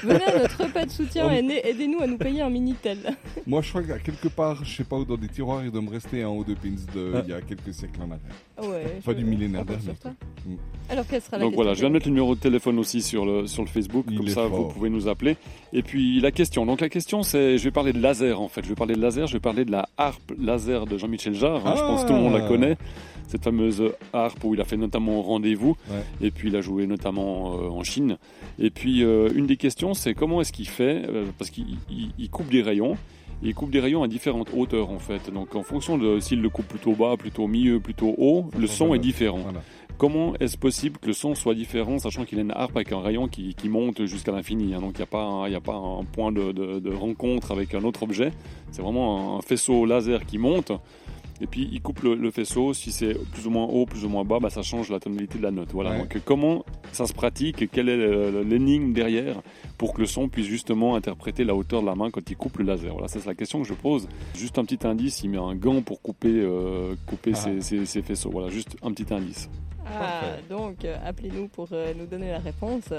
[SPEAKER 2] Venez à notre repas de soutien et na- aidez-nous à nous payer un Minitel.
[SPEAKER 4] Moi, je crois qu'à quelque part, je sais pas où, dans des tiroirs, il doit me rester un ou deux pins
[SPEAKER 3] Ah.
[SPEAKER 4] de, il y a quelques siècles en arrière.
[SPEAKER 2] Ah Ouais,
[SPEAKER 4] Pas
[SPEAKER 2] je-
[SPEAKER 4] du millénaire
[SPEAKER 2] on compte
[SPEAKER 4] dernier.
[SPEAKER 2] sur toi.
[SPEAKER 4] Mm.
[SPEAKER 2] Alors, quelle sera la
[SPEAKER 3] Donc
[SPEAKER 2] question
[SPEAKER 3] voilà, je viens de mettre le numéro de téléphone aussi sur le, sur le Facebook,
[SPEAKER 4] Il
[SPEAKER 3] comme
[SPEAKER 4] est
[SPEAKER 3] ça vous
[SPEAKER 4] fort.
[SPEAKER 3] pouvez nous appeler. Et puis la question, donc la question c'est, je vais parler de laser en fait, je vais parler de laser, je vais parler de la harpe laser de Jean-Michel Jarre, hein. je pense que tout le monde la
[SPEAKER 4] Ah.
[SPEAKER 3] connaît, cette fameuse harpe où il a fait notamment rendez-vous,
[SPEAKER 4] Ouais.
[SPEAKER 3] et puis il a joué notamment euh, en Chine. Et puis euh, une des questions c'est comment est-ce qu'il fait, euh, parce qu'il il- il coupe des rayons, et il coupe des rayons à différentes hauteurs en fait, donc en fonction de s'il le coupe plutôt bas, plutôt au milieu, plutôt haut,
[SPEAKER 4] Ça
[SPEAKER 3] le
[SPEAKER 4] change
[SPEAKER 3] son
[SPEAKER 4] la
[SPEAKER 3] est
[SPEAKER 4] note.
[SPEAKER 3] différent.
[SPEAKER 4] Voilà.
[SPEAKER 3] Comment est-ce possible que le son soit différent, sachant qu'il a une harpe avec un rayon qui, qui monte jusqu'à l'infini hein, Donc il n'y a, pas un- il y a pas un point de, de- de rencontre avec un autre objet. C'est vraiment un, un faisceau laser qui monte. Et puis il coupe le, le faisceau. Si c'est plus ou moins haut, plus ou moins bas, bah, ça change la tonalité de la note. Voilà.
[SPEAKER 4] Ouais.
[SPEAKER 3] Donc comment ça se pratique Quelle est euh, l'énigme derrière pour que le son puisse justement interpréter la hauteur de la main quand il coupe le laser Voilà, ça c'est la question que je pose. Juste un petit indice. Il met un gant pour couper, euh, couper
[SPEAKER 4] Ah.
[SPEAKER 3] ses- ses- ses faisceaux. Voilà, juste un petit indice.
[SPEAKER 2] Ah,
[SPEAKER 4] Parfait.
[SPEAKER 2] donc euh, appelez-nous pour euh, nous donner la réponse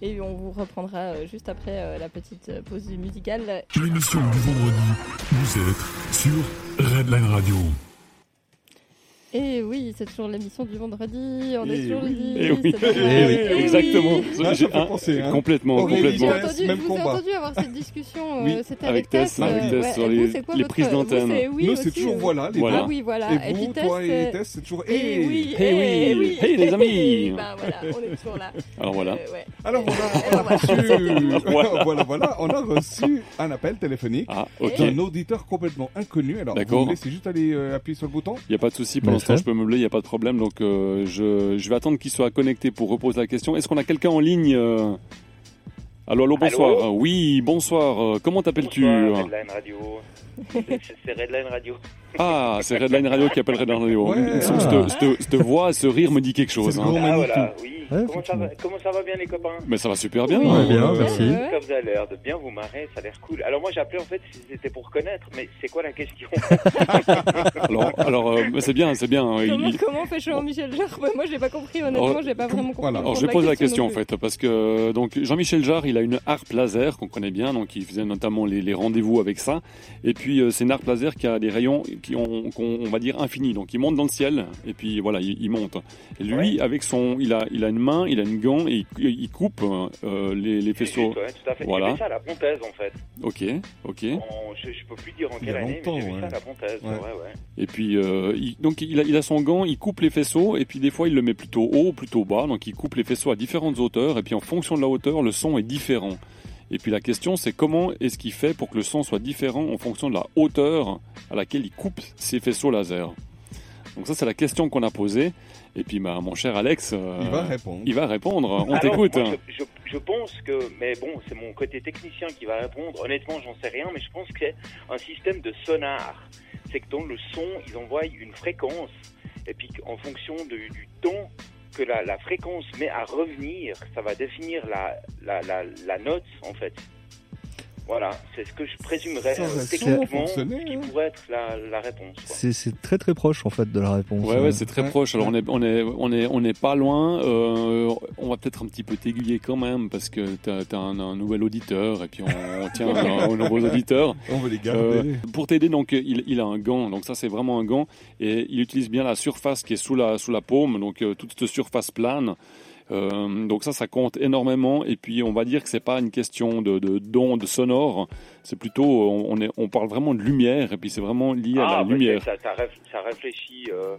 [SPEAKER 2] et on vous reprendra euh, juste après euh, la petite euh, pause musicale.
[SPEAKER 1] L'émission du vendredi, vous êtes sur Redline Radio.
[SPEAKER 2] Et oui, c'est toujours l'émission du vendredi, on
[SPEAKER 4] Eh
[SPEAKER 2] est sur le dit,
[SPEAKER 3] Eh oui,
[SPEAKER 2] c'est drôle.
[SPEAKER 5] Eh oui,
[SPEAKER 2] Eh oui.
[SPEAKER 3] exactement.
[SPEAKER 4] Là,
[SPEAKER 3] J'ai
[SPEAKER 4] ça fait
[SPEAKER 3] un-
[SPEAKER 4] penser, hein.
[SPEAKER 3] Complètement,
[SPEAKER 4] Aurélie,
[SPEAKER 2] J'ai
[SPEAKER 3] complètement.
[SPEAKER 4] Tess,
[SPEAKER 2] entendu,
[SPEAKER 4] même
[SPEAKER 2] je vous ai
[SPEAKER 4] combat.
[SPEAKER 2] entendu avoir cette discussion,
[SPEAKER 4] Oui.
[SPEAKER 2] euh, c'était
[SPEAKER 3] Avec
[SPEAKER 2] avec
[SPEAKER 3] Tess,
[SPEAKER 2] Tess.
[SPEAKER 4] avec
[SPEAKER 2] euh,
[SPEAKER 3] Tess
[SPEAKER 2] ouais,
[SPEAKER 3] sur
[SPEAKER 2] et
[SPEAKER 3] les-
[SPEAKER 2] vous, c'est quoi
[SPEAKER 3] les
[SPEAKER 2] votre- euh,
[SPEAKER 3] prises
[SPEAKER 2] vous,
[SPEAKER 3] d'antenne.
[SPEAKER 2] c'est oui
[SPEAKER 4] Nous, c'est
[SPEAKER 2] aussi,
[SPEAKER 4] toujours
[SPEAKER 2] ou-
[SPEAKER 4] voilà, les
[SPEAKER 3] euh, Voilà.
[SPEAKER 2] Ah oui,
[SPEAKER 4] deux.
[SPEAKER 2] voilà.
[SPEAKER 4] Et vous,
[SPEAKER 2] puis
[SPEAKER 4] toi
[SPEAKER 2] Tess,
[SPEAKER 4] et
[SPEAKER 2] euh,
[SPEAKER 4] Tess, c'est toujours.
[SPEAKER 2] eh
[SPEAKER 4] Hey
[SPEAKER 3] Hey,
[SPEAKER 2] oui, eh
[SPEAKER 3] oui.
[SPEAKER 2] oui,
[SPEAKER 3] Hey, les
[SPEAKER 2] eh
[SPEAKER 3] amis.
[SPEAKER 2] oui. Ben voilà, on est toujours là.
[SPEAKER 3] Alors voilà. ben
[SPEAKER 2] Euh, ouais.
[SPEAKER 4] Alors, on
[SPEAKER 2] Eh,
[SPEAKER 4] a
[SPEAKER 2] voilà.
[SPEAKER 4] reçu.
[SPEAKER 3] Voilà.
[SPEAKER 4] voilà, voilà, on a reçu un appel téléphonique.
[SPEAKER 3] Ah, ok.
[SPEAKER 4] d'un auditeur complètement inconnu. Alors,
[SPEAKER 3] D'accord.
[SPEAKER 4] vous me laissez juste aller euh, appuyer sur le bouton.
[SPEAKER 3] Il n'y a pas de souci. Pour l'instant,
[SPEAKER 5] Merci.
[SPEAKER 3] je peux meubler, il n'y a pas de problème. Donc, euh, je, je vais attendre qu'il soit connecté pour reposer la question. Est-ce qu'on a quelqu'un en ligne euh Allô, allô, bonsoir.
[SPEAKER 7] Allô
[SPEAKER 3] Euh, Oui, bonsoir. Euh, Comment t'appelles-tu
[SPEAKER 7] Bonsoir, Redline Radio. C'est- C'est Redline Radio.
[SPEAKER 3] Ah, c'est Redline Radio qui appelle Redline Radio.
[SPEAKER 4] Ouais.
[SPEAKER 3] Ce- Cette cette- cette voix, ce rire me dit quelque chose.
[SPEAKER 4] C'est
[SPEAKER 3] hein.
[SPEAKER 4] le grand
[SPEAKER 7] ah
[SPEAKER 4] Manitou.
[SPEAKER 7] voilà, oui.
[SPEAKER 5] Ouais,
[SPEAKER 7] comment, ça va, comment ça va bien les copains
[SPEAKER 3] Mais ça va super bien.
[SPEAKER 2] Oui.
[SPEAKER 5] Ouais,
[SPEAKER 3] hein.
[SPEAKER 5] bien,
[SPEAKER 4] ouais,
[SPEAKER 5] merci.
[SPEAKER 2] ouais.
[SPEAKER 7] Ça vous a l'air de bien vous marrer, ça a l'air cool. Alors moi j'ai appelé en fait si c'était pour connaître, mais c'est quoi la question
[SPEAKER 3] Alors, alors euh, c'est bien, c'est bien. Il-
[SPEAKER 2] Comment,
[SPEAKER 3] il-
[SPEAKER 2] comment fait Jean-Michel Jarre Bah, Moi, j'ai pas compris, honnêtement,
[SPEAKER 3] Alors,
[SPEAKER 2] j'ai pas
[SPEAKER 4] com-
[SPEAKER 2] vraiment compris.
[SPEAKER 4] voilà.
[SPEAKER 2] le
[SPEAKER 3] Alors,
[SPEAKER 2] fond
[SPEAKER 3] je
[SPEAKER 2] de
[SPEAKER 3] vais poser la
[SPEAKER 2] non
[SPEAKER 3] question en
[SPEAKER 2] plus.
[SPEAKER 3] fait, parce que donc Jean-Michel Jarre, il a une harpe laser qu'on connaît bien, donc il faisait notamment les, les rendez-vous avec ça. Et puis euh, c'est une harpe laser qui a des rayons qui ont, qu'on- on va dire infinis, donc il monte dans le ciel et puis voilà, il, il monte. Et lui, avec son, il a, il a une main, il a une gant et il, il coupe euh, les, les
[SPEAKER 7] C'est
[SPEAKER 3] faisceaux.
[SPEAKER 7] juste, ouais, tout à fait.
[SPEAKER 3] Voilà.
[SPEAKER 7] J'ai vu ça à la Pontaise en fait.
[SPEAKER 3] Ok, ok.
[SPEAKER 7] En- je, je peux plus dire en
[SPEAKER 4] Il y
[SPEAKER 7] quelle
[SPEAKER 4] a
[SPEAKER 7] année, mais
[SPEAKER 4] longtemps,
[SPEAKER 7] j'ai vu
[SPEAKER 4] ouais.
[SPEAKER 7] ça à la Pontaise.
[SPEAKER 4] Ouais.
[SPEAKER 7] Ouais, ouais.
[SPEAKER 3] Et puis euh, il- donc il a, il a son gant, il coupe les faisceaux et puis des fois il le met plutôt haut, plutôt bas, donc il coupe les faisceaux à différentes hauteurs et puis en fonction de la hauteur le son est différent. Et puis la question c'est comment est-ce qu'il fait pour que le son soit différent en fonction de la hauteur à laquelle il coupe ses faisceaux laser. Donc ça c'est la question qu'on a posée et puis bah, mon cher Alex, euh,
[SPEAKER 4] Il va répondre.
[SPEAKER 3] il va répondre, on
[SPEAKER 7] Alors,
[SPEAKER 3] t'écoute. hein.
[SPEAKER 7] moi, Je, je- je pense que, mais bon, c'est mon côté technicien qui va répondre. Honnêtement, j'en sais rien, mais je pense que c'est un système de sonar. C'est que dans le son, ils envoient une fréquence, et puis en fonction de- du temps que la, la fréquence met à revenir, ça va définir la, la, la, la note, en fait. Voilà, c'est ce que je présumerais
[SPEAKER 4] Ça
[SPEAKER 7] euh,
[SPEAKER 4] aurait sûrement
[SPEAKER 7] techniquement
[SPEAKER 4] fonctionné,
[SPEAKER 7] qui
[SPEAKER 4] hein.
[SPEAKER 7] pourrait être la, la réponse. quoi.
[SPEAKER 5] C'est c'est très très proche en fait de la réponse.
[SPEAKER 3] Ouais,
[SPEAKER 5] Euh,
[SPEAKER 3] ouais, c'est très
[SPEAKER 4] Ouais.
[SPEAKER 3] proche. Alors, on est, on est, on est, on est pas loin. Euh, on va peut-être un petit peu t'aiguiller quand même parce que t'as, t'as un, un nouvel auditeur et puis on, on tient un- un nouveau auditeur.
[SPEAKER 4] On veut les
[SPEAKER 3] Euh,
[SPEAKER 4] garder.
[SPEAKER 3] pour t'aider, donc, il, il a un gant. Donc, ça, c'est vraiment un gant. Et il utilise bien la surface qui est sous la, sous la paume. Donc, euh, toute cette surface plane. Euh, donc ça, ça compte énormément. Et puis, on va dire que c'est pas une question de, de d'onde sonore. C'est plutôt, euh, on, on est, on parle vraiment de lumière. Et puis, c'est vraiment lié à la
[SPEAKER 7] bah,
[SPEAKER 3] lumière.
[SPEAKER 7] Ça, ça, réf- ça réfléchit. euh,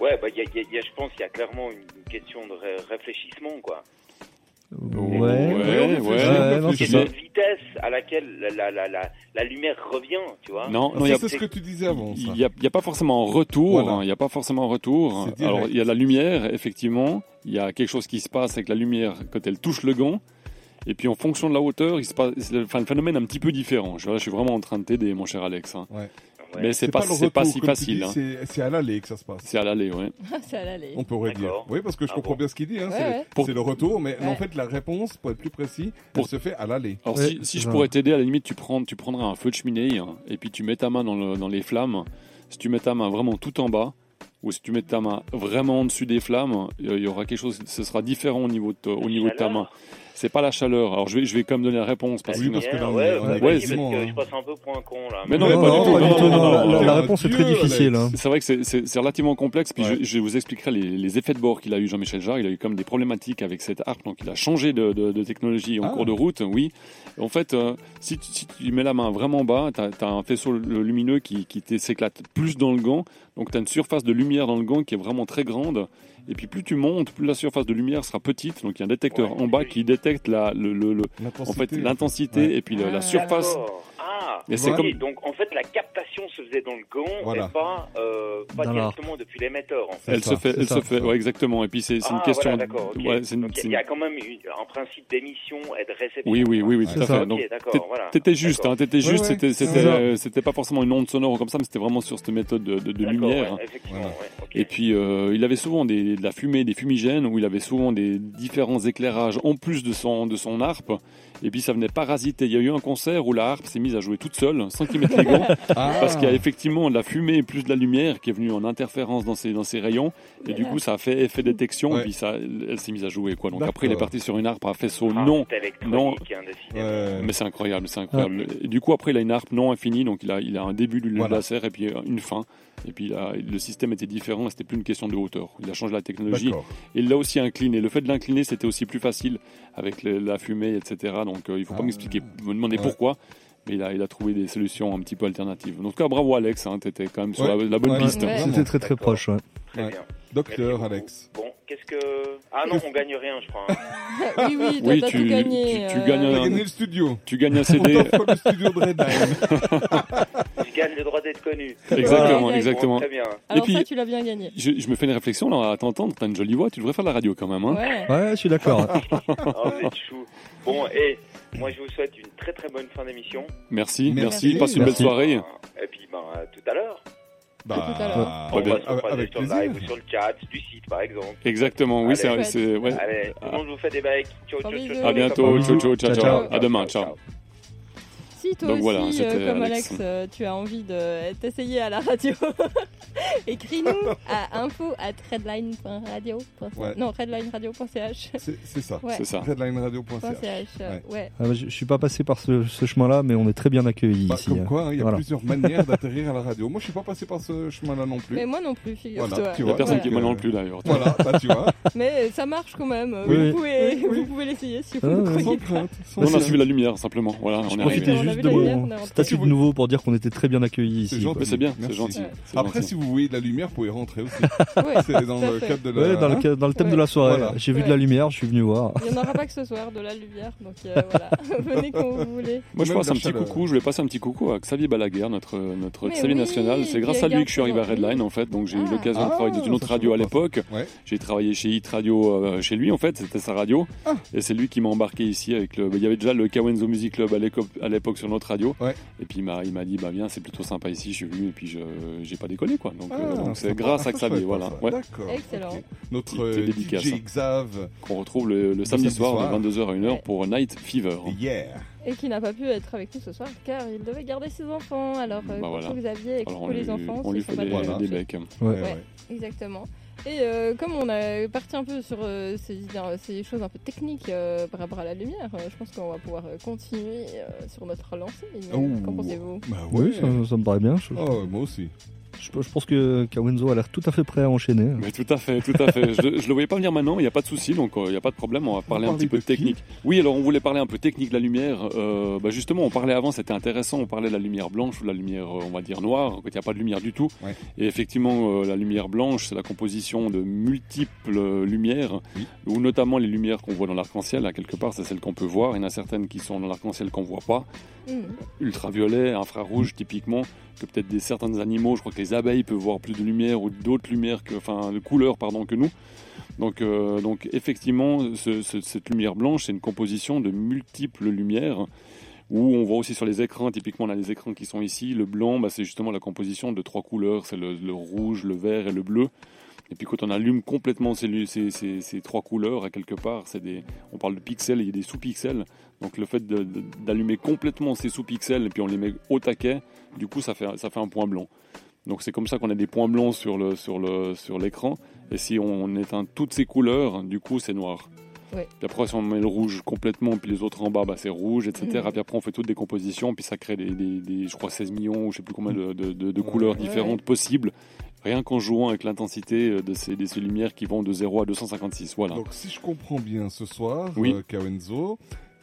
[SPEAKER 7] Ouais, bah, il y a, il y a- il y a- je pense qu'il y a clairement une une question de ré- réfléchissement, quoi.
[SPEAKER 5] Ouais.
[SPEAKER 3] ouais,
[SPEAKER 4] on
[SPEAKER 3] ouais.
[SPEAKER 4] réfléchit, on
[SPEAKER 5] Ouais, non,
[SPEAKER 3] c'est
[SPEAKER 4] réfléchit.
[SPEAKER 3] ça.
[SPEAKER 7] La vitesse à laquelle la, la, la, la, la lumière revient, tu vois.
[SPEAKER 3] Non, non,
[SPEAKER 4] Ça,
[SPEAKER 3] il y a
[SPEAKER 4] c'est ce que tu disais avant. Ça.
[SPEAKER 3] Il n'y a, il y a pas forcément un retour.
[SPEAKER 4] Voilà.
[SPEAKER 3] hein, Il n'y a pas forcément un retour.
[SPEAKER 4] C'est direct.
[SPEAKER 3] Alors, il y a la lumière, effectivement. Il y a quelque chose qui se passe avec la lumière quand elle touche le gant. Et puis, en fonction de la hauteur, il se passe, c'est le- enfin, le phénomène est un petit peu différent. Je, là, je suis vraiment en train de t'aider, mon cher Alex. hein.
[SPEAKER 7] Ouais,
[SPEAKER 3] Mais c'est pas,
[SPEAKER 4] le
[SPEAKER 3] c'est pas
[SPEAKER 4] retour,
[SPEAKER 3] si
[SPEAKER 4] comme tu dis,
[SPEAKER 3] facile. hein.
[SPEAKER 4] C'est c'est à l'aller que ça se passe.
[SPEAKER 3] C'est à l'aller, ouais.
[SPEAKER 2] C'est à l'aller.
[SPEAKER 4] On pourrait dire.
[SPEAKER 7] D'accord.
[SPEAKER 4] Oui, parce que je
[SPEAKER 7] Ah
[SPEAKER 4] comprends
[SPEAKER 7] bon.
[SPEAKER 4] bien ce qu'il dit. Hein,
[SPEAKER 2] Ouais,
[SPEAKER 4] c'est le-
[SPEAKER 2] ouais.
[SPEAKER 3] Pour-
[SPEAKER 4] c'est le retour, mais mais en
[SPEAKER 2] Ouais.
[SPEAKER 4] fait, la réponse, pour être plus précis,
[SPEAKER 3] Pour-
[SPEAKER 4] elle se fait à l'aller.
[SPEAKER 3] Alors,
[SPEAKER 5] Ouais,
[SPEAKER 3] si, si
[SPEAKER 5] c'est
[SPEAKER 3] je
[SPEAKER 5] ça.
[SPEAKER 3] pourrais t'aider, à la limite, tu, prends, tu prendras un feu de cheminée hein, et puis tu mets ta main dans, le- dans les flammes. Si tu mets ta main vraiment tout en bas, ou si tu mets ta main vraiment en dessus des flammes, euh, il y aura quelque chose, ce sera différent au niveau de, ta- au niveau de ta
[SPEAKER 7] chaleur. Bah,
[SPEAKER 3] main. C'est pas la chaleur. Alors je vais, je vais quand même donner la réponse. Parce
[SPEAKER 4] Oui,
[SPEAKER 3] que-
[SPEAKER 4] parce que là, on
[SPEAKER 7] ouais,
[SPEAKER 4] est- on
[SPEAKER 7] ouais,
[SPEAKER 4] est
[SPEAKER 7] vas-y,
[SPEAKER 4] quasiment,
[SPEAKER 7] parce que
[SPEAKER 4] hein.
[SPEAKER 7] je passe un peu pour un con là.
[SPEAKER 3] Mais
[SPEAKER 5] Non,
[SPEAKER 3] mais
[SPEAKER 5] non,
[SPEAKER 3] pas du tout,
[SPEAKER 5] pas
[SPEAKER 3] non,
[SPEAKER 5] du tout.
[SPEAKER 3] non,
[SPEAKER 5] non,
[SPEAKER 3] non, non,
[SPEAKER 5] la- la-
[SPEAKER 4] non,
[SPEAKER 5] La
[SPEAKER 4] mon
[SPEAKER 5] réponse est
[SPEAKER 4] Dieu,
[SPEAKER 5] très difficile. hein.
[SPEAKER 3] C'est vrai que c'est- c'est c'est relativement complexe, puis
[SPEAKER 4] Ouais.
[SPEAKER 3] je, je vous expliquerai les, les effets de bord qu'il a eu Jean-Michel Jarre. Il a eu comme des problématiques avec cette harpe, donc il a changé de, de- de technologie en
[SPEAKER 4] Ah.
[SPEAKER 3] cours de route, oui. En fait, euh, si, tu, si tu mets la main vraiment bas, tu as, un faisceau le- lumineux qui, qui t- s'éclate plus dans le gant, donc tu as une surface de lumière dans le gant qui est vraiment très grande. Et puis plus tu montes, plus la surface de lumière sera petite, donc il y a un détecteur
[SPEAKER 7] Ouais.
[SPEAKER 3] en bas qui détecte la, le, le- le- en fait, l'intensité
[SPEAKER 4] Ouais.
[SPEAKER 3] et puis la- la
[SPEAKER 2] Ah.
[SPEAKER 3] surface.
[SPEAKER 7] D'accord. Ah.
[SPEAKER 3] Et c'est
[SPEAKER 7] Ok,
[SPEAKER 3] comme
[SPEAKER 7] Donc en fait la captation se faisait dans le gant
[SPEAKER 4] Voilà.
[SPEAKER 7] et pas, euh, pas
[SPEAKER 5] Dans
[SPEAKER 7] directement depuis l'émetteur. En fait.
[SPEAKER 5] C'est
[SPEAKER 3] Elle
[SPEAKER 5] ça,
[SPEAKER 3] se fait,
[SPEAKER 5] c'est
[SPEAKER 3] elle
[SPEAKER 5] ça,
[SPEAKER 3] se
[SPEAKER 5] c'est
[SPEAKER 3] fait,
[SPEAKER 5] ça.
[SPEAKER 3] ouais, exactement. Et puis c'est c'est une
[SPEAKER 7] Ah,
[SPEAKER 3] question.
[SPEAKER 7] voilà, d'accord, ok.
[SPEAKER 3] ouais, c'est une-
[SPEAKER 7] Donc,
[SPEAKER 3] c'est
[SPEAKER 7] il
[SPEAKER 3] une-
[SPEAKER 7] y a quand même une- un principe d'émission et de réception. hein.
[SPEAKER 3] Oui, oui, oui, oui,
[SPEAKER 4] Ouais,
[SPEAKER 3] tout
[SPEAKER 5] c'est
[SPEAKER 3] à
[SPEAKER 5] ça.
[SPEAKER 3] fait. Donc,
[SPEAKER 7] Ok, d'accord,
[SPEAKER 3] t'é-
[SPEAKER 7] voilà.
[SPEAKER 3] t'étais juste,
[SPEAKER 7] D'accord.
[SPEAKER 3] hein, t'étais
[SPEAKER 4] Ouais,
[SPEAKER 3] juste,
[SPEAKER 4] ouais,
[SPEAKER 3] c'était, c'était,
[SPEAKER 4] c'est ça.
[SPEAKER 3] euh, c'était pas forcément une onde sonore ou comme ça, mais c'était vraiment sur cette méthode de, hein, de- de
[SPEAKER 7] D'accord,
[SPEAKER 3] lumière.
[SPEAKER 7] ouais, effectivement,
[SPEAKER 4] Voilà.
[SPEAKER 7] ouais, ok.
[SPEAKER 3] Et puis, euh, il avait souvent des, de la fumée, des fumigènes, où il avait souvent des différents éclairages en plus de son, de son harpe. Et puis, ça venait parasiter. Il y a eu un concert où la harpe s'est mise à jouer toute seule, sans qu'il mette les gants,
[SPEAKER 4] Ah,
[SPEAKER 3] parce qu'il y a effectivement de la fumée plus de la lumière qui est venue en interférence dans ses, dans ses rayons. Et du coup, ça a fait effet détection,
[SPEAKER 4] Ouais.
[SPEAKER 3] et puis ça, elle s'est mise à jouer, quoi. Donc après, il est
[SPEAKER 4] D'accord.
[SPEAKER 3] parti sur une harpe à faisceau
[SPEAKER 7] Ah,
[SPEAKER 3] non
[SPEAKER 7] c'est électronique, hein, décidément.
[SPEAKER 3] mais c'est incroyable, c'est incroyable. Et du coup, après, il a une harpe non infinie, donc il a, il a un début du
[SPEAKER 4] Voilà.
[SPEAKER 3] laser et puis euh, une fin. Et puis il a- le système était différent, et c'était plus une question de hauteur. Il a changé la technologie.
[SPEAKER 4] D'accord.
[SPEAKER 3] Et il l'a aussi incliné. Le fait de l'incliner, c'était aussi plus facile avec le- la fumée, etc. Donc euh, il faut pas
[SPEAKER 4] Ah.
[SPEAKER 3] m'expliquer, me demander
[SPEAKER 4] Ouais.
[SPEAKER 3] pourquoi. Mais il a, il a trouvé des solutions un petit peu alternatives. En tout cas, bravo Alex, hein, t'étais quand même sur la, la bonne
[SPEAKER 4] Ouais.
[SPEAKER 3] piste.
[SPEAKER 2] Ouais.
[SPEAKER 5] C'était très très
[SPEAKER 7] D'accord.
[SPEAKER 5] proche. ouais.
[SPEAKER 7] Très
[SPEAKER 4] Ouais.
[SPEAKER 7] bien.
[SPEAKER 4] Docteur Alex.
[SPEAKER 7] Bon, qu'est-ce que. Ah non, on gagne rien, je crois. hein.
[SPEAKER 2] Ah, oui, oui, t'as
[SPEAKER 3] Oui,
[SPEAKER 2] t'as
[SPEAKER 3] tu-
[SPEAKER 2] tout gagné. euh,
[SPEAKER 3] tu- tu gagnes
[SPEAKER 4] On
[SPEAKER 3] un-
[SPEAKER 4] a
[SPEAKER 3] Non.
[SPEAKER 4] gagné le studio.
[SPEAKER 3] Tu gagnes un CD.
[SPEAKER 4] Comme le studio de Redline.
[SPEAKER 7] Je gagne le droit d'être connu.
[SPEAKER 3] exactement,
[SPEAKER 2] Ouais.
[SPEAKER 7] Bon,
[SPEAKER 3] exactement.
[SPEAKER 7] très bien.
[SPEAKER 2] Alors
[SPEAKER 3] Et puis-
[SPEAKER 2] ça, tu l'as bien gagné.
[SPEAKER 3] Je, je me fais une réflexion là, à t'entendre, t'as une jolie voix, tu devrais faire de la radio quand même. Hein.
[SPEAKER 2] Ouais.
[SPEAKER 5] Ouais, je suis d'accord. Ah,
[SPEAKER 7] Oh, vous êtes chou. Bon, et moi, je vous souhaite une très très bonne fin d'émission.
[SPEAKER 3] Merci,
[SPEAKER 4] Merci.
[SPEAKER 3] merci, passe une
[SPEAKER 5] Merci.
[SPEAKER 3] belle soirée.
[SPEAKER 7] Et puis, ben, à tout à l'heure.
[SPEAKER 2] tout à
[SPEAKER 4] Bah,
[SPEAKER 3] Ah,
[SPEAKER 2] l'heure.
[SPEAKER 3] ben,
[SPEAKER 7] On va se
[SPEAKER 4] avec-
[SPEAKER 7] croiser
[SPEAKER 4] avec
[SPEAKER 7] sur le live ou
[SPEAKER 4] plaisir.
[SPEAKER 7] sur le chat du site, par exemple.
[SPEAKER 3] Exactement, oui, c'est.
[SPEAKER 7] Allez.
[SPEAKER 3] c'est- Ouais. Ah.
[SPEAKER 7] Allez, tout le monde vous fait des becs. Ciao, ciao, ciao,
[SPEAKER 2] Bisous.
[SPEAKER 7] ciao,
[SPEAKER 3] À
[SPEAKER 7] les
[SPEAKER 3] bientôt,
[SPEAKER 7] copains.
[SPEAKER 3] ciao, ciao, ciao,
[SPEAKER 5] Ciao,
[SPEAKER 3] ciao.
[SPEAKER 5] ciao.
[SPEAKER 3] À demain, ciao.
[SPEAKER 2] Si toi
[SPEAKER 3] Donc
[SPEAKER 2] aussi,
[SPEAKER 3] voilà,
[SPEAKER 2] euh,
[SPEAKER 3] c'était
[SPEAKER 2] comme Alex,
[SPEAKER 3] Alex.
[SPEAKER 2] euh, tu as envie de euh, t'essayer à la radio, écris-nous à info at redline.radio.
[SPEAKER 4] Ouais.
[SPEAKER 2] Non, redlineradio.ch.
[SPEAKER 4] C'est c'est ça.
[SPEAKER 2] Ouais.
[SPEAKER 3] C'est ça.
[SPEAKER 4] Redlineradio.ch.
[SPEAKER 2] .ch, euh, ouais.
[SPEAKER 5] Ah bah, je, je suis pas passé par ce, ce chemin-là, mais on est très bien accueillis
[SPEAKER 4] Bah,
[SPEAKER 5] ici.
[SPEAKER 4] comme quoi, hein, il y a
[SPEAKER 5] Voilà.
[SPEAKER 4] plusieurs manières d'atterrir à la radio. Moi, je suis pas passé par ce chemin-là non plus.
[SPEAKER 2] Mais moi non plus, figure-toi.
[SPEAKER 4] Voilà, tu
[SPEAKER 3] La
[SPEAKER 4] vois,
[SPEAKER 3] personne
[SPEAKER 2] Voilà.
[SPEAKER 3] qui m'a non plus d'ailleurs.
[SPEAKER 4] Voilà, bah, tu vois,
[SPEAKER 2] Mais ça marche quand même.
[SPEAKER 5] Oui,
[SPEAKER 2] Vous
[SPEAKER 5] oui.
[SPEAKER 2] pouvez,
[SPEAKER 4] Oui, oui.
[SPEAKER 2] vous pouvez l'essayer si vous
[SPEAKER 5] Ah,
[SPEAKER 2] le
[SPEAKER 5] oui.
[SPEAKER 2] croyez.
[SPEAKER 4] sans crainte. sans
[SPEAKER 3] On a
[SPEAKER 4] crainte.
[SPEAKER 3] suivi la lumière simplement. Voilà,
[SPEAKER 5] Je
[SPEAKER 3] on est
[SPEAKER 5] profitais
[SPEAKER 3] arrivé.
[SPEAKER 2] On a vu
[SPEAKER 5] juste
[SPEAKER 2] la
[SPEAKER 5] de
[SPEAKER 2] lumière, on est
[SPEAKER 5] mon
[SPEAKER 2] rentré.
[SPEAKER 5] statut de nouveau pour dire qu'on était très bien accueillis
[SPEAKER 4] C'est
[SPEAKER 5] ici.
[SPEAKER 4] gentil.
[SPEAKER 5] quoi.
[SPEAKER 3] Mais c'est bien, c'est
[SPEAKER 4] Merci.
[SPEAKER 3] gentil.
[SPEAKER 2] Ouais.
[SPEAKER 3] c'est
[SPEAKER 4] Après,
[SPEAKER 3] gentil.
[SPEAKER 4] si vous voyez de la lumière, vous pouvez y rentrer aussi.
[SPEAKER 2] Ouais.
[SPEAKER 4] C'est dans
[SPEAKER 2] Tout à
[SPEAKER 4] le
[SPEAKER 2] fait.
[SPEAKER 4] cadre de la. Ah,
[SPEAKER 5] Ouais, dans le, ca- dans le thème
[SPEAKER 2] Ouais.
[SPEAKER 5] de la soirée,
[SPEAKER 4] bah, hein. Voilà.
[SPEAKER 5] là. j'ai vu
[SPEAKER 2] Ouais.
[SPEAKER 5] de la lumière, je suis venu voir.
[SPEAKER 2] Il n'y en aura pas que ce soir de la lumière, donc euh, voilà. Venez quand vous voulez.
[SPEAKER 3] Moi, je
[SPEAKER 4] Même
[SPEAKER 3] passe
[SPEAKER 4] la
[SPEAKER 3] un petit
[SPEAKER 4] chaleur.
[SPEAKER 3] coucou. Je voulais passer un petit coucou à Xavier Balaguer, notre notre
[SPEAKER 2] Mais
[SPEAKER 3] Xavier
[SPEAKER 2] oui,
[SPEAKER 3] national. C'est grâce à lui que je suis arrivé à
[SPEAKER 2] regarde.
[SPEAKER 3] Redline en fait. Donc j'ai eu
[SPEAKER 2] Ah.
[SPEAKER 3] l'occasion
[SPEAKER 4] Ah,
[SPEAKER 3] de travailler dans une
[SPEAKER 4] ça,
[SPEAKER 3] autre
[SPEAKER 4] je
[SPEAKER 3] radio à
[SPEAKER 4] savais pas ça.
[SPEAKER 3] l'époque.
[SPEAKER 4] Ouais.
[SPEAKER 3] J'ai travaillé chez Hit Radio euh, chez lui en fait, c'était sa radio.
[SPEAKER 4] Ah.
[SPEAKER 3] Et c'est lui qui m'a embarqué ici avec le. Il y avait déjà le Kawenzo Music Club à l'éco- à l'époque sur notre radio.
[SPEAKER 4] Ouais.
[SPEAKER 3] Et puis il m'a il m'a dit bah viens c'est plutôt sympa ici. Je suis venu et puis je j'ai pas décollé quoi. Donc
[SPEAKER 4] Ah,
[SPEAKER 3] euh, donc c'est
[SPEAKER 4] sympa.
[SPEAKER 3] grâce
[SPEAKER 4] Ah,
[SPEAKER 3] à
[SPEAKER 4] ça, je savais
[SPEAKER 3] Xavier
[SPEAKER 4] pas
[SPEAKER 3] voilà.
[SPEAKER 4] ça.
[SPEAKER 3] Ouais.
[SPEAKER 4] D'accord.
[SPEAKER 2] Excellent.
[SPEAKER 4] ok. Notre
[SPEAKER 3] Petite
[SPEAKER 4] euh,
[SPEAKER 3] dédicace,
[SPEAKER 4] DJ
[SPEAKER 3] hein.
[SPEAKER 4] Xav
[SPEAKER 3] Qu'on retrouve le, le samedi,
[SPEAKER 4] samedi
[SPEAKER 3] soir,
[SPEAKER 4] soir.
[SPEAKER 3] de 22h à 1h
[SPEAKER 2] Ouais.
[SPEAKER 3] pour Night Fever.
[SPEAKER 4] hier.
[SPEAKER 2] Et qui n'a pas pu être avec nous ce soir car il devait garder ses enfants. Alors, euh,
[SPEAKER 3] Bah
[SPEAKER 2] coucou
[SPEAKER 3] voilà.
[SPEAKER 2] Xavier et
[SPEAKER 3] Alors
[SPEAKER 2] coucou
[SPEAKER 3] on
[SPEAKER 2] les
[SPEAKER 3] lui,
[SPEAKER 2] enfants.
[SPEAKER 3] on
[SPEAKER 2] s'ils
[SPEAKER 3] lui
[SPEAKER 2] sont
[SPEAKER 3] fait
[SPEAKER 2] pas
[SPEAKER 3] des,
[SPEAKER 2] déjà
[SPEAKER 4] voilà.
[SPEAKER 3] des
[SPEAKER 2] couchés.
[SPEAKER 3] becs.
[SPEAKER 4] Eh ouais.
[SPEAKER 2] Exactement. Et euh, comme on est parti un peu sur euh, ces, idées- ces choses un peu techniques euh, par rapport à la lumière, euh, je pense qu'on va pouvoir euh, continuer euh, sur notre lancée.
[SPEAKER 4] Ouh.
[SPEAKER 2] Qu'en pensez-vous
[SPEAKER 4] Bah ouais.
[SPEAKER 5] Oui, ça, ça me paraît bien. Je,
[SPEAKER 4] Oh, moi aussi.
[SPEAKER 5] je- je pense que Kawenzo a l'air tout à fait prêt à enchaîner.
[SPEAKER 3] Mais tout à fait, tout à fait. Je, je le voyais pas venir maintenant, il n'y a pas de souci, donc euh, il n'y a pas de problème, on va parler un
[SPEAKER 4] parlez
[SPEAKER 3] petit peu
[SPEAKER 4] de
[SPEAKER 3] de technique. Oui, alors on voulait parler un peu technique de la lumière. Euh, bah, justement, on parlait avant, c'était intéressant, on parlait de la lumière blanche ou de la lumière, euh, on va dire, noire, quand il n'y a pas de lumière du tout.
[SPEAKER 4] Ouais.
[SPEAKER 3] Et effectivement, euh, la lumière blanche, c'est la composition de multiples euh, lumières,
[SPEAKER 4] Oui.
[SPEAKER 3] ou notamment les lumières qu'on voit dans l'arc-en-ciel, à quelque part, c'est celles qu'on peut voir, il y en a certaines qui sont dans l'arc-en-ciel qu'on voit pas
[SPEAKER 2] Mhm.
[SPEAKER 3] ultraviolet, infrarouge typiquement, que peut-être des certains animaux, je crois que les abeilles peuvent voir plus de lumière ou d'autres lumières, que, enfin de couleurs pardon que nous. Donc, euh, donc effectivement, ce- ce- cette lumière blanche, c'est une composition de multiples lumières. Où on voit aussi sur les écrans, typiquement on a les écrans qui sont ici, le blanc, bah, c'est justement la composition de trois couleurs, c'est le, le rouge, le vert et le bleu. Et puis quand on allume complètement ces, lu- ces- ces- ces trois couleurs, à quelque part, c'est des, on parle de pixels, il y a des sous-pixels. Donc le fait de- de- d'allumer complètement ces sous-pixels et puis on les met au taquet, du coup ça fait, ça fait un point blanc. Donc c'est comme ça qu'on a des points blancs sur l'écran. Le, sur le, sur l'écran. et si on éteint toutes ces couleurs, du coup c'est noir.
[SPEAKER 2] Ouais.
[SPEAKER 3] Puis après, si on met le rouge complètement, puis les autres en bas, bah, c'est rouge, etc.
[SPEAKER 2] Mm.
[SPEAKER 3] Puis après, on fait toutes des compositions, puis ça crée des, des- des, je crois, 16 millions ou je sais plus combien de, de- de- de couleurs
[SPEAKER 2] Ouais.
[SPEAKER 3] différentes possibles. Rien qu'en jouant avec l'intensité euh, de ces, de ces lumières qui vont de 0 à 256. Voilà.
[SPEAKER 4] Donc, si je comprends bien ce soir,
[SPEAKER 3] Ah. Oui.
[SPEAKER 4] euh, Kawenzo,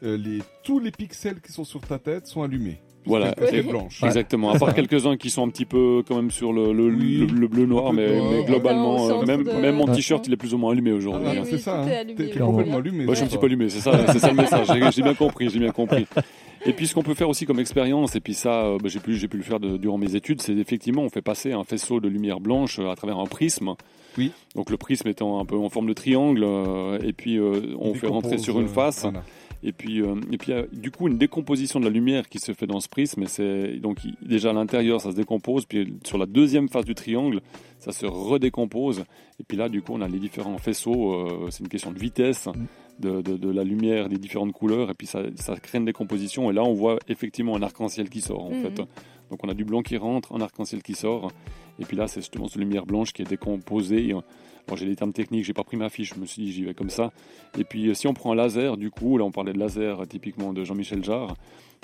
[SPEAKER 4] euh, les, tous les pixels qui sont sur ta tête sont allumés.
[SPEAKER 3] Voilà.
[SPEAKER 4] Puisque t'as une
[SPEAKER 2] Oui.
[SPEAKER 4] tête blanche.
[SPEAKER 3] Exactement, à part quelques-uns qui sont un petit peu quand même sur le, le,
[SPEAKER 4] Oui.
[SPEAKER 3] le- le bleu noir,
[SPEAKER 4] Un peu
[SPEAKER 3] mais, mais
[SPEAKER 4] noir. Ouais,
[SPEAKER 2] on est au
[SPEAKER 3] globalement, euh,
[SPEAKER 2] centre
[SPEAKER 3] même,
[SPEAKER 2] de-
[SPEAKER 3] même mon
[SPEAKER 2] Ouais.
[SPEAKER 3] t-shirt il est plus ou moins allumé
[SPEAKER 4] Ah,
[SPEAKER 3] aujourd'hui.
[SPEAKER 4] bah,
[SPEAKER 2] Oui,
[SPEAKER 3] hein.
[SPEAKER 4] c'est
[SPEAKER 2] oui,
[SPEAKER 4] ça.
[SPEAKER 2] tout est
[SPEAKER 4] hein.
[SPEAKER 2] allumé,
[SPEAKER 4] T'es t'es
[SPEAKER 5] clairement.
[SPEAKER 4] complètement allumé.
[SPEAKER 3] Moi, je suis un
[SPEAKER 4] toi.
[SPEAKER 3] petit peu allumé, c'est ça, c'est ça le message. J'ai- J'ai bien compris, j'ai bien compris. Et puis, ce qu'on peut faire aussi comme expérience, et puis ça, euh, bah, j'ai pu, j'ai pu le faire de- durant mes études, c'est effectivement, on fait passer un faisceau de lumière blanche euh, à travers un prisme.
[SPEAKER 4] Oui.
[SPEAKER 3] Donc, le prisme étant un peu en forme de triangle, euh, et puis euh, on fait rentrer
[SPEAKER 4] Décompose,
[SPEAKER 3] sur une
[SPEAKER 4] euh,
[SPEAKER 3] face.
[SPEAKER 4] voilà.
[SPEAKER 3] Et puis, euh, et puis euh, du coup, une décomposition de la lumière qui se fait dans ce prisme. Et c'est donc il- déjà à l'intérieur, ça se décompose. Puis sur la deuxième phase du triangle, ça se redécompose. Et puis là, du coup, on a les différents faisceaux. euh, c'est une question de vitesse de, de- de la lumière, des différentes couleurs. Et puis ça, ça crée une décomposition. Et là, on voit effectivement un arc-en-ciel qui sort en
[SPEAKER 2] Mhm.
[SPEAKER 3] fait. Donc on a du blanc qui rentre, un arc-en-ciel qui sort. Et puis là, c'est justement cette lumière blanche qui est décomposée. Bon, j'ai des termes techniques, j'ai pas pris ma fiche, je me suis dit j'y vais comme ça. Et puis euh, si on prend un laser, du coup, là on parlait de laser euh, typiquement de Jean-Michel Jarre,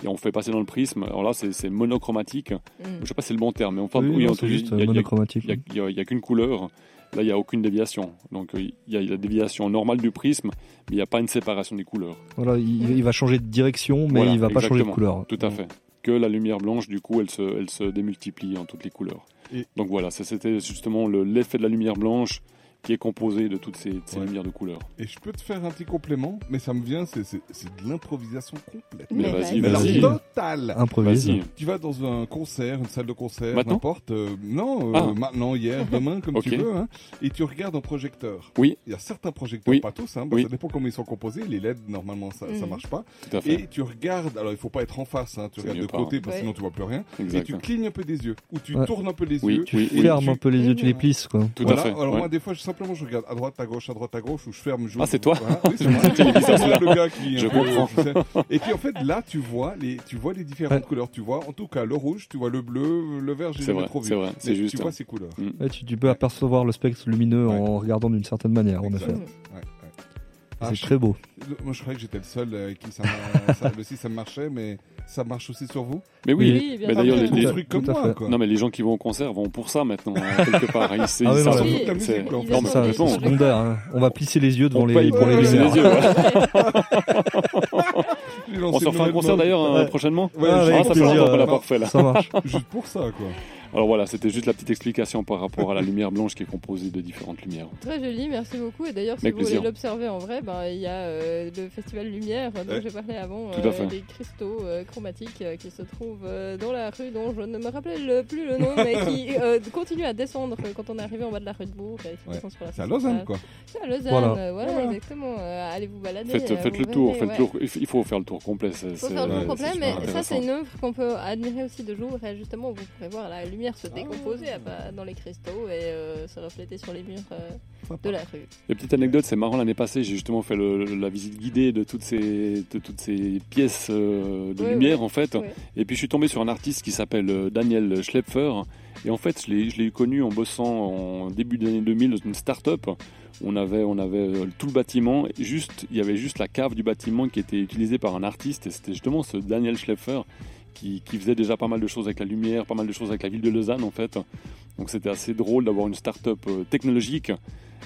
[SPEAKER 3] et on fait passer dans le prisme, alors là c'est c'est monochromatique,
[SPEAKER 2] Hmm.
[SPEAKER 3] je sais pas si c'est le bon terme, mais enfin,
[SPEAKER 5] Oui,
[SPEAKER 3] oui,
[SPEAKER 5] non,
[SPEAKER 3] en tout
[SPEAKER 5] c'est
[SPEAKER 3] cas,
[SPEAKER 5] juste euh,
[SPEAKER 3] il y a- il y a-
[SPEAKER 5] monochromatique.
[SPEAKER 3] il n'y a, il y a- il y a qu'une couleur. Là, il n'y a aucune déviation. Donc, euh, il y a la déviation normale du prisme, mais il n'y a pas une séparation des couleurs.
[SPEAKER 5] Voilà, il, il va changer de direction, mais
[SPEAKER 3] Voilà,
[SPEAKER 5] il va pas changer de
[SPEAKER 3] exactement.
[SPEAKER 5] couleur.
[SPEAKER 4] Mm.
[SPEAKER 3] Tout à fait. Que la lumière blanche, du coup, elle se, elle se démultiplie en toutes les couleurs.
[SPEAKER 4] Et-
[SPEAKER 3] Donc voilà, ça c'était justement le- l'effet de la lumière blanche qui est composé de toutes ces, de ces
[SPEAKER 4] Ouais.
[SPEAKER 3] lumières de couleurs.
[SPEAKER 4] Et je peux te faire un petit complément, mais ça me vient, c'est c'est- c'est de l'improvisation complète.
[SPEAKER 3] Mais
[SPEAKER 2] Mais
[SPEAKER 3] vas-y,
[SPEAKER 2] vas-y.
[SPEAKER 4] Mais
[SPEAKER 5] Vas-y.
[SPEAKER 4] alors, totale
[SPEAKER 5] Improvise.
[SPEAKER 3] Vas-y.
[SPEAKER 4] Tu vas dans un concert, une salle de concert,
[SPEAKER 3] Maintenant
[SPEAKER 4] n'importe. euh, non, euh,
[SPEAKER 3] Ah.
[SPEAKER 4] maintenant, hier, demain, comme
[SPEAKER 3] Ok.
[SPEAKER 4] tu veux. hein, et tu regardes un projecteur.
[SPEAKER 3] Oui.
[SPEAKER 4] Il y a certains projecteurs,
[SPEAKER 3] Oui.
[SPEAKER 4] pas tous. Hein, bah,
[SPEAKER 3] Oui.
[SPEAKER 4] Ça dépend comment ils sont composés. Les LED, normalement, ça, ça
[SPEAKER 2] Mhm.
[SPEAKER 4] marche pas.
[SPEAKER 3] Tout à fait.
[SPEAKER 4] Et tu regardes. Alors, il faut pas être en face. Hein,
[SPEAKER 3] C'est
[SPEAKER 4] tu regardes
[SPEAKER 3] mieux
[SPEAKER 4] de
[SPEAKER 3] pas,
[SPEAKER 4] côté, parce
[SPEAKER 2] Ouais.
[SPEAKER 4] que sinon tu vois plus rien. Et
[SPEAKER 3] Exact.
[SPEAKER 4] tu clignes un peu des yeux, ou tu
[SPEAKER 5] Ouais.
[SPEAKER 4] tournes un peu les
[SPEAKER 3] Oui,
[SPEAKER 4] yeux.
[SPEAKER 3] oui,
[SPEAKER 4] et
[SPEAKER 3] oui.
[SPEAKER 5] Ferme
[SPEAKER 4] tu-
[SPEAKER 5] un peu les yeux, tu les plisses, quoi.
[SPEAKER 3] Tout
[SPEAKER 4] voilà.
[SPEAKER 3] à fait.
[SPEAKER 4] Alors
[SPEAKER 3] ouais.
[SPEAKER 4] moi, des fois, je, simplement, je regarde à droite, à gauche, à droite, à gauche, ou je ferme, j'ouvre.
[SPEAKER 3] Ah, c'est toi
[SPEAKER 4] Voilà. Oui, c'est moi.
[SPEAKER 3] C'est bizarre,
[SPEAKER 4] C'est
[SPEAKER 3] celui-là.
[SPEAKER 4] le gars qui.
[SPEAKER 3] Je
[SPEAKER 4] un peu, euh, Et puis en fait, là, tu vois les, tu vois les différentes
[SPEAKER 5] Ouais.
[SPEAKER 4] couleurs. Tu vois, en tout cas, le rouge, tu vois le bleu, le vert. J'ai
[SPEAKER 3] C'est
[SPEAKER 4] jamais
[SPEAKER 3] vrai,
[SPEAKER 4] trop vu.
[SPEAKER 3] c'est vrai, c'est
[SPEAKER 4] Mais
[SPEAKER 3] juste.
[SPEAKER 4] Tu vois
[SPEAKER 3] hein.
[SPEAKER 4] ces couleurs.
[SPEAKER 5] Ouais, Eh, tu, tu peux apercevoir le spectre lumineux
[SPEAKER 4] Ouais.
[SPEAKER 5] en regardant d'une certaine manière, en
[SPEAKER 4] Exact.
[SPEAKER 5] effet.
[SPEAKER 4] Ouais, ouais. Ah,
[SPEAKER 5] C'est
[SPEAKER 4] je-
[SPEAKER 5] très beau.
[SPEAKER 4] Moi, je croyais que j'étais le seul euh, qui ça, m'a- ça, le si ça marchait, mais ça marche aussi sur vous. Ah,
[SPEAKER 3] Mais oui,
[SPEAKER 2] Oui, bien
[SPEAKER 3] mais
[SPEAKER 2] sûr.
[SPEAKER 3] d'ailleurs, les,
[SPEAKER 4] des
[SPEAKER 3] les-
[SPEAKER 5] à-
[SPEAKER 4] trucs comme
[SPEAKER 5] tout à
[SPEAKER 4] moi,
[SPEAKER 5] fait.
[SPEAKER 4] quoi.
[SPEAKER 3] non, mais les gens qui vont au concert vont pour ça maintenant, hein, quelque part. hein. Ils,
[SPEAKER 5] Ah
[SPEAKER 3] ils
[SPEAKER 5] oui, non,
[SPEAKER 3] savent-
[SPEAKER 5] mais-
[SPEAKER 3] c'est-
[SPEAKER 4] la musique,
[SPEAKER 3] c'est-
[SPEAKER 4] quoi.
[SPEAKER 3] non, mais
[SPEAKER 5] Ça,
[SPEAKER 2] oui,
[SPEAKER 5] c'est
[SPEAKER 3] complètement.
[SPEAKER 2] oui.
[SPEAKER 5] secondaire. hein. On va plisser les yeux hein. devant
[SPEAKER 3] On
[SPEAKER 5] les,
[SPEAKER 3] paye
[SPEAKER 5] pour les
[SPEAKER 4] pour
[SPEAKER 3] les
[SPEAKER 5] lumières.
[SPEAKER 3] yeux, ouais.
[SPEAKER 4] J'ai lancé
[SPEAKER 3] On se
[SPEAKER 4] une
[SPEAKER 3] refait un
[SPEAKER 4] nouvelle
[SPEAKER 3] concert
[SPEAKER 4] mode.
[SPEAKER 3] d'ailleurs hein,
[SPEAKER 5] Ouais.
[SPEAKER 3] prochainement.
[SPEAKER 4] Ouais,
[SPEAKER 3] Ah,
[SPEAKER 5] Ah, avec
[SPEAKER 4] je pense
[SPEAKER 3] ça fait
[SPEAKER 4] que-
[SPEAKER 5] plaisir,
[SPEAKER 3] longtemps qu'on l'a
[SPEAKER 5] ouais.
[SPEAKER 3] pas refait là.
[SPEAKER 5] Ça marche.
[SPEAKER 4] Juste pour ça, quoi.
[SPEAKER 3] Alors voilà, c'était juste la petite explication par rapport à la lumière blanche qui est composée de différentes lumières.
[SPEAKER 2] Très joli, merci beaucoup. Et d'ailleurs, si
[SPEAKER 3] Avec
[SPEAKER 2] vous
[SPEAKER 3] plaisir.
[SPEAKER 2] voulez l'observer en vrai, ben, il y a euh, le festival Lumière euh, dont
[SPEAKER 4] Ouais.
[SPEAKER 2] j'ai parlé avant, euh,
[SPEAKER 3] Tout à fait.
[SPEAKER 2] des cristaux euh, chromatiques euh, qui se trouvent euh, dans la rue dont je ne me rappelle euh, plus le nom, mais qui euh, continuent à descendre euh, quand on est arrivé en bas de la rue de Bourg. et qui
[SPEAKER 4] Ouais.
[SPEAKER 2] descendent sur la
[SPEAKER 4] C'est à
[SPEAKER 2] rue centrale.
[SPEAKER 4] Lausanne, quoi.
[SPEAKER 2] C'est à Lausanne,
[SPEAKER 5] Voilà.
[SPEAKER 2] euh, voilà,
[SPEAKER 4] Voilà.
[SPEAKER 2] exactement. Euh, Allez vous balader.
[SPEAKER 3] Faites,
[SPEAKER 2] euh,
[SPEAKER 3] faites
[SPEAKER 2] vous
[SPEAKER 3] le tour,
[SPEAKER 2] verrez,
[SPEAKER 3] faites
[SPEAKER 2] ouais.
[SPEAKER 3] le tour. Il il faut faire le tour complet. c'est-
[SPEAKER 2] faut
[SPEAKER 3] c'est-
[SPEAKER 2] faire le
[SPEAKER 3] ouais,
[SPEAKER 2] tour complet,
[SPEAKER 3] c'est
[SPEAKER 2] mais
[SPEAKER 3] super
[SPEAKER 2] ça c'est
[SPEAKER 3] intéressant.
[SPEAKER 2] une œuvre qu'on peut admirer aussi de jour et justement vous pourrez voir la lumière se décomposer
[SPEAKER 4] Ah.
[SPEAKER 2] à pas- dans les cristaux et euh, se refléter sur les murs euh, de la rue.
[SPEAKER 3] Et petite anecdote, c'est marrant, l'année passée, j'ai justement fait le- la visite guidée de toutes ces, de toutes ces pièces euh, de
[SPEAKER 2] Ouais,
[SPEAKER 3] lumière, en fait.
[SPEAKER 2] Ouais.
[SPEAKER 3] Et puis, je suis tombé sur un artiste qui s'appelle euh, Daniel Schlepfer. Et en fait, je l'ai- je l'ai connu en bossant en début d'année 2000 dans une start-up. On avait, on avait euh, tout le bâtiment, et juste, il y avait juste la cave du bâtiment qui était utilisée par un artiste. Et c'était justement ce Daniel Schlepfer qui, qui faisait déjà pas mal de choses avec la lumière, pas mal de choses avec la ville de Lausanne, en fait. Donc, c'était assez drôle d'avoir une start-up euh, technologique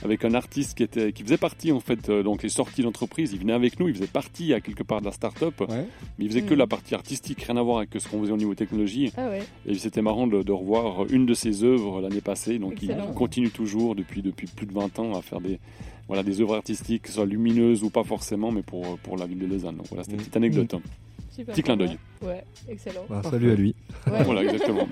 [SPEAKER 3] avec un artiste qui, était, qui faisait partie en fait, euh, donc les sorties d'entreprise, il venait avec nous, il faisait partie à quelque part de la start-up,
[SPEAKER 4] Ouais.
[SPEAKER 3] mais il faisait que
[SPEAKER 2] Mm.
[SPEAKER 3] la partie artistique, rien à voir avec ce qu'on faisait au niveau technologie.
[SPEAKER 2] Ah ouais.
[SPEAKER 3] Et c'était marrant de, de revoir une de ses œuvres l'année passée, donc
[SPEAKER 2] Excellent.
[SPEAKER 3] il continue toujours depuis, depuis plus de 20 ans à faire des, voilà, des œuvres artistiques, que ce soit lumineuses ou pas forcément, mais pour, euh, pour la ville de Lausanne. Donc voilà, c'était une
[SPEAKER 4] Mm.
[SPEAKER 3] petite anecdote.
[SPEAKER 2] Super
[SPEAKER 3] Petit clin
[SPEAKER 2] sympa.
[SPEAKER 3] d'œil.
[SPEAKER 2] Ouais, excellent.
[SPEAKER 5] Bah, salut à lui.
[SPEAKER 2] Ouais.
[SPEAKER 3] Voilà, exactement.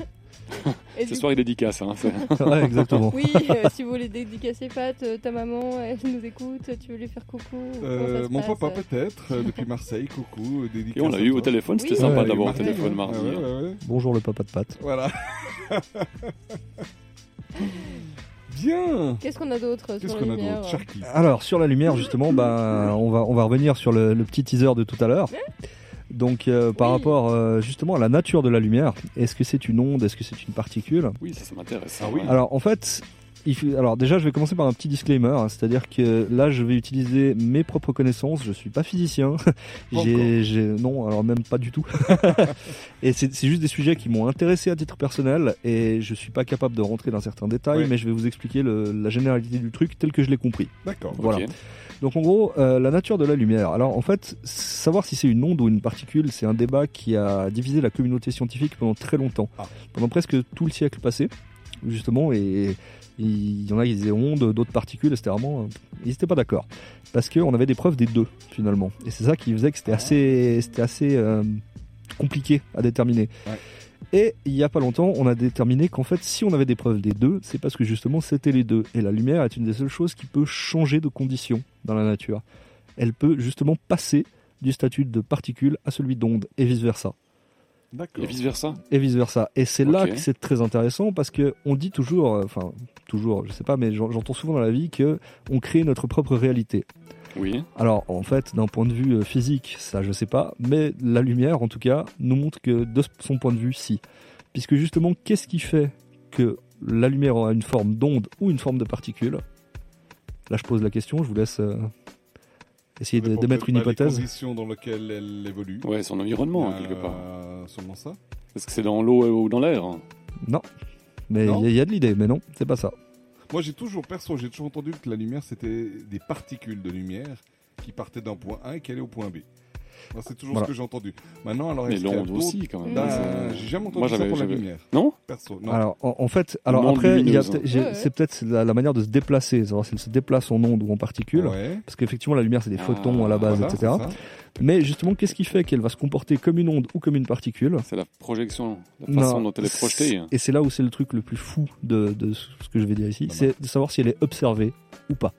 [SPEAKER 2] Et
[SPEAKER 3] ce
[SPEAKER 2] du-
[SPEAKER 3] soir, il dédicace. Hein, c'est-
[SPEAKER 5] Ouais, exactement.
[SPEAKER 2] Oui, euh, si vous voulez dédicacer Pat, euh, ta maman, elle nous écoute, tu veux lui faire coucou ou comment ça
[SPEAKER 4] Euh,
[SPEAKER 2] se
[SPEAKER 4] mon
[SPEAKER 2] passe
[SPEAKER 4] papa peut-être, euh, depuis Marseille, coucou, euh,
[SPEAKER 3] Et
[SPEAKER 4] dédicace
[SPEAKER 3] on l'a
[SPEAKER 4] à
[SPEAKER 3] eu
[SPEAKER 4] toi.
[SPEAKER 3] au téléphone, c'était
[SPEAKER 2] Oui.
[SPEAKER 3] sympa
[SPEAKER 4] Ouais,
[SPEAKER 3] d'avoir au
[SPEAKER 4] mardi,
[SPEAKER 3] téléphone
[SPEAKER 4] ouais.
[SPEAKER 3] mardi.
[SPEAKER 4] Ouais, ouais, ouais.
[SPEAKER 5] Bonjour le papa de Pat.
[SPEAKER 4] Voilà. Bien
[SPEAKER 2] Qu'est-ce qu'on a d'autre
[SPEAKER 4] Qu'est-ce
[SPEAKER 2] sur
[SPEAKER 4] qu'on
[SPEAKER 2] la
[SPEAKER 4] a
[SPEAKER 2] lumière
[SPEAKER 4] d'autre Sharky.
[SPEAKER 5] Alors sur la lumière justement, bah, on, va, on va revenir sur le, le petit teaser de tout à l'heure. Donc euh, par
[SPEAKER 2] Oui.
[SPEAKER 5] rapport euh, justement à la nature de la lumière, est-ce que c'est une onde, est-ce que c'est une particule
[SPEAKER 3] Oui, ça, ça m'intéresse.
[SPEAKER 4] Ah oui.
[SPEAKER 3] Ouais.
[SPEAKER 5] Alors en fait, il faut- alors déjà, je vais commencer par un petit disclaimer, hein, c'est-à-dire que là, je vais utiliser mes propres connaissances. Je suis pas physicien,
[SPEAKER 4] Pas
[SPEAKER 5] j'ai, j'ai- non, alors même pas du tout. et c'est, c'est juste des sujets qui m'ont intéressé à titre personnel, et je suis pas capable de rentrer dans certains détails,
[SPEAKER 4] Ouais.
[SPEAKER 5] mais je vais vous expliquer le- la généralité du truc tel que je l'ai compris.
[SPEAKER 4] D'accord.
[SPEAKER 5] Voilà.
[SPEAKER 3] Ok.
[SPEAKER 5] Donc en gros, euh, la nature de la lumière. Alors en fait, savoir si c'est une onde ou une particule, c'est un débat qui a divisé la communauté scientifique pendant très longtemps,
[SPEAKER 4] Ah.
[SPEAKER 5] pendant presque tout le siècle passé, justement, et il y en a qui disaient onde, d'autres particules, etc. Bon, euh, Ils n'étaient pas d'accord, parce qu'on avait des preuves des deux, finalement. Et c'est ça qui faisait que c'était assez, c'était assez euh, compliqué à déterminer.
[SPEAKER 4] Ouais.
[SPEAKER 5] Et il n'y a pas longtemps, on a déterminé qu'en fait, si on avait des preuves des deux, c'est parce que justement, c'était les deux. Et la lumière est une des seules choses qui peut changer de condition dans la nature. Elle peut justement passer du statut de particule à celui d'onde et vice-versa.
[SPEAKER 3] Et
[SPEAKER 4] D'accord.
[SPEAKER 3] vice versa
[SPEAKER 5] Et vice-versa. Et c'est là
[SPEAKER 3] Ok.
[SPEAKER 5] que c'est très intéressant parce que on dit toujours, euh, enfin toujours, je sais pas, mais j'en- j'entends souvent dans la vie que on crée notre propre réalité.
[SPEAKER 3] Oui.
[SPEAKER 5] Alors, en fait, d'un point de vue euh, physique, ça je sais pas, mais la lumière, en tout cas, nous montre que de son point de vue, si. Puisque justement, qu'est-ce qui fait que la lumière a une forme d'onde ou une forme de particule Là, je pose la question, je vous laisse euh, essayer de-
[SPEAKER 4] Répond
[SPEAKER 5] d'émettre
[SPEAKER 4] peut-être
[SPEAKER 5] une
[SPEAKER 4] pas bah, Les
[SPEAKER 5] hypothèse.
[SPEAKER 4] conditions dans lesquelles elle évolue.
[SPEAKER 3] Ouais, son environnement, hein, quelque part.
[SPEAKER 4] Euh, Sûrement ça.
[SPEAKER 3] Est-ce que c'est dans l'eau ou dans l'air
[SPEAKER 5] Mais
[SPEAKER 4] Non
[SPEAKER 5] il y, a- il y a de l'idée, mais non, c'est pas ça.
[SPEAKER 4] Moi, j'ai toujours, perso, j'ai toujours entendu que la lumière, c'était des particules de lumière qui partaient d'un point A et qui allaient au point B. Moi, c'est toujours
[SPEAKER 5] Voilà.
[SPEAKER 4] ce que j'ai entendu. Maintenant, alors,
[SPEAKER 3] Mais
[SPEAKER 4] est-ce qu'il y a
[SPEAKER 3] l'onde
[SPEAKER 4] d'autres-
[SPEAKER 3] aussi,
[SPEAKER 2] Mmh.
[SPEAKER 3] quand même.
[SPEAKER 4] Ben,
[SPEAKER 3] Ça-
[SPEAKER 4] j'ai jamais entendu
[SPEAKER 3] Moi,
[SPEAKER 4] ça
[SPEAKER 3] j'avais-
[SPEAKER 4] pour la
[SPEAKER 3] j'avais-
[SPEAKER 4] lumière,
[SPEAKER 3] Non
[SPEAKER 4] perso. Non.
[SPEAKER 5] Alors, en, en fait, alors
[SPEAKER 3] Une onde
[SPEAKER 5] après, il y a
[SPEAKER 3] lumineuse,
[SPEAKER 5] peut-être-
[SPEAKER 3] hein.
[SPEAKER 5] j'ai-
[SPEAKER 2] Ouais, ouais.
[SPEAKER 5] c'est peut-être la, la manière de se déplacer, savoir si elle se déplace en onde ou en particule.
[SPEAKER 4] Ouais,
[SPEAKER 5] Parce qu'effectivement, la lumière, c'est des
[SPEAKER 3] Ah,
[SPEAKER 5] photons à la base,
[SPEAKER 4] voilà,
[SPEAKER 5] etc.
[SPEAKER 4] c'est ça.
[SPEAKER 5] Mais justement, qu'est-ce qui fait qu'elle va se comporter comme une onde ou comme une particule
[SPEAKER 3] C'est la projection, la façon dont elle est projetée. hein.
[SPEAKER 5] Et c'est là où c'est le truc le plus fou de, de ce que je vais dire ici,
[SPEAKER 4] Pas mal.
[SPEAKER 5] c'est de savoir si elle est observée ou pas.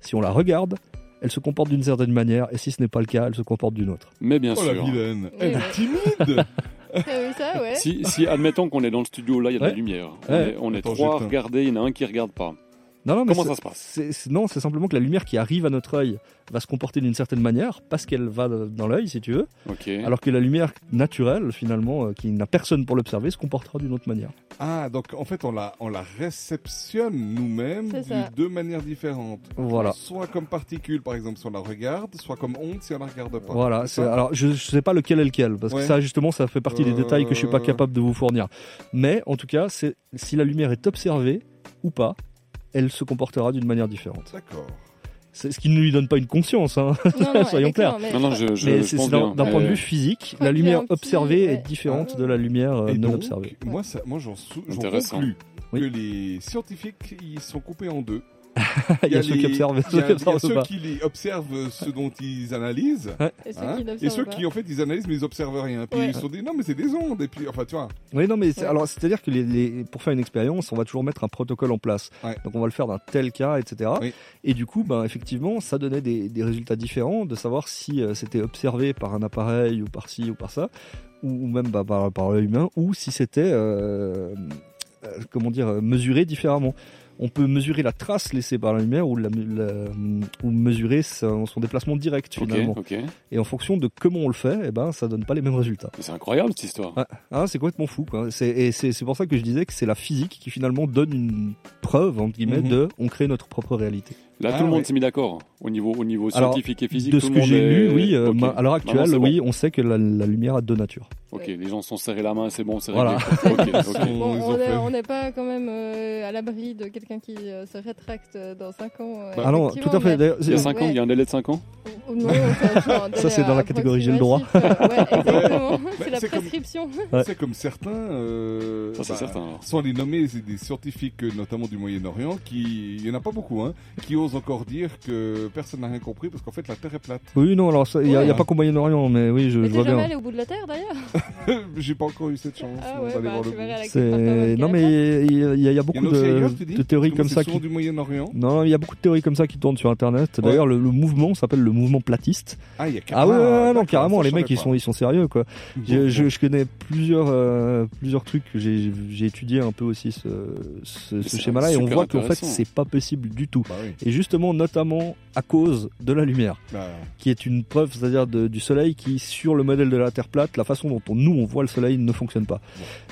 [SPEAKER 5] Si on la regarde, elle se comporte d'une certaine manière, et si ce n'est pas le cas, elle se comporte d'une autre.
[SPEAKER 3] Mais bien
[SPEAKER 4] Oh la
[SPEAKER 3] sûr.
[SPEAKER 4] vilaine Elle
[SPEAKER 2] ouais.
[SPEAKER 4] est timide
[SPEAKER 2] T'as vu ça, ouais
[SPEAKER 3] Si, si, admettons qu'on est dans le studio, là, il y a de
[SPEAKER 5] Ouais.
[SPEAKER 3] la lumière. On
[SPEAKER 5] Ouais.
[SPEAKER 3] est, on est
[SPEAKER 4] Attends,
[SPEAKER 3] trois
[SPEAKER 4] j'ai-
[SPEAKER 3] regardés, il y en a un qui regarde pas.
[SPEAKER 5] Non, non, mais
[SPEAKER 3] Comment
[SPEAKER 5] c'est-
[SPEAKER 3] ça se passe
[SPEAKER 5] c'est- c'est- Non, c'est simplement que la lumière qui arrive à notre œil va se comporter d'une certaine manière, parce qu'elle va dans l'œil, si tu veux,
[SPEAKER 3] Ok.
[SPEAKER 5] alors que la lumière naturelle, finalement, euh, qui n'a personne pour l'observer, se comportera d'une autre manière.
[SPEAKER 4] Ah, donc en fait, on la, on la réceptionne nous-mêmes
[SPEAKER 2] C'est
[SPEAKER 4] de
[SPEAKER 2] ça.
[SPEAKER 4] deux manières différentes.
[SPEAKER 5] Voilà.
[SPEAKER 4] Soit comme particule, par exemple, si on la regarde, soit comme onde si on la regarde pas.
[SPEAKER 5] Voilà,
[SPEAKER 4] C'est
[SPEAKER 5] c'est-
[SPEAKER 4] ça
[SPEAKER 5] alors je, je sais pas lequel est lequel, parce
[SPEAKER 4] Ouais.
[SPEAKER 5] que ça justement ça fait partie des
[SPEAKER 4] Euh.
[SPEAKER 5] détails que je suis pas capable de vous fournir. Mais en tout cas, c'est si la lumière est observée ou pas, elle se comportera d'une manière différente.
[SPEAKER 4] D'accord.
[SPEAKER 5] C'est ce qui ne lui donne pas une conscience, hein.
[SPEAKER 2] Non, non,
[SPEAKER 5] Soyons
[SPEAKER 2] d'accord, mais-
[SPEAKER 3] Non, non, je, je,
[SPEAKER 5] mais
[SPEAKER 3] je
[SPEAKER 5] c'est
[SPEAKER 3] pense
[SPEAKER 5] c'est d'un
[SPEAKER 3] bien. Euh,
[SPEAKER 5] d'un point de
[SPEAKER 3] Mais
[SPEAKER 5] vue physique,
[SPEAKER 2] crois
[SPEAKER 5] la
[SPEAKER 2] qu'il y a
[SPEAKER 5] lumière
[SPEAKER 2] un petit-
[SPEAKER 5] observée
[SPEAKER 2] ouais. Ah.
[SPEAKER 5] est différente de la lumière euh,
[SPEAKER 4] Et
[SPEAKER 5] non
[SPEAKER 4] donc,
[SPEAKER 5] observée.
[SPEAKER 4] moi, ça, moi j'en sou- j'en
[SPEAKER 3] Intéressant.
[SPEAKER 4] conclus
[SPEAKER 5] Oui.
[SPEAKER 4] que les scientifiques, ils sont coupés en deux.
[SPEAKER 5] Il y a ceux
[SPEAKER 4] les-
[SPEAKER 5] qui observent, et
[SPEAKER 4] il y
[SPEAKER 5] ceux qui
[SPEAKER 4] a- il y a
[SPEAKER 5] observent
[SPEAKER 4] ceux
[SPEAKER 5] pas.
[SPEAKER 4] qui les observent euh, ce dont ils analysent.
[SPEAKER 2] Et ceux
[SPEAKER 4] hein,
[SPEAKER 2] qui
[SPEAKER 4] et
[SPEAKER 2] n'observent
[SPEAKER 4] ceux
[SPEAKER 2] pas.
[SPEAKER 4] qui en fait ils analysent mais ils observent rien. Puis
[SPEAKER 2] Ouais.
[SPEAKER 4] ils se sont dit non mais c'est des ondes et puis enfin tu vois.
[SPEAKER 5] Oui, non, mais c'est-
[SPEAKER 2] Ouais.
[SPEAKER 5] alors c'est-à-dire que les, les- pour faire une expérience, on va toujours mettre un protocole en place.
[SPEAKER 4] Ouais.
[SPEAKER 5] Donc on va le faire d'un tel cas, etc.
[SPEAKER 4] Oui.
[SPEAKER 5] Et du coup, ben effectivement, ça donnait des, des résultats différents de savoir si euh, c'était observé par un appareil ou par ci ou par ça, ou, ou même bah, par, par l'œil humain, ou si c'était euh, euh, comment dire euh, mesuré différemment. On peut mesurer la trace laissée par la lumière ou, la, la- ou mesurer son, son déplacement direct
[SPEAKER 3] Ok,
[SPEAKER 5] finalement.
[SPEAKER 3] ok. Mais
[SPEAKER 5] Et en fonction de comment on le fait, eh ben ça donne pas les mêmes résultats.
[SPEAKER 3] C'est incroyable cette histoire.
[SPEAKER 5] Ouais. Ah, c'est complètement fou. Quoi. C'est, et c'est, c'est pour ça que je disais que c'est la physique qui finalement donne une preuve, entre guillemets,
[SPEAKER 4] Mhm.
[SPEAKER 5] de on crée notre propre réalité.
[SPEAKER 3] Là,
[SPEAKER 4] Ah,
[SPEAKER 3] tout le monde
[SPEAKER 4] ouais.
[SPEAKER 3] s'est mis d'accord hein, au niveau, au niveau
[SPEAKER 5] Alors,
[SPEAKER 3] scientifique et physique.
[SPEAKER 5] de
[SPEAKER 3] tout
[SPEAKER 5] ce
[SPEAKER 3] le
[SPEAKER 5] que
[SPEAKER 3] monde
[SPEAKER 5] j'ai
[SPEAKER 3] est-
[SPEAKER 5] lu, oui, euh,
[SPEAKER 3] Ok.
[SPEAKER 5] ma- à l'heure
[SPEAKER 3] Maintenant,
[SPEAKER 5] actuelle,
[SPEAKER 3] c'est bon.
[SPEAKER 5] oui, on sait que la, la lumière a deux natures.
[SPEAKER 3] Ok, les gens se sont serrés la main, c'est bon, c'est
[SPEAKER 5] Voilà.
[SPEAKER 3] réglé. Ok, ok.
[SPEAKER 4] Bon,
[SPEAKER 2] Bon,
[SPEAKER 4] ils ont
[SPEAKER 2] on est-
[SPEAKER 4] fait.
[SPEAKER 2] on n'est pas quand même euh, à l'abri de quelqu'un qui euh, se rétracte euh, dans 5 ans. euh,
[SPEAKER 4] Bah,
[SPEAKER 5] ah non, tout
[SPEAKER 2] effectivement,
[SPEAKER 5] à fait.
[SPEAKER 2] mais-
[SPEAKER 5] D'ailleurs,
[SPEAKER 3] Il y a
[SPEAKER 5] c'est-
[SPEAKER 3] 5 ans, il y a un délai de 5 ans
[SPEAKER 2] Ou- ou non, enfin, genre,
[SPEAKER 5] Ça, c'est dans la catégorie j'ai le droit.
[SPEAKER 2] euh, approximatif, euh, ouais, exactement.
[SPEAKER 4] Bah,
[SPEAKER 2] c'est la
[SPEAKER 4] c'est comme-
[SPEAKER 2] prescription.
[SPEAKER 5] Ouais.
[SPEAKER 4] C'est comme certains. euh,
[SPEAKER 3] Ça, c'est
[SPEAKER 4] bah,
[SPEAKER 3] certain. alors.
[SPEAKER 4] Sans les nommer, c'est des scientifiques, euh, notamment du Moyen-Orient, qui, il y en a pas beaucoup, hein, qui osent encore dire que personne n'a rien compris parce qu'en fait la Terre est plate.
[SPEAKER 5] Oui, non, alors ça, il n'y a,
[SPEAKER 4] Ouais.
[SPEAKER 5] il y a pas qu'au Moyen-Orient, mais oui, je,
[SPEAKER 2] Mais
[SPEAKER 5] je vois
[SPEAKER 2] t'es
[SPEAKER 5] bien.
[SPEAKER 2] jamais allé au bout de la terre d'ailleurs.
[SPEAKER 4] J'ai pas encore eu cette chance
[SPEAKER 2] Ah
[SPEAKER 4] non,
[SPEAKER 2] ouais,
[SPEAKER 4] d'aller
[SPEAKER 2] bah,
[SPEAKER 4] voir
[SPEAKER 2] tu
[SPEAKER 4] le bout.
[SPEAKER 2] verras la
[SPEAKER 5] C'est... Non, mais il y, a- il y a- il y a
[SPEAKER 4] Il y en
[SPEAKER 5] beaucoup
[SPEAKER 4] a aussi
[SPEAKER 5] de,
[SPEAKER 4] ailleurs, tu dis
[SPEAKER 5] de théories
[SPEAKER 4] Comme
[SPEAKER 5] comme
[SPEAKER 4] c'est
[SPEAKER 5] ça
[SPEAKER 4] souvent
[SPEAKER 5] qui.
[SPEAKER 4] du Moyen-Orient.
[SPEAKER 5] Non, il y a beaucoup de théories comme ça qui tournent sur Internet. D'ailleurs, le, le mouvement s'appelle le mouvement platiste.
[SPEAKER 4] Ah, il y a
[SPEAKER 5] Ah ouais, ouais, ouais, non,
[SPEAKER 4] d'accord,
[SPEAKER 5] carrément,
[SPEAKER 4] ça,
[SPEAKER 5] les
[SPEAKER 4] je
[SPEAKER 5] mecs, ils
[SPEAKER 4] savais
[SPEAKER 5] sont, ils sont sérieux, quoi.
[SPEAKER 4] pas.
[SPEAKER 5] Je, je, je connais plusieurs, euh, plusieurs trucs que j'ai j'ai étudié un peu aussi ce, ce, ce
[SPEAKER 3] C'est
[SPEAKER 5] schéma-là et on
[SPEAKER 3] super
[SPEAKER 5] voit qu'en fait
[SPEAKER 3] intéressant.
[SPEAKER 5] c'est pas possible du tout.
[SPEAKER 4] Bah oui.
[SPEAKER 5] Et justement notamment à cause de la lumière,
[SPEAKER 4] Bah,
[SPEAKER 5] qui est une preuve, c'est-à-dire de- du soleil qui, sur le modèle de la Terre plate, la façon dont on- nous on voit le soleil ne fonctionne pas.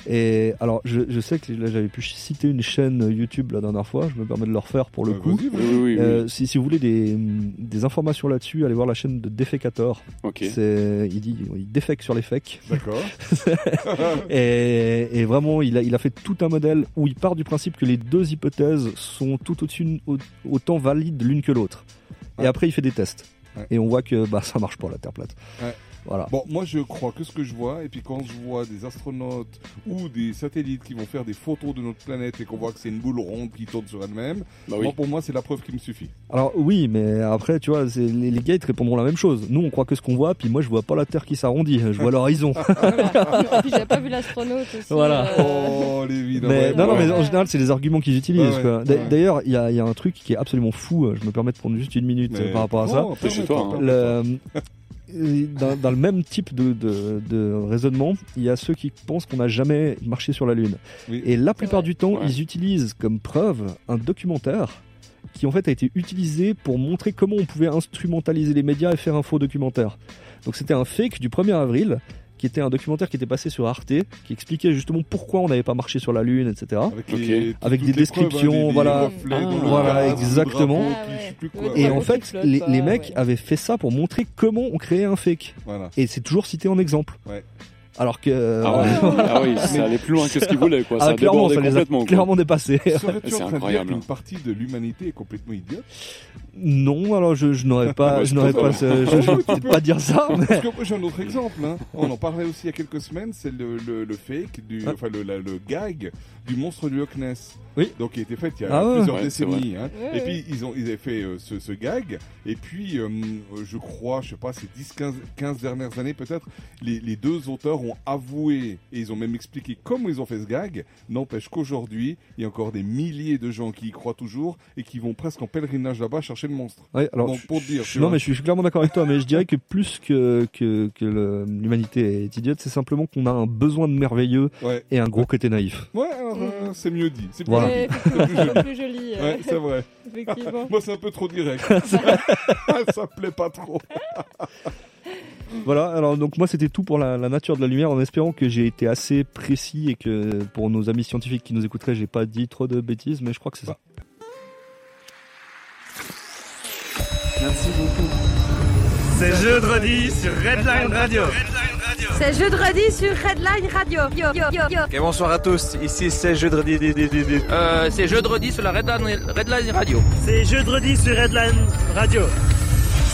[SPEAKER 5] Et alors, je, je sais que là, j'avais pu citer une chaîne YouTube la dernière fois, je me permets de le refaire pour le
[SPEAKER 4] bah,
[SPEAKER 5] coup.
[SPEAKER 4] vas-y,
[SPEAKER 3] Oui,
[SPEAKER 4] vas-y.
[SPEAKER 3] oui, oui.
[SPEAKER 5] Euh, si, si vous voulez des, des informations là-dessus, allez voir la chaîne de Defecator.
[SPEAKER 3] ok.
[SPEAKER 5] C'est, il dit, il défèque sur les fecs.
[SPEAKER 4] D'accord.
[SPEAKER 5] Et, et vraiment, il a, il a fait tout un modèle où il part du principe que les deux hypothèses sont tout au-dessus, au- autant valides l'une que l'autre. Et
[SPEAKER 4] Ouais.
[SPEAKER 5] après, il fait des tests.
[SPEAKER 4] Ouais.
[SPEAKER 5] Et on voit que bah, ça marche pas la Terre plate.
[SPEAKER 4] Ouais.
[SPEAKER 5] Voilà.
[SPEAKER 4] Bon, moi je crois que ce que je vois, et puis quand je vois des astronautes ou des satellites qui vont faire des photos de notre planète et qu'on voit que c'est une boule ronde qui tourne sur elle-même,
[SPEAKER 3] Bah oui.
[SPEAKER 4] moi, pour moi c'est la preuve qui me suffit.
[SPEAKER 5] Alors oui, mais après, tu vois, c'est- les, les gars ils te répondront la même chose. Nous, on croit que ce qu'on voit, puis moi, je vois pas la Terre qui s'arrondit. Je vois l'horizon.
[SPEAKER 4] Ah,
[SPEAKER 2] Et puis j'ai pas vu l'astronaute aussi.
[SPEAKER 5] Voilà.
[SPEAKER 2] euh,
[SPEAKER 4] Oh, Lévi,
[SPEAKER 5] Mais,
[SPEAKER 4] ouais,
[SPEAKER 5] non, non,
[SPEAKER 4] ouais.
[SPEAKER 5] mais en général, c'est les arguments qu'ils utilisent.
[SPEAKER 4] Ouais,
[SPEAKER 5] quoi.
[SPEAKER 4] ouais,
[SPEAKER 5] D'a-
[SPEAKER 4] ouais.
[SPEAKER 5] D'ailleurs, il y a, il y a un truc qui est absolument fou. euh, Je me permets de prendre juste une minute
[SPEAKER 4] Mais-
[SPEAKER 5] euh, par rapport à
[SPEAKER 4] Oh,
[SPEAKER 5] ça.
[SPEAKER 4] permets-toi,
[SPEAKER 3] C'est chez toi, hein.
[SPEAKER 4] permets-toi.
[SPEAKER 5] Le- euh, dans, dans le même type de, de- de raisonnement, il y a ceux qui pensent qu'on n'a jamais marché sur la Lune.
[SPEAKER 4] Oui.
[SPEAKER 5] Et la plupart
[SPEAKER 2] vrai.
[SPEAKER 5] du temps,
[SPEAKER 3] Ouais.
[SPEAKER 5] ils utilisent comme preuve un documentaire qui en fait a été utilisé pour montrer comment on pouvait instrumentaliser les médias et faire un faux documentaire. Donc c'était un fake du 1er avril qui était un documentaire qui était passé sur Arte qui expliquait justement pourquoi on n'avait pas marché sur la Lune, etc.
[SPEAKER 4] Avec,
[SPEAKER 3] Ok.
[SPEAKER 5] Avec
[SPEAKER 4] toutes
[SPEAKER 5] des
[SPEAKER 4] les preuves, hein,
[SPEAKER 5] descriptions,
[SPEAKER 4] des- des
[SPEAKER 5] voilà.
[SPEAKER 4] reflets
[SPEAKER 3] Ah.
[SPEAKER 4] dans le
[SPEAKER 5] Voilà,
[SPEAKER 4] cadre, des
[SPEAKER 5] exactement.
[SPEAKER 4] drapeaux,
[SPEAKER 2] Ah,
[SPEAKER 4] puis je sais plus
[SPEAKER 2] ouais.
[SPEAKER 4] quoi.
[SPEAKER 5] Et
[SPEAKER 2] Ouais.
[SPEAKER 5] en
[SPEAKER 2] Ouais.
[SPEAKER 5] fait,
[SPEAKER 2] Flotte,
[SPEAKER 5] les,
[SPEAKER 2] ouais.
[SPEAKER 5] les mecs avaient fait ça pour montrer comment on créait un fake.
[SPEAKER 4] Voilà.
[SPEAKER 5] Et c'est toujours cité en exemple.
[SPEAKER 4] Ouais.
[SPEAKER 5] Alors que...
[SPEAKER 3] Ah, ouais. ah oui, ça allait plus loin que ce qu'ils voulaient, quoi.
[SPEAKER 5] Euh, Ah,
[SPEAKER 3] ça
[SPEAKER 5] clairement,
[SPEAKER 3] débordait
[SPEAKER 5] ça les a
[SPEAKER 3] complètement. quoi.
[SPEAKER 5] clairement dépassés.
[SPEAKER 4] Serais-tu en train de dire
[SPEAKER 3] incroyable.
[SPEAKER 4] qu'une partie de l'humanité est complètement idiote
[SPEAKER 5] Non, alors je, je n'aurais pas,
[SPEAKER 3] Ah Ouais,
[SPEAKER 5] je
[SPEAKER 3] je
[SPEAKER 5] n'aurais
[SPEAKER 3] peux
[SPEAKER 5] pas, ce- je,
[SPEAKER 3] Ah
[SPEAKER 5] je vais peut-être pas dire ça. mais-
[SPEAKER 4] Parce que moi, j'ai un autre exemple. hein. On en parlait aussi il y a quelques semaines. C'est le, le, le fake, du,
[SPEAKER 5] Ah.
[SPEAKER 4] enfin le, la- le gag du monstre du Loch Ness.
[SPEAKER 5] Oui.
[SPEAKER 4] Donc il était fait il y a
[SPEAKER 5] Ah ouais.
[SPEAKER 4] plusieurs
[SPEAKER 3] Ouais, c'est
[SPEAKER 4] décennies. hein.
[SPEAKER 2] Ouais,
[SPEAKER 4] et
[SPEAKER 2] ouais.
[SPEAKER 4] puis ils ont ils avaient fait euh, ce, ce gag. Et puis euh, je crois, je sais pas, ces 10, 15, 15 dernières années peut-être, les, les deux auteurs ont avoué et ils ont même expliqué comment ils ont fait ce gag. N'empêche qu'aujourd'hui, il y a encore des milliers de gens qui y croient toujours et qui vont presque en pèlerinage là-bas chercher le monstre.
[SPEAKER 5] Ouais, alors,
[SPEAKER 4] Donc,
[SPEAKER 5] je-
[SPEAKER 4] pour te dire,
[SPEAKER 5] je-
[SPEAKER 4] tu
[SPEAKER 5] non,
[SPEAKER 4] vois.
[SPEAKER 5] mais je suis je suis clairement d'accord avec toi, mais je dirais que plus que, que, que le- l'humanité est idiote, c'est simplement qu'on a un besoin de merveilleux
[SPEAKER 4] Ouais,
[SPEAKER 5] et un gros côté naïf.
[SPEAKER 4] ouais, alors, euh,
[SPEAKER 2] Mm.
[SPEAKER 4] c'est mieux dit. C'est plus
[SPEAKER 5] Voilà.
[SPEAKER 4] joli.
[SPEAKER 2] ouais, effectivement, c'est plus joli. euh,
[SPEAKER 4] Ouais, c'est vrai.
[SPEAKER 2] effectivement.
[SPEAKER 4] Moi, c'est un peu trop direct. ça plaît pas trop.
[SPEAKER 5] Voilà, alors donc moi c'était tout pour la, la nature de la lumière en espérant que j'ai été assez précis et que pour nos amis scientifiques qui nous écouteraient, j'ai pas dit trop de bêtises, mais je crois que c'est ça.
[SPEAKER 8] C'est jeudi sur Redline Radio.
[SPEAKER 9] C'est jeudi sur Redline Radio. Yo, yo, yo, yo.
[SPEAKER 8] Et bonsoir à tous, ici c'est jeudi.
[SPEAKER 10] Euh, c'est jeudi sur la Redline, Redline Radio.
[SPEAKER 8] C'est jeudi sur Redline Radio.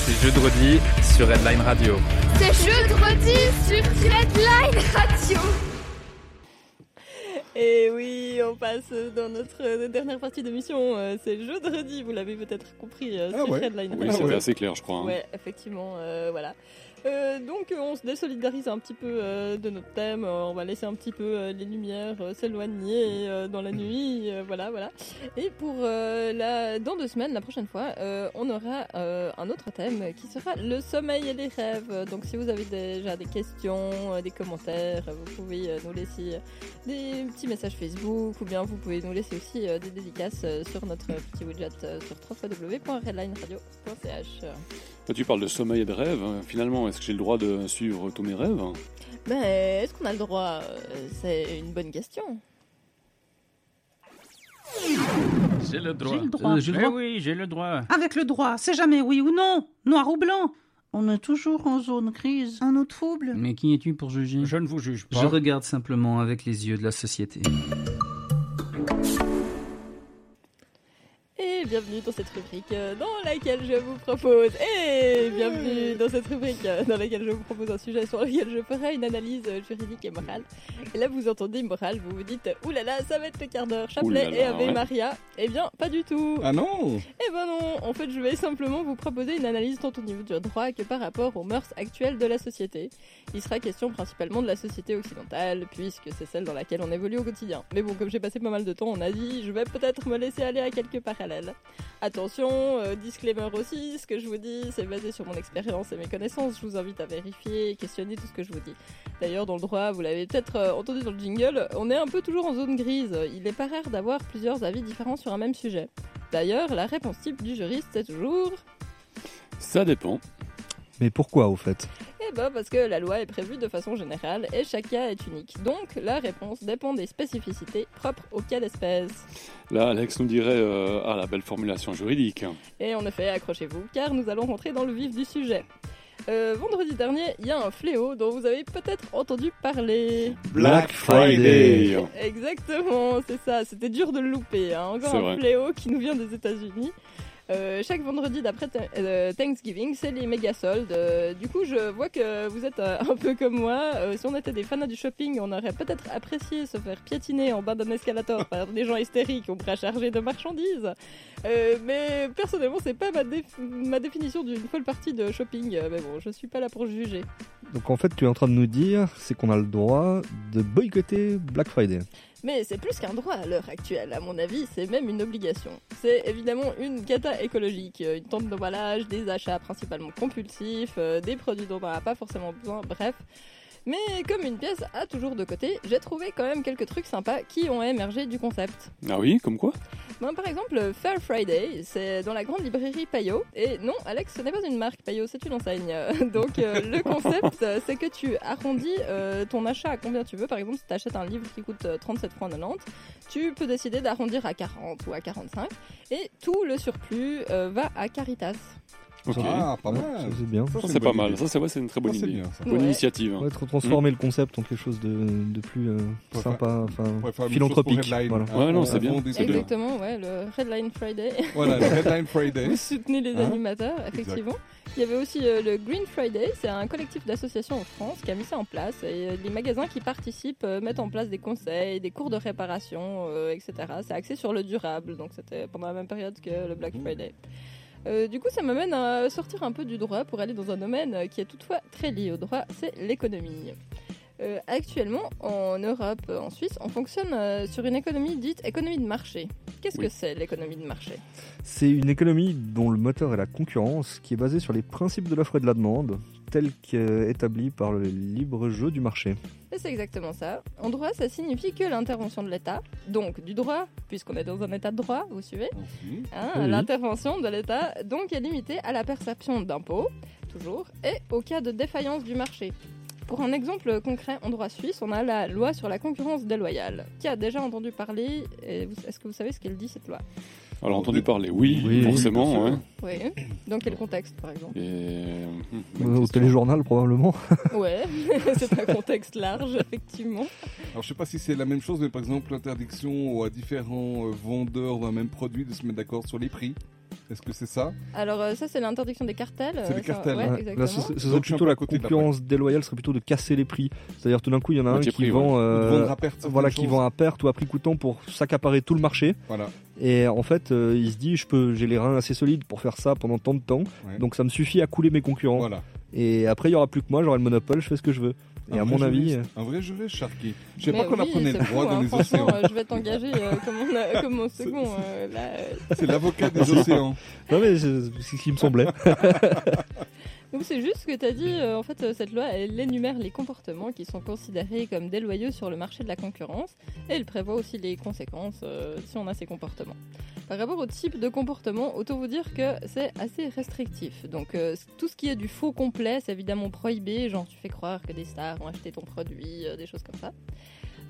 [SPEAKER 8] C'est jeudi sur Redline Radio.
[SPEAKER 9] C'est jeudi sur Redline Radio.
[SPEAKER 2] Et oui, on passe dans notre dernière partie d'émission. euh, C'est jeudi, vous l'avez peut-être compris euh,
[SPEAKER 4] Ah
[SPEAKER 2] sur
[SPEAKER 4] ouais.
[SPEAKER 2] Headline
[SPEAKER 3] Oui,
[SPEAKER 4] Ah
[SPEAKER 3] c'était
[SPEAKER 4] ouais.
[SPEAKER 3] assez clair, je crois. hein.
[SPEAKER 2] Ouais, effectivement, euh, voilà. Euh, donc euh, on se désolidarise un petit peu euh, de notre thème, euh, on va laisser un petit peu euh, les lumières euh, s'éloigner euh, dans la nuit, euh, voilà, voilà. Et pour euh, la, dans deux semaines, la prochaine fois, euh, on aura euh, un autre thème qui sera le sommeil et les rêves. Donc si vous avez déjà des questions, euh, des commentaires, euh, vous pouvez euh, nous laisser des petits messages Facebook ou bien vous pouvez nous laisser aussi euh, des dédicaces euh, sur notre petit widget euh, sur www.redlineradio.ch.
[SPEAKER 3] Toi, tu parles de sommeil et de rêve. hein. Finalement, est-ce que j'ai le droit de suivre tous mes rêves hein
[SPEAKER 2] Ben, est-ce qu'on a le droit Euh, C'est une bonne question.
[SPEAKER 10] J'ai le
[SPEAKER 11] J'ai
[SPEAKER 10] droit.
[SPEAKER 11] le droit.
[SPEAKER 10] Euh, j'ai le droit.
[SPEAKER 11] Eh oui, j'ai le droit.
[SPEAKER 9] Avec le droit, c'est jamais oui ou non, noir ou blanc. On est toujours en zone grise, en eau de trouble.
[SPEAKER 11] Mais qui es-tu pour juger
[SPEAKER 10] Je ne vous juge pas.
[SPEAKER 11] Je regarde simplement avec les yeux de la société.
[SPEAKER 2] Et bienvenue dans cette rubrique euh, dans laquelle je vous propose. Et bienvenue dans cette rubrique euh, dans laquelle je vous propose un sujet sur lequel je ferai une analyse euh, juridique et morale. Et là, vous entendez morale, vous vous dites oulala, ça va être le quart d'heure,
[SPEAKER 3] Ouh là
[SPEAKER 2] Chapelet
[SPEAKER 3] là,
[SPEAKER 2] et Ave
[SPEAKER 3] ouais.
[SPEAKER 2] Maria. Eh bien, pas du tout.
[SPEAKER 4] Ah non
[SPEAKER 2] Eh ben non, en fait je vais simplement vous proposer une analyse tant au niveau du droit que par rapport aux mœurs actuelles de la société. Il sera question principalement de la société occidentale, puisque c'est celle dans laquelle on évolue au quotidien. Mais bon, comme j'ai passé pas mal de temps en Asie, je vais peut-être me laisser aller à quelques parallèles. Attention, euh, disclaimer aussi, ce que je vous dis, c'est basé sur mon expérience et mes connaissances. Je vous invite à vérifier et questionner tout ce que je vous dis. D'ailleurs, dans le droit, vous l'avez peut-être euh, entendu dans le jingle, on est un peu toujours en zone grise. Il n'est pas rare d'avoir plusieurs avis différents sur un même sujet. D'ailleurs, la réponse type du juriste, c'est toujours
[SPEAKER 3] Ça dépend.
[SPEAKER 5] Mais pourquoi, au fait
[SPEAKER 2] Eh ben parce que la loi est prévue de façon générale et chaque cas est unique. Donc la réponse dépend des spécificités propres au cas d'espèce.
[SPEAKER 3] Là, Alex nous dirait euh, Ah, la belle formulation juridique.
[SPEAKER 2] Et en effet, accrochez-vous car nous allons rentrer dans le vif du sujet. Euh, vendredi dernier, il y a un fléau dont vous avez peut-être entendu parler.
[SPEAKER 3] Black Friday.
[SPEAKER 2] Exactement, c'est ça. C'était dur de le louper. hein. Encore
[SPEAKER 3] C'est
[SPEAKER 2] un
[SPEAKER 3] vrai.
[SPEAKER 2] fléau qui nous vient des États-Unis. Euh, chaque vendredi d'après Th- euh, Thanksgiving, c'est les méga soldes. Euh, du coup, je vois que vous êtes euh, un peu comme moi. Euh, si on était des fans du shopping, on aurait peut-être apprécié se faire piétiner en bas d'un escalator par des gens hystériques on bras chargés de marchandises. Euh, mais personnellement, c'est pas ma, dé- ma définition d'une folle partie de shopping. Euh, Mais bon, je suis pas là pour juger.
[SPEAKER 5] Donc en fait, tu es en train de nous dire, c'est qu'on a le droit de boycotter Black Friday.
[SPEAKER 2] Mais c'est plus qu'un droit à l'heure actuelle, à mon avis, c'est même une obligation. C'est évidemment une cata écologique, euh, une tente d'emballage, des achats principalement compulsifs, euh, des produits dont on n'a pas forcément besoin, bref. Mais comme une pièce a toujours de côté, j'ai trouvé quand même quelques trucs sympas qui ont émergé du concept.
[SPEAKER 3] Ah oui, comme quoi
[SPEAKER 2] Ben, par exemple, Fair Friday, c'est dans la grande librairie Payot. Et non, Alex, ce n'est pas une marque, Payot, c'est une enseigne. Donc, euh, le concept, euh, c'est que tu arrondis euh, ton achat à combien tu veux. Par exemple, si tu achètes un livre qui coûte euh, 37,90 francs, tu peux décider d'arrondir à 40 ou à 45. Et tout le surplus euh, va à Caritas.
[SPEAKER 3] Ok.
[SPEAKER 4] Ah, pas mal.
[SPEAKER 5] Ça, c'est bien.
[SPEAKER 3] Ça, c'est pas mal. Ça, c'est ouais, c'est une très bonne
[SPEAKER 5] Ah,
[SPEAKER 4] Ça, c'est
[SPEAKER 3] idée.
[SPEAKER 4] bien, ça.
[SPEAKER 3] Bonne
[SPEAKER 2] Ouais.
[SPEAKER 3] initiative. hein.
[SPEAKER 5] On va être transformer le concept en quelque chose de, de plus euh,
[SPEAKER 4] Mm. Ouais,
[SPEAKER 5] sympa,
[SPEAKER 4] faire- ouais, faire
[SPEAKER 5] enfin
[SPEAKER 4] une chose
[SPEAKER 5] philanthropique.
[SPEAKER 4] pour Redline.
[SPEAKER 5] voilà.
[SPEAKER 4] Ah, Ouais, non, c'est bien. C'est bien.
[SPEAKER 2] Exactement, ouais, le Redline Friday.
[SPEAKER 4] Voilà, le Redline Friday.
[SPEAKER 2] Vous soutenez les
[SPEAKER 4] Hein
[SPEAKER 2] animateurs, effectivement. Il y avait aussi euh, le Green Friday, c'est un collectif d'associations en France qui a mis ça en place. Et euh, les magasins qui participent euh, mettent en place des conseils, des cours de réparation, euh, etc. C'est axé sur le durable, donc c'était pendant la même période que le Black
[SPEAKER 4] Mmh.
[SPEAKER 2] Friday. Euh, du coup, ça m'amène à sortir un peu du droit pour aller dans un domaine euh, qui est toutefois très lié au droit, c'est l'économie. Euh, actuellement, en Europe, euh, en Suisse, on fonctionne euh, sur une économie dite économie de marché. Qu'est-ce que c'est l'économie de marché
[SPEAKER 5] C'est une économie dont le moteur est la concurrence, qui est basée sur les principes de l'offre et de la demande, tels qu'établis par le libre jeu du marché.
[SPEAKER 2] Et c'est exactement ça. En droit, ça signifie que l'intervention de l'État, donc du droit, puisqu'on est dans un État de droit, vous suivez hein,
[SPEAKER 5] Oui.
[SPEAKER 2] L'intervention de l'État, donc, est limitée à la perception d'impôts, toujours, et au cas de défaillance du marché. Pour un exemple concret en droit suisse, on a la loi sur la concurrence déloyale. Qui a déjà entendu parler et vous- Est-ce que vous savez ce qu'elle dit cette loi
[SPEAKER 3] Alors, entendu parler, oui,
[SPEAKER 5] Oui,
[SPEAKER 3] forcément.
[SPEAKER 5] bien
[SPEAKER 3] ouais.
[SPEAKER 5] sûr.
[SPEAKER 2] Oui. Dans quel contexte, par exemple
[SPEAKER 3] Et... hum,
[SPEAKER 5] Euh, au téléjournal, probablement.
[SPEAKER 2] Ouais, c'est un contexte large, effectivement.
[SPEAKER 4] Alors je sais pas si c'est la même chose, mais par exemple l'interdiction à différents euh, vendeurs d'un même produit de se mettre d'accord sur les prix. Est-ce que c'est ça
[SPEAKER 2] Alors, euh, ça, c'est l'interdiction des cartels.
[SPEAKER 4] C'est
[SPEAKER 2] euh,
[SPEAKER 4] les
[SPEAKER 2] ça-
[SPEAKER 4] cartels,
[SPEAKER 2] ouais,
[SPEAKER 5] Ouais,
[SPEAKER 2] exactement.
[SPEAKER 5] là, ce, ce serait
[SPEAKER 4] Donc, je suis
[SPEAKER 5] plutôt
[SPEAKER 4] un peu à
[SPEAKER 5] la
[SPEAKER 4] côté de la
[SPEAKER 5] concurrence déloyale serait plutôt de casser les prix. C'est-à-dire tout d'un coup, il y en a un
[SPEAKER 4] Moitié
[SPEAKER 5] qui
[SPEAKER 4] prix,
[SPEAKER 5] vend,
[SPEAKER 4] ouais.
[SPEAKER 5] euh,
[SPEAKER 4] Ou de vendre à perte certaines
[SPEAKER 5] voilà, qui
[SPEAKER 4] choses.
[SPEAKER 5] vend à perte ou à prix coûtant pour s'accaparer tout le marché.
[SPEAKER 4] Voilà.
[SPEAKER 5] Et en fait, euh, il se dit, je peux, j'ai les reins assez solides pour faire ça pendant tant de temps,
[SPEAKER 4] Ouais.
[SPEAKER 5] donc ça me suffit à couler mes concurrents. Et après, il y aura plus que moi, j'aurai le monopole, je fais ce que je veux. Et
[SPEAKER 4] Un
[SPEAKER 5] à
[SPEAKER 4] vrai
[SPEAKER 5] mon avis, euh,
[SPEAKER 4] juriste, un vrai juriste, Sharky. Je sais
[SPEAKER 2] Mais
[SPEAKER 4] pas qu'on
[SPEAKER 2] Bah oui,
[SPEAKER 4] apprenait
[SPEAKER 2] c'est
[SPEAKER 4] le droit
[SPEAKER 2] fou,
[SPEAKER 4] dans
[SPEAKER 2] hein,
[SPEAKER 4] les
[SPEAKER 2] franchement,
[SPEAKER 4] océans.
[SPEAKER 2] euh, je vais t'engager euh, comme, on a- comme au second. euh, là, euh.
[SPEAKER 4] C'est l'avocat des océans.
[SPEAKER 5] non mais c'est c'est ce qui me semblait.
[SPEAKER 2] Donc c'est juste ce que tu as dit. euh, en fait, euh, cette loi, elle énumère les comportements qui sont considérés comme déloyaux sur le marché de la concurrence et elle prévoit aussi les conséquences euh, si on a ces comportements. Par rapport au type de comportement, autant vous dire que c'est assez restrictif. Donc euh, c- tout ce qui est du faux complet, c'est évidemment prohibé. Genre, tu fais croire que des stars ont acheté ton produit, euh, des choses comme ça.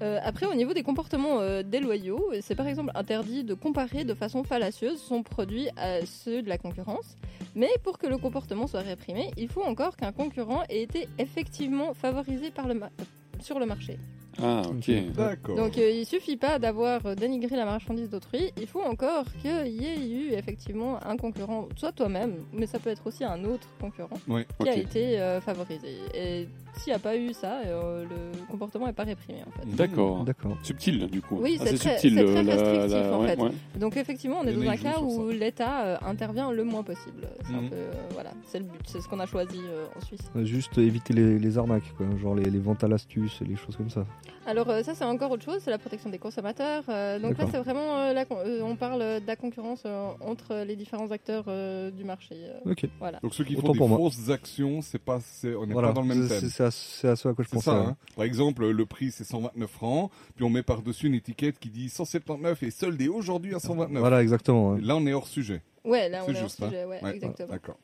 [SPEAKER 2] Euh, après, au niveau des comportements euh, déloyaux, c'est par exemple interdit de comparer de façon fallacieuse son produit à ceux de la concurrence. Mais pour que le comportement soit réprimé, il faut encore qu'un concurrent ait été effectivement favorisé par le ma- euh, sur le marché.
[SPEAKER 3] Ah, ok.
[SPEAKER 4] D'accord.
[SPEAKER 2] Donc euh, il suffit pas d'avoir euh, dénigré la marchandise d'autrui, il faut encore qu'il y ait eu effectivement un concurrent, soit toi-même, mais ça peut être aussi un autre concurrent
[SPEAKER 4] Ouais,
[SPEAKER 2] qui a
[SPEAKER 4] ok.
[SPEAKER 2] été euh, favorisé. Et s'il n'y a pas eu ça, euh, le comportement n'est pas réprimé en fait.
[SPEAKER 3] D'accord.
[SPEAKER 5] D'accord.
[SPEAKER 3] Subtil, du coup.
[SPEAKER 2] Oui,
[SPEAKER 3] Ah,
[SPEAKER 2] c'est très,
[SPEAKER 3] subtil.
[SPEAKER 2] c'est
[SPEAKER 3] euh,
[SPEAKER 2] très
[SPEAKER 3] la-
[SPEAKER 2] restrictif
[SPEAKER 3] la-
[SPEAKER 2] en
[SPEAKER 3] ouais,
[SPEAKER 2] fait.
[SPEAKER 3] ouais.
[SPEAKER 2] Donc effectivement, on
[SPEAKER 3] Il
[SPEAKER 2] est
[SPEAKER 3] y en a
[SPEAKER 2] dans un
[SPEAKER 3] qui jouent
[SPEAKER 2] cas
[SPEAKER 3] sur
[SPEAKER 2] où l'État euh, intervient le moins possible. C'est un
[SPEAKER 5] Mhm.
[SPEAKER 2] peu, euh, voilà, c'est le but, c'est ce qu'on a choisi euh, en Suisse.
[SPEAKER 5] Juste éviter les, les arnaques, quoi, genre les, les ventes à l'astuce et les choses comme ça.
[SPEAKER 2] Alors euh, ça, c'est encore autre chose, c'est la protection des consommateurs. Euh, donc là,
[SPEAKER 5] D'accord.
[SPEAKER 2] c'est vraiment euh, la con- euh, on parle euh, de la concurrence euh, entre les différents acteurs euh, du marché. euh, Voilà.
[SPEAKER 4] Donc ceux qui
[SPEAKER 5] Autant
[SPEAKER 4] font des
[SPEAKER 5] pour moi.
[SPEAKER 4] fausses actions, c'est pas, c'est- on n'est
[SPEAKER 5] Voilà.
[SPEAKER 4] pas dans le même
[SPEAKER 5] C'est- c'est-
[SPEAKER 4] thème.
[SPEAKER 5] c'est à, c'est à ce à quoi je
[SPEAKER 4] C'est
[SPEAKER 5] pensais.
[SPEAKER 4] ça.
[SPEAKER 5] ouais.
[SPEAKER 4] hein. Par exemple, le prix c'est 129 francs, puis on met par-dessus une étiquette qui dit 179 et soldé aujourd'hui à 129.
[SPEAKER 5] Voilà, exactement. hein.
[SPEAKER 4] Là, on est hors sujet.
[SPEAKER 2] Ouais, là, on
[SPEAKER 4] C'est
[SPEAKER 2] est hors
[SPEAKER 4] juste, hein.
[SPEAKER 2] sujet, ouais, exactement.
[SPEAKER 4] D'accord.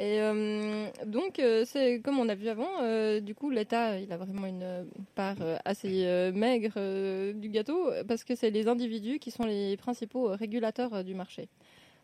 [SPEAKER 2] Et euh, donc, euh, c'est comme on a vu avant, euh, du coup, l'État, il a vraiment une euh, part euh, assez euh, maigre euh, du gâteau, euh, parce que c'est les individus qui sont les principaux euh, régulateurs euh, du marché.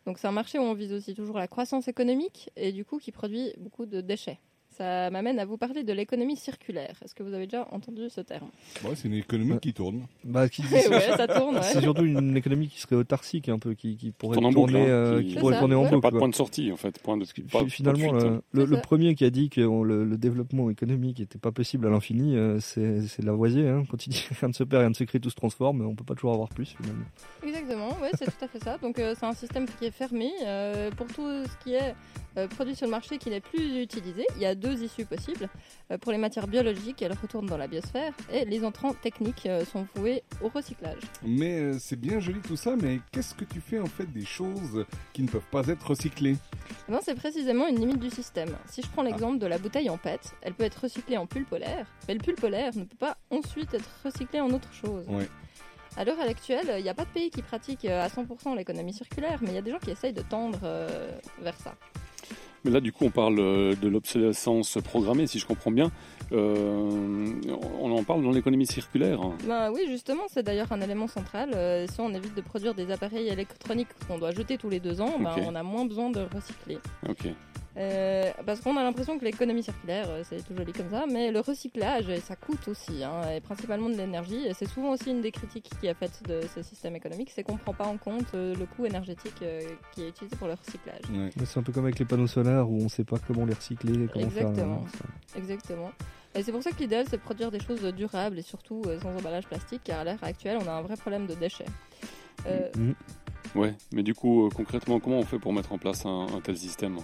[SPEAKER 2] Donc, c'est un marché où on vise aussi toujours la croissance économique, et du coup, qui produit beaucoup de déchets. Ça m'amène à vous parler de l'économie circulaire. Est-ce que vous avez déjà entendu ce terme
[SPEAKER 4] Ouais, c'est une économie qui tourne.
[SPEAKER 5] Bah, qui-
[SPEAKER 2] Ouais, ça tourne, ouais.
[SPEAKER 5] C'est surtout une économie qui serait autarcique, un peu, qui, qui pourrait
[SPEAKER 3] tourne en
[SPEAKER 5] tourner,
[SPEAKER 3] boucle, hein,
[SPEAKER 5] euh,
[SPEAKER 3] qui-
[SPEAKER 5] qui pourrait
[SPEAKER 2] C'est ça,
[SPEAKER 5] tourner en
[SPEAKER 2] ouais.
[SPEAKER 5] boucle.
[SPEAKER 3] Pas de
[SPEAKER 5] quoi.
[SPEAKER 3] point de sortie en fait. Point de, pas- pas de hein.
[SPEAKER 5] Finalement, euh,
[SPEAKER 3] fuite.
[SPEAKER 5] le, le-
[SPEAKER 2] C'est
[SPEAKER 5] le
[SPEAKER 2] ça.
[SPEAKER 5] premier qui a dit que on- le, le développement économique n'était pas possible à l'infini, euh, c'est c'est Lavoisier. Hein, quand il dit rien ne se perd, rien ne se crée, tout se transforme, on peut pas toujours avoir plus finalement.
[SPEAKER 2] Exactement, ouais, c'est tout à fait ça. Donc euh, c'est un système qui est fermé. Euh, pour tout ce qui est euh, produit sur le marché qui n'est plus utilisé, il y a deux issues possibles. Euh, pour les matières biologiques, elles retournent dans la biosphère et les entrants techniques euh, sont voués au recyclage.
[SPEAKER 4] Mais euh, c'est bien joli tout ça, mais qu'est-ce que tu fais en fait des choses qui ne peuvent pas être recyclées
[SPEAKER 2] Eh ben, c'est précisément une limite du système. Si je prends l'exemple de la bouteille en PET, elle peut être recyclée en pull polaire, mais le pull polaire ne peut pas ensuite être recyclé en autre chose.
[SPEAKER 4] Ouais.
[SPEAKER 2] À l'heure actuelle, il n'y a pas de pays qui pratique euh, à 100% l'économie circulaire, mais il y a des gens qui essayent de tendre euh, vers ça.
[SPEAKER 3] Mais là, du coup, on parle euh, de l'obsolescence programmée, si je comprends bien. Euh, on en parle dans l'économie circulaire. hein.
[SPEAKER 2] Ben oui, justement, c'est d'ailleurs un élément central. Euh, si on évite de produire des appareils électroniques qu'on doit jeter tous les deux ans, ben,
[SPEAKER 3] Ok.
[SPEAKER 2] on a moins besoin de recycler.
[SPEAKER 3] Ok.
[SPEAKER 2] Euh, parce qu'on a l'impression que l'économie circulaire, euh, c'est tout joli comme ça, mais le recyclage, euh, ça coûte aussi, hein, et principalement de l'énergie. Et c'est souvent aussi une des critiques qui est faite de ce système économique, c'est qu'on ne prend pas en compte euh, le coût énergétique euh, qui est utilisé pour le recyclage.
[SPEAKER 5] Mais C'est un peu comme avec les panneaux solaires où on sait pas comment les recycler, comment faire.
[SPEAKER 2] Exactement.
[SPEAKER 5] euh, ça.
[SPEAKER 2] Exactement. Et c'est pour ça que l'idéal, c'est de produire des choses durables et surtout euh, sans emballage plastique, car à l'ère actuelle, on a un vrai problème de déchets. Euh,
[SPEAKER 3] Ouais. Mais du coup, euh, concrètement, comment on fait pour mettre en place un, un tel système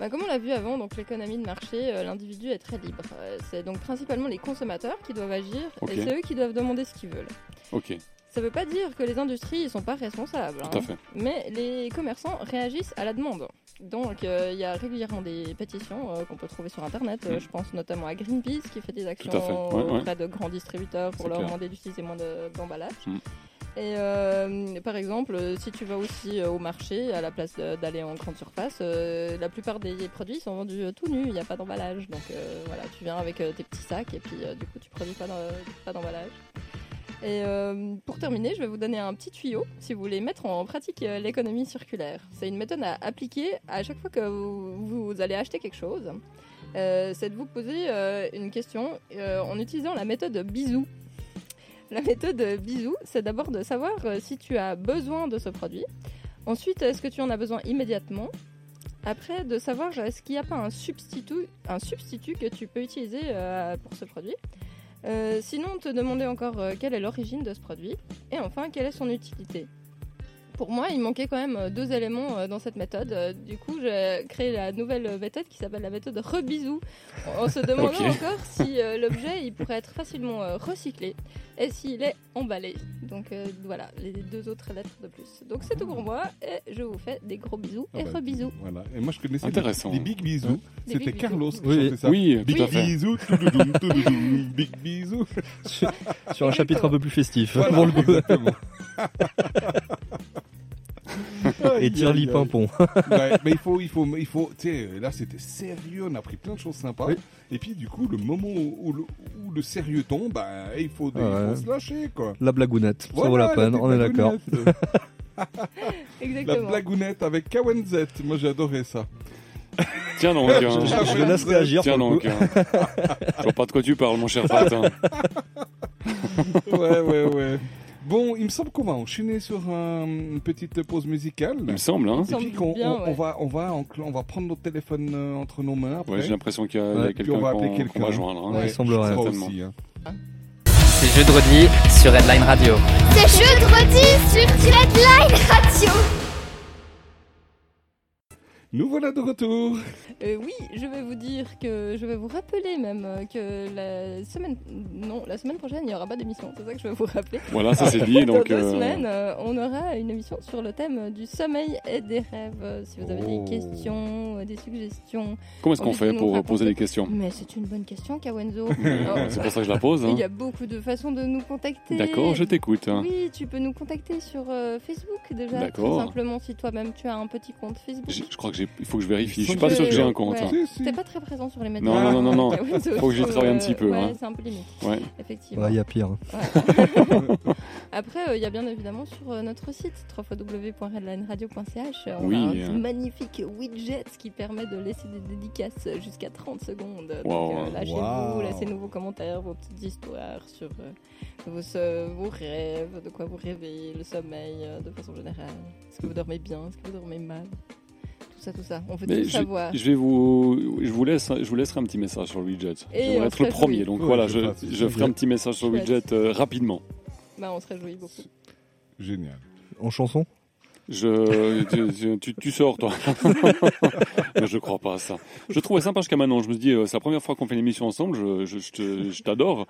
[SPEAKER 2] bah, comme on l'a vu avant, donc l'économie de marché, euh, l'individu est très libre. Euh, c'est donc principalement les consommateurs qui doivent agir
[SPEAKER 3] Ok.
[SPEAKER 2] et c'est eux qui doivent demander ce qu'ils veulent.
[SPEAKER 3] Ok.
[SPEAKER 2] Ça ne veut pas dire que les industries ne sont pas responsables, hein,
[SPEAKER 3] Tout à fait.
[SPEAKER 2] mais les commerçants réagissent à la demande. Donc euh, il y a régulièrement des pétitions euh, qu'on peut trouver sur Internet. Euh,
[SPEAKER 3] Mm.
[SPEAKER 2] Je pense notamment à Greenpeace qui fait des actions
[SPEAKER 3] fait. Ouais, ouais.
[SPEAKER 2] auprès de grands distributeurs pour
[SPEAKER 3] C'est
[SPEAKER 2] leur
[SPEAKER 3] clair.
[SPEAKER 2] demander d'utiliser moins de- d'emballage.
[SPEAKER 3] Mm.
[SPEAKER 2] Et euh, par exemple, euh, si tu vas aussi euh, au marché, à la place de- d'aller en grande surface, euh, la plupart des produits sont vendus euh, tout nus, il n'y a pas d'emballage. Donc euh, voilà, tu viens avec euh, tes petits sacs et puis euh, du coup tu produis pas d'en- pas d'emballage. Et euh, pour terminer, je vais vous donner un petit tuyau si vous voulez mettre en pratique euh, l'économie circulaire. C'est une méthode à appliquer à chaque fois que vous, vous allez acheter quelque chose. Euh, c'est de vous poser euh, une question euh, en utilisant la méthode bisou. La méthode bisou, c'est d'abord de savoir euh, si tu as besoin de ce produit. Ensuite, est-ce que tu en as besoin immédiatement Après, de savoir euh, est-ce qu'il n'y a pas un substitut, un substitut que tu peux utiliser euh, pour ce produit. Euh, sinon, te demander encore euh, quelle est l'origine de ce produit et enfin quelle est son utilité. Pour moi, il manquait quand même euh, deux éléments euh, dans cette méthode. Euh, Du coup, j'ai créé la nouvelle euh, méthode qui s'appelle la méthode rebisou, en se demandant
[SPEAKER 12] Ok.
[SPEAKER 2] encore si euh, l'objet il pourrait être facilement euh, recyclé et s'il est emballé. Donc euh, voilà, les deux autres lettres de plus. Donc c'est tout pour moi et je vous fais des gros bisous
[SPEAKER 4] Ah
[SPEAKER 2] et
[SPEAKER 4] bah,
[SPEAKER 2] rebisous.
[SPEAKER 4] Voilà. Et moi, je connaissais
[SPEAKER 3] Intéressant.
[SPEAKER 4] les, les big bisous.
[SPEAKER 2] Les
[SPEAKER 4] C'était
[SPEAKER 2] big
[SPEAKER 4] Carlos
[SPEAKER 2] bisous.
[SPEAKER 4] qui
[SPEAKER 5] Oui.
[SPEAKER 4] chantait ça.
[SPEAKER 5] Oui,
[SPEAKER 4] big
[SPEAKER 5] tout à fait.
[SPEAKER 4] bisous, toudoudou, toudoudou, big bisous.
[SPEAKER 5] Sur, sur un chapitre un peu plus festif.
[SPEAKER 4] Voilà,
[SPEAKER 5] pour le coup.
[SPEAKER 4] exactement.
[SPEAKER 5] Et Tirli
[SPEAKER 4] Aïe, aïe, aïe.
[SPEAKER 5] Pimpon.
[SPEAKER 4] Ouais, mais il faut, il faut, il faut. Tu sais, là c'était sérieux, on a pris plein de choses sympas. Et puis du coup, le moment où, où le, où le sérieux tombe, bah, il faut, il
[SPEAKER 5] Ouais.
[SPEAKER 4] faut se lâcher quoi.
[SPEAKER 5] La blagounette, ça vaut
[SPEAKER 4] Voilà,
[SPEAKER 5] la peine,
[SPEAKER 4] petite
[SPEAKER 5] on est d'accord.
[SPEAKER 4] blagounette. La
[SPEAKER 2] Exactement.
[SPEAKER 4] blagounette avec KWNZ, moi j'ai adoré ça.
[SPEAKER 3] Tiens donc. hein.
[SPEAKER 5] Je- je- je le laisse réagir,
[SPEAKER 3] Tiens
[SPEAKER 5] pour le
[SPEAKER 3] donc.
[SPEAKER 5] coup.
[SPEAKER 3] hein. je vois pas de quoi tu parles, mon cher Pat. hein.
[SPEAKER 4] ouais, ouais, ouais. Bon, il me semble qu'on va enchaîner sur un- une petite pause musicale. Il me
[SPEAKER 3] semble, hein.
[SPEAKER 4] Et
[SPEAKER 3] Il me
[SPEAKER 4] puis
[SPEAKER 3] semble
[SPEAKER 4] qu'on
[SPEAKER 3] bien,
[SPEAKER 4] on- on
[SPEAKER 3] ouais.
[SPEAKER 4] va, on va, encl- on va prendre notre téléphone euh, entre nos mains. après.
[SPEAKER 3] Ouais, j'ai l'impression qu'il y a- il y a
[SPEAKER 4] puis
[SPEAKER 3] quelqu'un
[SPEAKER 4] on va
[SPEAKER 3] qu'on-
[SPEAKER 4] appeler
[SPEAKER 3] qu'on
[SPEAKER 4] quelqu'un.
[SPEAKER 3] va joindre, hein.
[SPEAKER 4] Ouais,
[SPEAKER 3] Il semblerait.
[SPEAKER 4] je crois
[SPEAKER 3] Certainement.
[SPEAKER 4] aussi, hein.
[SPEAKER 8] C'est jeudi sur Redline Radio.
[SPEAKER 13] C'est jeudi sur Redline Radio.
[SPEAKER 4] Nous voilà de retour.
[SPEAKER 2] Euh, oui, je vais vous dire que je vais vous rappeler même euh, que la semaine non la semaine prochaine il n'y aura pas d'émission. C'est ça que je vais vous rappeler.
[SPEAKER 3] Voilà, ça, c'est dit, donc,
[SPEAKER 2] dans deux
[SPEAKER 3] euh,
[SPEAKER 2] semaines euh, on aura une émission sur le thème du sommeil et des rêves. Euh, Si vous avez
[SPEAKER 3] Oh.
[SPEAKER 2] des questions, euh, des suggestions.
[SPEAKER 3] Comment est-ce qu'on
[SPEAKER 2] envie de
[SPEAKER 3] fait
[SPEAKER 2] nous
[SPEAKER 3] pour
[SPEAKER 2] raconter-
[SPEAKER 3] poser des questions
[SPEAKER 2] Mais c'est une bonne question, Kawenzo.
[SPEAKER 3] C'est pour ça que je la pose, hein.
[SPEAKER 2] Il y a beaucoup de façons de nous contacter.
[SPEAKER 3] D'accord, je t'écoute.
[SPEAKER 2] Oui, tu peux nous contacter sur euh, Facebook déjà.
[SPEAKER 3] Hein. D'accord.
[SPEAKER 2] Tout simplement si toi-même tu as un petit compte Facebook.
[SPEAKER 3] J'ai- Je crois que j'ai. Il faut que je vérifie. Je suis pas sûr que j'ai un compte. hein.
[SPEAKER 2] Ouais. T'es pas très présent sur les médias.
[SPEAKER 3] Non, non, non, non, non.
[SPEAKER 2] Ouais, ouais, c'est
[SPEAKER 3] Faut que j'y
[SPEAKER 2] autre
[SPEAKER 3] travaille un
[SPEAKER 2] chose,
[SPEAKER 3] petit peu,
[SPEAKER 2] Ouais,
[SPEAKER 3] hein.
[SPEAKER 2] c'est un peu limite.
[SPEAKER 3] Ouais.
[SPEAKER 2] Effectivement.
[SPEAKER 5] Ouais, il y a pire, hein.
[SPEAKER 2] Ouais. Après, il y a bien évidemment sur euh, notre site www.redlineradio.ch. euh, On
[SPEAKER 3] Oui. hein.
[SPEAKER 2] a un petit magnifique widget qui permet de laisser des dédicaces jusqu'à 30 secondes. Donc, euh,
[SPEAKER 3] Wow.
[SPEAKER 2] lâchez-vous,
[SPEAKER 3] Wow.
[SPEAKER 2] laissez-nous vos commentaires, vos petites histoires sur euh, vos, so- vos rêves, de quoi vous rêvez, le sommeil euh, de façon générale. Est-ce que vous dormez bien Est-ce que vous dormez mal Tout ça, tout ça. On veut
[SPEAKER 3] Mais
[SPEAKER 2] tout
[SPEAKER 3] je,
[SPEAKER 2] savoir.
[SPEAKER 3] je vais vous, je vous laisse, je vous laisserai un petit message sur le widget.
[SPEAKER 2] Et
[SPEAKER 3] je
[SPEAKER 2] on
[SPEAKER 3] vais être le
[SPEAKER 2] se
[SPEAKER 3] premier,
[SPEAKER 2] réjouit.
[SPEAKER 3] donc
[SPEAKER 4] Ouais,
[SPEAKER 3] voilà,
[SPEAKER 4] je
[SPEAKER 3] je,
[SPEAKER 4] passe.
[SPEAKER 3] je ferai un petit message sur le
[SPEAKER 2] Chouette.
[SPEAKER 3] widget euh, rapidement.
[SPEAKER 2] Bah, on se réjouit beaucoup.
[SPEAKER 4] Génial.
[SPEAKER 5] En chanson
[SPEAKER 3] Je, tu- tu, tu- tu sors toi. Mais je crois pas à ça. Je trouvais sympa jusqu'à maintenant. Je me dis, euh, c'est la première fois qu'on fait une émission ensemble. Je, je, je te- je t'adore.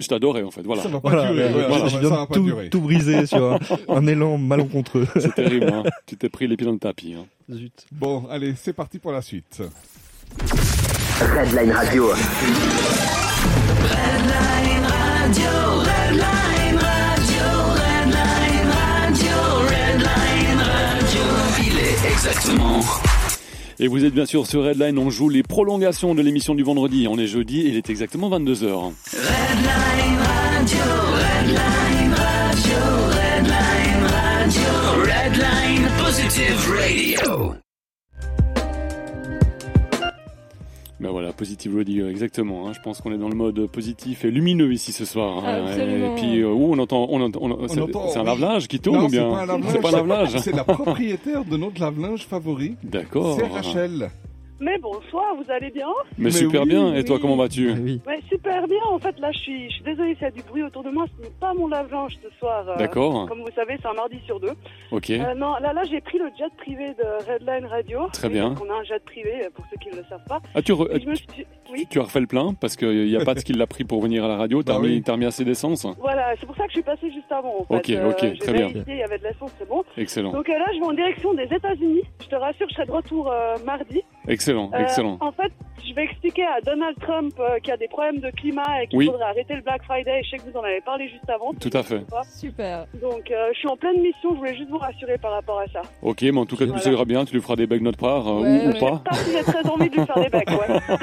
[SPEAKER 3] Je t'adorais en fait. Voilà.
[SPEAKER 4] Ça va pas
[SPEAKER 5] Voilà,
[SPEAKER 4] durer,
[SPEAKER 5] euh,
[SPEAKER 4] voilà,
[SPEAKER 5] je
[SPEAKER 4] ça va-
[SPEAKER 5] viens
[SPEAKER 4] ça
[SPEAKER 5] de
[SPEAKER 4] va pas
[SPEAKER 5] tout,
[SPEAKER 4] durer.
[SPEAKER 5] tout briser sur un, un élan malencontreux.
[SPEAKER 3] C'est terrible. hein. Tu t'es pris les pieds dans le tapis. hein.
[SPEAKER 5] Zut.
[SPEAKER 4] Bon, allez, c'est parti pour la suite.
[SPEAKER 12] Redline Radio.
[SPEAKER 13] Redline Radio, Redline Radio, Redline Radio, Redline Radio.
[SPEAKER 6] Il est exactement
[SPEAKER 3] Et vous êtes bien sûr sur Redline. On joue les prolongations de l'émission du vendredi. On est jeudi. et Il est exactement 22 h
[SPEAKER 13] Redline Radio, Redline Radio, Redline Radio, Redline Positive Radio.
[SPEAKER 3] Ben voilà, Positive Radio, exactement. hein. Je pense qu'on est dans le mode positif et lumineux ici ce soir. hein.
[SPEAKER 4] Absolument.
[SPEAKER 3] Et puis, euh, où on entend, on entend, on- c'est,
[SPEAKER 4] entend-
[SPEAKER 3] c'est un lave-linge qui tourne
[SPEAKER 4] Non,
[SPEAKER 3] ou bien
[SPEAKER 4] c'est pas un lave-linge. Oh.
[SPEAKER 3] lave-linge.
[SPEAKER 4] C'est la propriétaire de notre lave-linge favori.
[SPEAKER 3] D'accord.
[SPEAKER 4] C'est Rachel.
[SPEAKER 14] Mais bonsoir, vous allez bien
[SPEAKER 3] Mais, super
[SPEAKER 4] oui,
[SPEAKER 3] bien. Et toi,
[SPEAKER 14] oui.
[SPEAKER 3] comment vas-tu
[SPEAKER 14] Ouais, super bien. En fait, là, je suis, je suis désolée s'il y a du bruit autour de moi. Ce n'est pas mon lave-linge ce soir. euh,
[SPEAKER 3] D'accord.
[SPEAKER 14] Comme vous savez, c'est un mardi sur deux.
[SPEAKER 3] Ok.
[SPEAKER 14] Euh, non, là, là, j'ai pris le jet privé de Redline Radio.
[SPEAKER 3] Très
[SPEAKER 14] Oui,
[SPEAKER 3] bien.
[SPEAKER 14] donc on a un jet privé, euh, pour ceux qui ne le savent pas.
[SPEAKER 3] Ah, tu re-
[SPEAKER 14] Et je me suis- Oui.
[SPEAKER 3] Tu as refait le plein parce qu'il n'y a pas de ce qu'il l'a pris pour venir à la radio. T'as,
[SPEAKER 4] Bah
[SPEAKER 3] mis,
[SPEAKER 4] oui.
[SPEAKER 3] t'as mis assez d'essence.
[SPEAKER 14] Voilà, c'est pour ça que je suis passée juste avant. En fait. Euh,
[SPEAKER 3] Ok, ok,
[SPEAKER 14] j'ai
[SPEAKER 3] très bien.
[SPEAKER 14] vérifié, Il y avait de l'essence, c'est bon.
[SPEAKER 3] Excellent.
[SPEAKER 14] Donc euh, là, je vais en direction des États-Unis. Je te rassure, je serai de retour euh, mardi.
[SPEAKER 3] Excellent,
[SPEAKER 14] Euh,
[SPEAKER 3] excellent.
[SPEAKER 14] En fait, je vais expliquer à Donald Trump euh, qu'il y a des problèmes de climat et qu'il
[SPEAKER 3] Oui.
[SPEAKER 14] faudrait arrêter le Black Friday. Je sais que vous en avez parlé juste avant.
[SPEAKER 3] Tout à fait.
[SPEAKER 2] Super.
[SPEAKER 14] Donc, euh, je suis en pleine mission. Je voulais juste vous rassurer par rapport à ça.
[SPEAKER 3] Ok, mais en tout cas, tu
[SPEAKER 14] Voilà.
[SPEAKER 3] sais bien. Tu lui feras des becs notre part euh,
[SPEAKER 14] Ouais,
[SPEAKER 3] ou, ou
[SPEAKER 14] ouais.
[SPEAKER 3] pas.
[SPEAKER 14] Parce que J'ai très envie de lui faire des becs, ouais.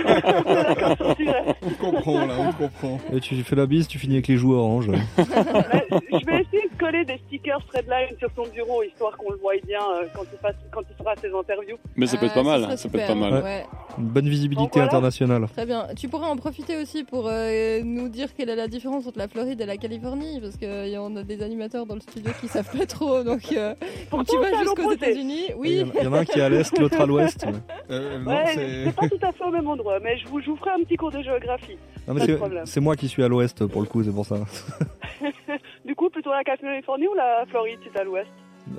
[SPEAKER 4] On comprend, là, on comprend.
[SPEAKER 5] Et tu fais la bise, tu finis avec les joues orange.
[SPEAKER 14] Je vais essayer de coller des stickers Redline sur son bureau, histoire qu'on le voie bien euh, quand, il fasse- quand il fera ses interviews.
[SPEAKER 3] Mais ça peut être pas mal. Ah, hein. Ça, peut être pas mal.
[SPEAKER 2] Ouais.
[SPEAKER 5] Une bonne visibilité internationale.
[SPEAKER 2] Très bien. Tu pourrais en profiter aussi pour euh, nous dire quelle est la différence entre la Floride et la Californie, parce que on a des animateurs dans le studio qui savent pas trop. Donc, euh, quand tu
[SPEAKER 14] Pourtant,
[SPEAKER 2] vas
[SPEAKER 14] ça,
[SPEAKER 2] jusqu'aux
[SPEAKER 14] l'opposé.
[SPEAKER 2] États-Unis, oui.
[SPEAKER 5] Il y en a un qui est à l'est, l'autre à l'ouest. mais-
[SPEAKER 4] Euh,
[SPEAKER 14] ouais, c'est pas tout à fait au même endroit, mais je vous, je vous ferai un petit cours de géographie.
[SPEAKER 5] Non, mais
[SPEAKER 14] pas de
[SPEAKER 5] c'est-
[SPEAKER 14] problème.
[SPEAKER 5] c'est moi qui suis à l'ouest pour le coup, c'est pour ça.
[SPEAKER 14] du coup, plutôt la Californie ou la Floride, c'est à l'ouest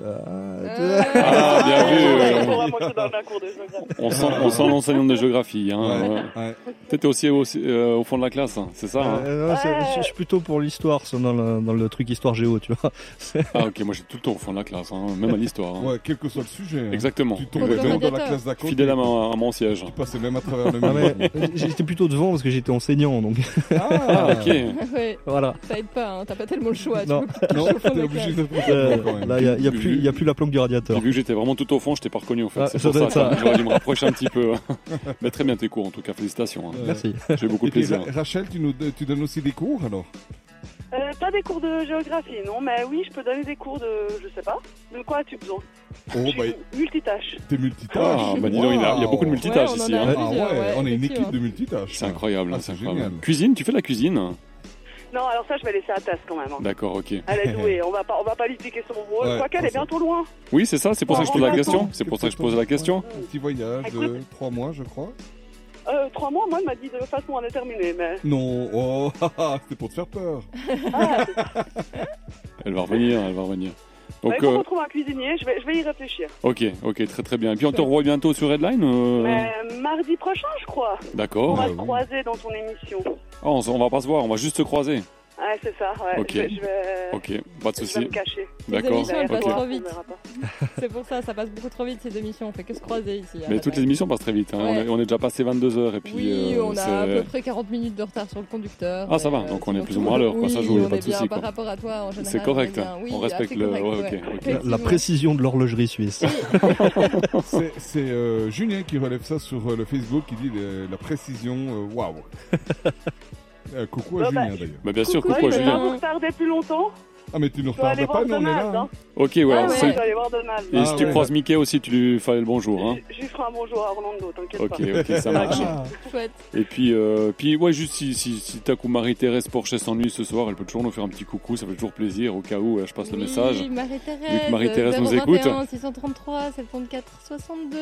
[SPEAKER 5] Euh,
[SPEAKER 3] Ah, bien vu.
[SPEAKER 14] On va manquer dans un cours de géographie.
[SPEAKER 3] On sent, on sent l'enseignante de géographie. Hein.
[SPEAKER 4] Ah, Ouais,
[SPEAKER 3] T'étais aussi, au- euh, au fond de la classe, hein, c'est ça hein
[SPEAKER 5] Euh, non, c'est- je- Je suis plutôt pour l'histoire, c'est dans le, dans le truc histoire géo, tu vois. C'est-
[SPEAKER 3] Ah ok, moi j'étais tout le temps au fond de la classe, hein, même à l'histoire. hein.
[SPEAKER 4] Ouais, quel que soit le sujet. hein.
[SPEAKER 3] Exactement.
[SPEAKER 4] Tu tombes
[SPEAKER 3] Exactement.
[SPEAKER 4] dans la classe d'à côté.
[SPEAKER 3] Fidèle à, ma- à mon siège.
[SPEAKER 4] Tu passais même à travers le
[SPEAKER 5] Ah,
[SPEAKER 4] mur.
[SPEAKER 5] mais J'étais plutôt devant parce que j'étais enseignant, donc.
[SPEAKER 4] Ah,
[SPEAKER 2] Ouais.
[SPEAKER 5] Voilà.
[SPEAKER 2] Ça aide pas, hein, t'as pas tellement le choix.
[SPEAKER 5] Non.
[SPEAKER 2] tu peux plus
[SPEAKER 5] Non,
[SPEAKER 2] te cacher au fond de
[SPEAKER 5] t'es
[SPEAKER 2] la
[SPEAKER 5] obligé
[SPEAKER 2] classe.
[SPEAKER 5] de faire Euh, là, il n'y a, plus- y a plus la planque du
[SPEAKER 3] J'ai
[SPEAKER 5] radiateur.
[SPEAKER 3] vu que j'étais vraiment tout au fond, je t'ai pas reconnu en fait.
[SPEAKER 5] Ah,
[SPEAKER 3] c'est
[SPEAKER 5] ça
[SPEAKER 3] pour ça,
[SPEAKER 5] doit être ça.
[SPEAKER 3] j'aurais dû me rapprocher un petit peu. hein. Mais très bien tes cours en tout cas, félicitations. hein.
[SPEAKER 5] Merci.
[SPEAKER 3] J'ai eu beaucoup de
[SPEAKER 4] Euh, Et puis,
[SPEAKER 3] plaisir.
[SPEAKER 5] bah,
[SPEAKER 4] Ra- Rachel, tu, nous, tu donnes aussi des cours alors
[SPEAKER 14] Euh, pas des cours de géographie, non, mais oui, je peux donner des cours de. Je sais pas. De quoi as-tu besoin
[SPEAKER 4] Oh, bah,
[SPEAKER 14] Multitâche.
[SPEAKER 4] t'es multitâche.
[SPEAKER 3] Ah, bah dis donc, il, y a, il y a beaucoup de multitâches
[SPEAKER 14] Ouais, on en
[SPEAKER 3] ici.
[SPEAKER 14] a
[SPEAKER 3] hein.
[SPEAKER 14] plusieurs, Ah ouais, ouais,
[SPEAKER 4] on est une
[SPEAKER 14] effectivement.
[SPEAKER 4] équipe de multitâches.
[SPEAKER 3] C'est incroyable,
[SPEAKER 4] Ah,
[SPEAKER 3] c'est
[SPEAKER 4] c'est
[SPEAKER 3] incroyable.
[SPEAKER 4] génial.
[SPEAKER 3] Cuisine, tu fais de la cuisine
[SPEAKER 14] Non, alors ça, je vais laisser à Tasse quand même. hein.
[SPEAKER 3] D'accord, ok.
[SPEAKER 14] Elle est douée, on va pas, on va pas lui piquer son rôle.
[SPEAKER 3] Ouais,
[SPEAKER 14] Quoiqu'elle est bientôt loin. Mm.
[SPEAKER 3] Oui, c'est ça, c'est pour ça que je pose la
[SPEAKER 14] Bon,
[SPEAKER 3] question.
[SPEAKER 14] attends.
[SPEAKER 3] C'est pour ça que je pose la question.
[SPEAKER 4] Un petit voyage de
[SPEAKER 14] Écoute.
[SPEAKER 4] 3 mois, je crois.
[SPEAKER 14] Euh, trois mois, moi, elle m'a dit de façon indéterminée, mais.
[SPEAKER 4] Non, ah, oh, c'était pour te faire peur.
[SPEAKER 3] Elle va revenir, elle va revenir.
[SPEAKER 14] Donc,
[SPEAKER 3] Donc,
[SPEAKER 14] on
[SPEAKER 3] euh,
[SPEAKER 14] retrouve un cuisinier, je vais, je vais y réfléchir.
[SPEAKER 3] ok, ok, très très bien. Et puis on te revoit bientôt sur Redline euh,
[SPEAKER 14] Mais mardi prochain, je crois.
[SPEAKER 3] D'accord.
[SPEAKER 14] On va
[SPEAKER 3] Ah
[SPEAKER 14] se
[SPEAKER 3] oui.
[SPEAKER 14] croiser dans ton émission.
[SPEAKER 3] ah, on, s- on va pas se voir, on va juste se croiser.
[SPEAKER 14] Ouais, c'est ça, ouais.
[SPEAKER 3] Ok.
[SPEAKER 14] Je vais, je vais-
[SPEAKER 3] Ok, pas de
[SPEAKER 14] je vais
[SPEAKER 3] souci.
[SPEAKER 14] me cacher.
[SPEAKER 3] D'accord.
[SPEAKER 2] Ces émissions, elles
[SPEAKER 3] ok.
[SPEAKER 2] passent trop vite. C'est pour ça, ça passe beaucoup trop vite ces émissions. On fait que se croiser ici. hein. à
[SPEAKER 3] Mais
[SPEAKER 2] la
[SPEAKER 3] toutes les
[SPEAKER 2] base.
[SPEAKER 3] émissions passent très vite. hein. On,
[SPEAKER 2] Ouais.
[SPEAKER 3] est, on est déjà passé 22 heures et puis.
[SPEAKER 2] Oui,
[SPEAKER 3] euh,
[SPEAKER 2] on a à
[SPEAKER 3] c'est-
[SPEAKER 2] peu près 40 minutes de retard sur le conducteur.
[SPEAKER 3] Ah, ça va,
[SPEAKER 2] mais,
[SPEAKER 3] donc
[SPEAKER 2] euh,
[SPEAKER 3] on est
[SPEAKER 2] sinon,
[SPEAKER 3] plus
[SPEAKER 2] tout
[SPEAKER 3] ou moins
[SPEAKER 2] va
[SPEAKER 3] à l'heure,
[SPEAKER 2] bien.
[SPEAKER 3] quoi, ça,
[SPEAKER 2] Oui,
[SPEAKER 3] je vous le
[SPEAKER 2] on
[SPEAKER 3] pas
[SPEAKER 2] est
[SPEAKER 3] de
[SPEAKER 2] bien
[SPEAKER 3] souci,
[SPEAKER 2] par
[SPEAKER 3] quoi.
[SPEAKER 2] rapport à toi en général.
[SPEAKER 3] C'est correct,
[SPEAKER 2] on est
[SPEAKER 3] hein.
[SPEAKER 2] bien. Oui,
[SPEAKER 3] On
[SPEAKER 2] assez
[SPEAKER 3] respecte le-
[SPEAKER 2] correct,
[SPEAKER 3] ouais, ok,
[SPEAKER 2] ouais.
[SPEAKER 3] ok.
[SPEAKER 5] La, la
[SPEAKER 2] Effectivement.
[SPEAKER 5] précision de l'horlogerie suisse.
[SPEAKER 4] C'est- C'est euh, Julien qui relève ça sur euh, le Facebook, qui dit euh, la précision, euh, waouh. Euh, coucou à
[SPEAKER 14] Bah, bah,
[SPEAKER 4] Julien d'ailleurs.
[SPEAKER 3] Bah, bien sûr,
[SPEAKER 14] Ouais,
[SPEAKER 3] coucou à
[SPEAKER 14] je vais pas
[SPEAKER 3] Julien.
[SPEAKER 14] vous retarder plus longtemps.
[SPEAKER 4] Ah, mais tu nous
[SPEAKER 14] Je dois aller
[SPEAKER 4] retardes
[SPEAKER 14] voir
[SPEAKER 4] pas, nous on est
[SPEAKER 14] Donald.
[SPEAKER 4] là. hein.
[SPEAKER 14] Hein.
[SPEAKER 3] Ok, ouais, alors
[SPEAKER 14] ouais,
[SPEAKER 3] c'est-
[SPEAKER 14] je vais aller voir Donald.
[SPEAKER 3] Et si tu croises Mickey aussi, tu lui fais le bonjour. Hein.
[SPEAKER 14] Je lui ferai un bonjour à Orlando, t'inquiète
[SPEAKER 3] Ok,
[SPEAKER 14] pas.
[SPEAKER 3] ok, Eh ça marche.
[SPEAKER 4] Ah,
[SPEAKER 2] Chouette.
[SPEAKER 3] Et puis, euh, puis ouais, juste si, si, si ta coup Marie-Thérèse Porchet s'ennuie ce soir, elle peut toujours nous faire un petit coucou, ça fait toujours plaisir au cas où euh, je passe le message.
[SPEAKER 2] Oui,
[SPEAKER 3] Vu
[SPEAKER 2] Marie-Thérèse.
[SPEAKER 3] que Marie-Thérèse nous
[SPEAKER 2] 021,
[SPEAKER 3] écoute,
[SPEAKER 2] 633 74 62.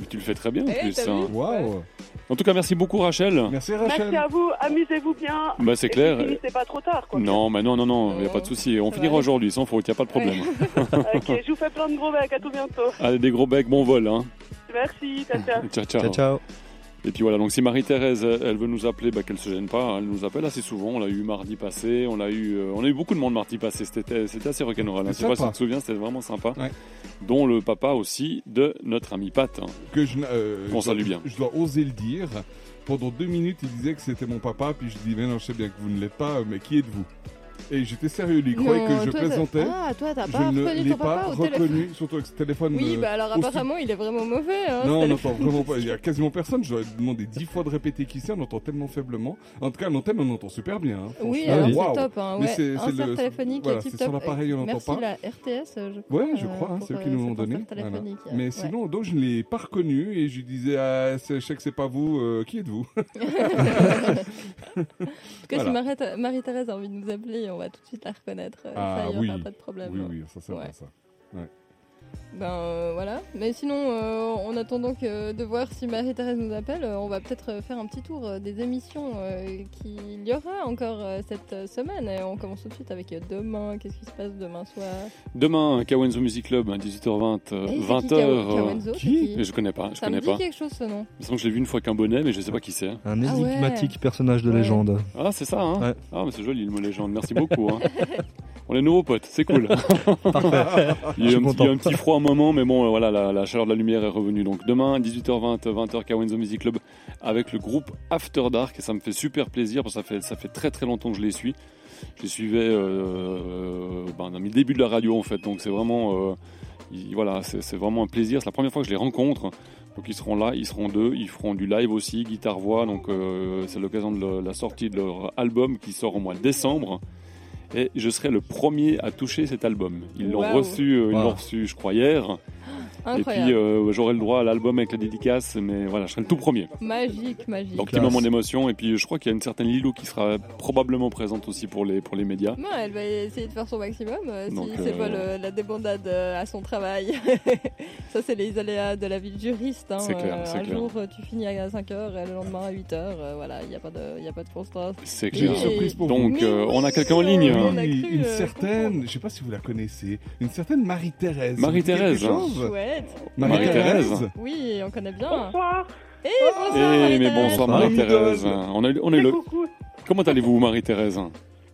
[SPEAKER 3] mais tu le fais très bien en
[SPEAKER 2] Eh,
[SPEAKER 3] plus.
[SPEAKER 2] t'as vu
[SPEAKER 3] hein.
[SPEAKER 4] Waouh.
[SPEAKER 3] En tout cas, merci beaucoup Rachel.
[SPEAKER 4] Merci
[SPEAKER 14] Merci à vous, amusez-vous bien.
[SPEAKER 3] Bah, c'est
[SPEAKER 14] Et
[SPEAKER 3] clair.
[SPEAKER 14] puis, finissez pas trop tard, quoi.
[SPEAKER 3] Non, mais non, non, non, il n'y a
[SPEAKER 2] Euh,
[SPEAKER 3] pas de souci. On finira aujourd'hui, sans faute, il n'y a pas de problème.
[SPEAKER 14] ok, je vous fais plein de gros becs, à tout bientôt.
[SPEAKER 3] Allez, des gros becs, bon vol. Hein.
[SPEAKER 14] Merci, ciao, ciao.
[SPEAKER 3] Ciao, ciao. Et puis voilà, donc si Marie-Thérèse, elle elle veut nous appeler, bah, qu'elle se gêne pas. Elle nous appelle assez souvent. On l'a eu mardi passé, on l'a eu, euh, on a eu beaucoup de monde mardi passé. C'était, euh, c'était assez rock'n'roll. Hein. Je sais
[SPEAKER 4] C'était
[SPEAKER 3] pas si tu
[SPEAKER 4] sympa.
[SPEAKER 3] te souviens, c'était vraiment sympa.
[SPEAKER 4] Ouais.
[SPEAKER 3] Dont le papa aussi de notre ami Pat. hein.
[SPEAKER 4] que je, euh,
[SPEAKER 3] On
[SPEAKER 4] je dois-
[SPEAKER 3] salue bien.
[SPEAKER 4] Je dois oser le dire. Pendant deux minutes, il disait que c'était mon papa, puis je dis mais non, je sais bien que vous ne l'êtes pas, euh, mais qui êtes-vous Et j'étais sérieux, il
[SPEAKER 2] Non,
[SPEAKER 4] croyait que je
[SPEAKER 2] toi, t'as-
[SPEAKER 4] plaisantais.
[SPEAKER 2] Ah, toi, t'as
[SPEAKER 4] je
[SPEAKER 2] pas
[SPEAKER 4] ne
[SPEAKER 2] reconnu
[SPEAKER 4] l'ai
[SPEAKER 2] ton
[SPEAKER 4] pas
[SPEAKER 2] papa au téléphone.
[SPEAKER 4] reconnu, surtout avec ce téléphone.
[SPEAKER 2] Oui,
[SPEAKER 4] euh,
[SPEAKER 2] bah alors
[SPEAKER 4] au
[SPEAKER 2] apparemment, il est vraiment mauvais. Hein, ce
[SPEAKER 4] non, on
[SPEAKER 2] téléphone.
[SPEAKER 4] n'entend vraiment pas. Il y a quasiment personne. J'aurais demandé dix fois de répéter qui c'est. On entend tellement faiblement. En tout cas, à l'antenne, on entend super bien. hein,
[SPEAKER 2] Oui,
[SPEAKER 4] franchement.
[SPEAKER 2] alors
[SPEAKER 4] Waouh.
[SPEAKER 2] c'est top. Hein,
[SPEAKER 4] Mais
[SPEAKER 2] ouais.
[SPEAKER 4] c'est- c'est
[SPEAKER 2] Insert
[SPEAKER 4] le-
[SPEAKER 2] téléphonique,
[SPEAKER 4] voilà,
[SPEAKER 2] tip
[SPEAKER 4] c'est sur
[SPEAKER 2] top. Euh,
[SPEAKER 4] l'appareil, on n'entend
[SPEAKER 2] Merci
[SPEAKER 4] pas.
[SPEAKER 2] la RTS, je crois.
[SPEAKER 4] Ouais, je crois, hein,
[SPEAKER 2] pour,
[SPEAKER 4] c'est eux
[SPEAKER 2] euh,
[SPEAKER 4] qui nous l'ont
[SPEAKER 2] cet
[SPEAKER 4] donné.
[SPEAKER 2] insert téléphonique,
[SPEAKER 4] Voilà. Mais
[SPEAKER 2] ouais.
[SPEAKER 4] sinon, donc je ne l'ai pas reconnu et je lui disais, ah, c'est- je sais que c'est pas vous, euh, qui êtes-vous
[SPEAKER 2] En tout cas, si Marie- Marie-Thérèse a envie de nous appeler, on va tout de suite la reconnaître. euh,
[SPEAKER 4] Ah
[SPEAKER 2] ça, il n'y
[SPEAKER 4] oui,
[SPEAKER 2] aura pas de problème.
[SPEAKER 4] oui, oui, ça c'est
[SPEAKER 2] Bah Ouais.
[SPEAKER 4] vrai, ça. Ouais.
[SPEAKER 2] Ben euh, voilà. Mais sinon, euh, en attendant que- de voir si Marie-Thérèse nous appelle, euh, on va peut-être euh, faire un petit tour euh, des émissions euh, qu'il y aura encore euh, cette euh, semaine. Et on commence tout de suite avec euh, demain. Qu'est-ce qui se passe demain soir
[SPEAKER 3] Euh, Demain, Kawenzo Music Club, hein, 18h20, euh,
[SPEAKER 2] Eh, c'est qui,
[SPEAKER 3] 20h.
[SPEAKER 2] Kawen-
[SPEAKER 3] euh,
[SPEAKER 2] Kawenzo, c'est Qui qui
[SPEAKER 3] Je connais pas, je
[SPEAKER 2] Ça
[SPEAKER 3] connais
[SPEAKER 2] me dit
[SPEAKER 3] pas.
[SPEAKER 2] quelque chose ce nom.
[SPEAKER 3] Il me semble que je l'ai vu une fois qu'un bonnet, mais je sais pas qui c'est.
[SPEAKER 5] Un
[SPEAKER 2] Ah ouais.
[SPEAKER 5] énigmatique personnage de
[SPEAKER 2] Ouais.
[SPEAKER 5] légende.
[SPEAKER 3] Ah, c'est ça, hein
[SPEAKER 5] Ouais.
[SPEAKER 3] Ah, mais c'est joli le mot légende, merci beaucoup. hein. On est nouveaux potes, c'est cool. il, y
[SPEAKER 5] Je
[SPEAKER 3] a
[SPEAKER 5] suis
[SPEAKER 3] un petit,
[SPEAKER 5] content.
[SPEAKER 3] il y a un petit froid un moment, mais bon, euh, voilà, la, la chaleur de la lumière est revenue. Donc demain, 18h20, 20h, Kawenzo Music Club avec le groupe After Dark. Et ça me fait super plaisir, parce que ça fait, ça fait très très longtemps que je les suis. Je les suivais euh, ben, dans mes débuts de la radio, en fait. Donc c'est vraiment, euh, il- voilà, c'est c'est vraiment un plaisir. C'est la première fois que je les rencontre. Donc ils seront là, ils seront deux, ils feront du live aussi, guitare-voix. Donc euh, c'est l'occasion de le- la sortie de leur album qui sort au mois de décembre. Et je serai le premier à toucher cet album. Ils l'ont
[SPEAKER 2] Waouh.
[SPEAKER 3] reçu, euh, ils
[SPEAKER 5] Waouh.
[SPEAKER 3] l'ont reçu, je crois, hier. Et
[SPEAKER 2] Incroyable.
[SPEAKER 3] puis euh, j'aurai le droit à l'album avec la dédicace, mais voilà, je serai le tout premier.
[SPEAKER 2] Magique, magique.
[SPEAKER 3] Donc petit moment d'émotion. Et puis je crois qu'il y a une certaine Lilo qui sera probablement présente aussi pour les, pour les médias.
[SPEAKER 2] Non, elle va essayer de faire son maximum. euh,
[SPEAKER 3] Donc,
[SPEAKER 2] si c'est
[SPEAKER 3] euh,
[SPEAKER 2] pas le- la débandade euh, à son travail, ça c'est les aléas de la vie de juriste. hein.
[SPEAKER 3] C'est clair, c'est
[SPEAKER 2] un
[SPEAKER 3] clair.
[SPEAKER 2] jour euh, tu finis à 5h et le lendemain à 8h. voilà, il n'y a pas de, il y a pas de constance.
[SPEAKER 3] C'est
[SPEAKER 2] Et-
[SPEAKER 3] clair. Donc
[SPEAKER 2] Mais
[SPEAKER 3] euh,
[SPEAKER 2] oui,
[SPEAKER 3] on a quelqu'un en ligne.
[SPEAKER 2] on a
[SPEAKER 4] Une,
[SPEAKER 2] cru,
[SPEAKER 4] une
[SPEAKER 2] euh,
[SPEAKER 4] certaine, je sais pas si vous la connaissez, une certaine Marie-Thérèse. Ça vous dit
[SPEAKER 3] Marie-Thérèse.
[SPEAKER 4] quelque chose
[SPEAKER 2] Chouette.
[SPEAKER 4] Marie-Thérèse.
[SPEAKER 2] Oui, on connaît
[SPEAKER 3] Ah.
[SPEAKER 2] bien. Bonsoir. Et bonsoir.
[SPEAKER 3] Eh, mais
[SPEAKER 2] Marie-Thérèse.
[SPEAKER 3] bonsoir
[SPEAKER 4] Marie
[SPEAKER 3] Marie-Thérèse.
[SPEAKER 4] Idole.
[SPEAKER 3] On a, eu- on a eu le... Comment allez-vous Marie-Thérèse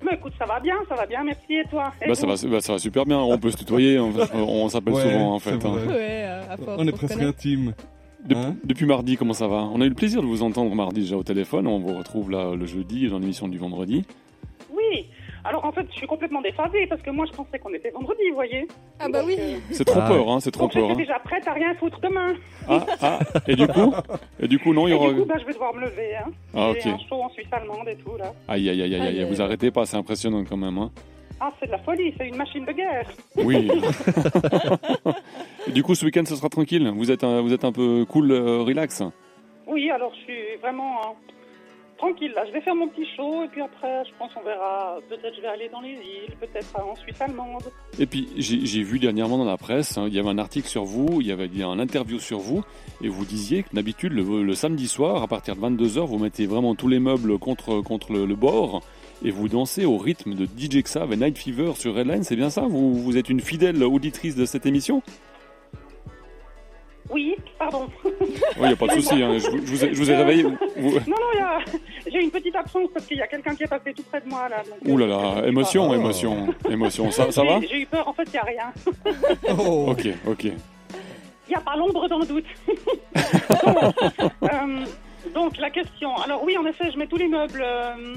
[SPEAKER 12] Mais écoute, ça va bien, ça va bien, merci. Et toi Et
[SPEAKER 3] bah, ça
[SPEAKER 12] vous
[SPEAKER 3] va, bah, ça va super bien, on peut se tutoyer, on, on s'appelle
[SPEAKER 4] Ouais,
[SPEAKER 3] souvent en
[SPEAKER 4] c'est
[SPEAKER 3] fait. hein.
[SPEAKER 4] vrai.
[SPEAKER 2] Ouais, euh, à force,
[SPEAKER 4] On est
[SPEAKER 2] se
[SPEAKER 4] presque Hein
[SPEAKER 2] connaît.
[SPEAKER 4] intime.
[SPEAKER 3] Dep- depuis mardi, comment ça va On a eu le plaisir de vous entendre mardi déjà au téléphone, on vous retrouve là le jeudi dans l'émission du vendredi.
[SPEAKER 12] Oui. Alors en fait, je suis complètement déphasée parce que moi, je pensais qu'on était vendredi, vous voyez.
[SPEAKER 2] Ah bah oui.
[SPEAKER 14] euh,
[SPEAKER 3] C'est trop
[SPEAKER 5] Ah.
[SPEAKER 3] peur, hein, c'est trop
[SPEAKER 12] Donc
[SPEAKER 3] peur.
[SPEAKER 12] j'étais
[SPEAKER 3] hein.
[SPEAKER 12] déjà prête à rien foutre demain.
[SPEAKER 3] Ah, ah, et du coup Et du coup, non, il y
[SPEAKER 12] Et
[SPEAKER 3] aura...
[SPEAKER 12] du coup, bah, je vais devoir me lever. Hein.
[SPEAKER 3] Ah,
[SPEAKER 12] J'ai
[SPEAKER 3] ok.
[SPEAKER 12] un show en Suisse allemande et tout là.
[SPEAKER 3] Aïe, aïe, aïe, aïe, aïe,
[SPEAKER 12] Aïe,
[SPEAKER 3] vous
[SPEAKER 12] aïe.
[SPEAKER 3] arrêtez pas, c'est impressionnant quand même. hein.
[SPEAKER 12] Ah, c'est de la folie, c'est une machine de guerre.
[SPEAKER 3] Oui. Et du coup, ce week-end, ce sera tranquille, vous êtes un, vous êtes un peu cool, euh, relax
[SPEAKER 12] Oui, alors je suis vraiment hein, tranquille, là, je vais faire mon petit show et puis après, je pense, on verra. Peut-être je vais aller dans les îles, peut-être hein, en Suisse allemande.
[SPEAKER 3] Et puis, j'ai j'ai vu dernièrement dans la presse, hein, il y avait un article sur vous, il y avait il y a un interview sur vous, et vous disiez que d'habitude, le, le samedi soir, à partir de 22h, vous mettez vraiment tous les meubles contre, contre le, le bord, et vous dansez au rythme de DJ Xav et Night Fever sur Redline, c'est bien ça vous, vous êtes une fidèle auditrice de cette émission
[SPEAKER 12] Oui, pardon.
[SPEAKER 3] Oui, il n'y a pas de souci, hein, je, vous- je vous ai, je vous ai réveillé. vous-
[SPEAKER 12] Non, non, il y a- j'ai une petite absence parce qu'il y a quelqu'un qui est passé tout près de moi, là. donc,
[SPEAKER 3] Ouh là
[SPEAKER 12] euh,
[SPEAKER 3] là, émotion, émotion, émotion, ça, ça
[SPEAKER 12] j'ai-
[SPEAKER 3] va
[SPEAKER 12] J'ai eu peur, en fait, il n'y a rien.
[SPEAKER 3] Ok, ok.
[SPEAKER 12] Il n'y a pas l'ombre d'un doute. donc, euh, donc, la question. Alors, oui, en effet, je mets tous les meubles, euh,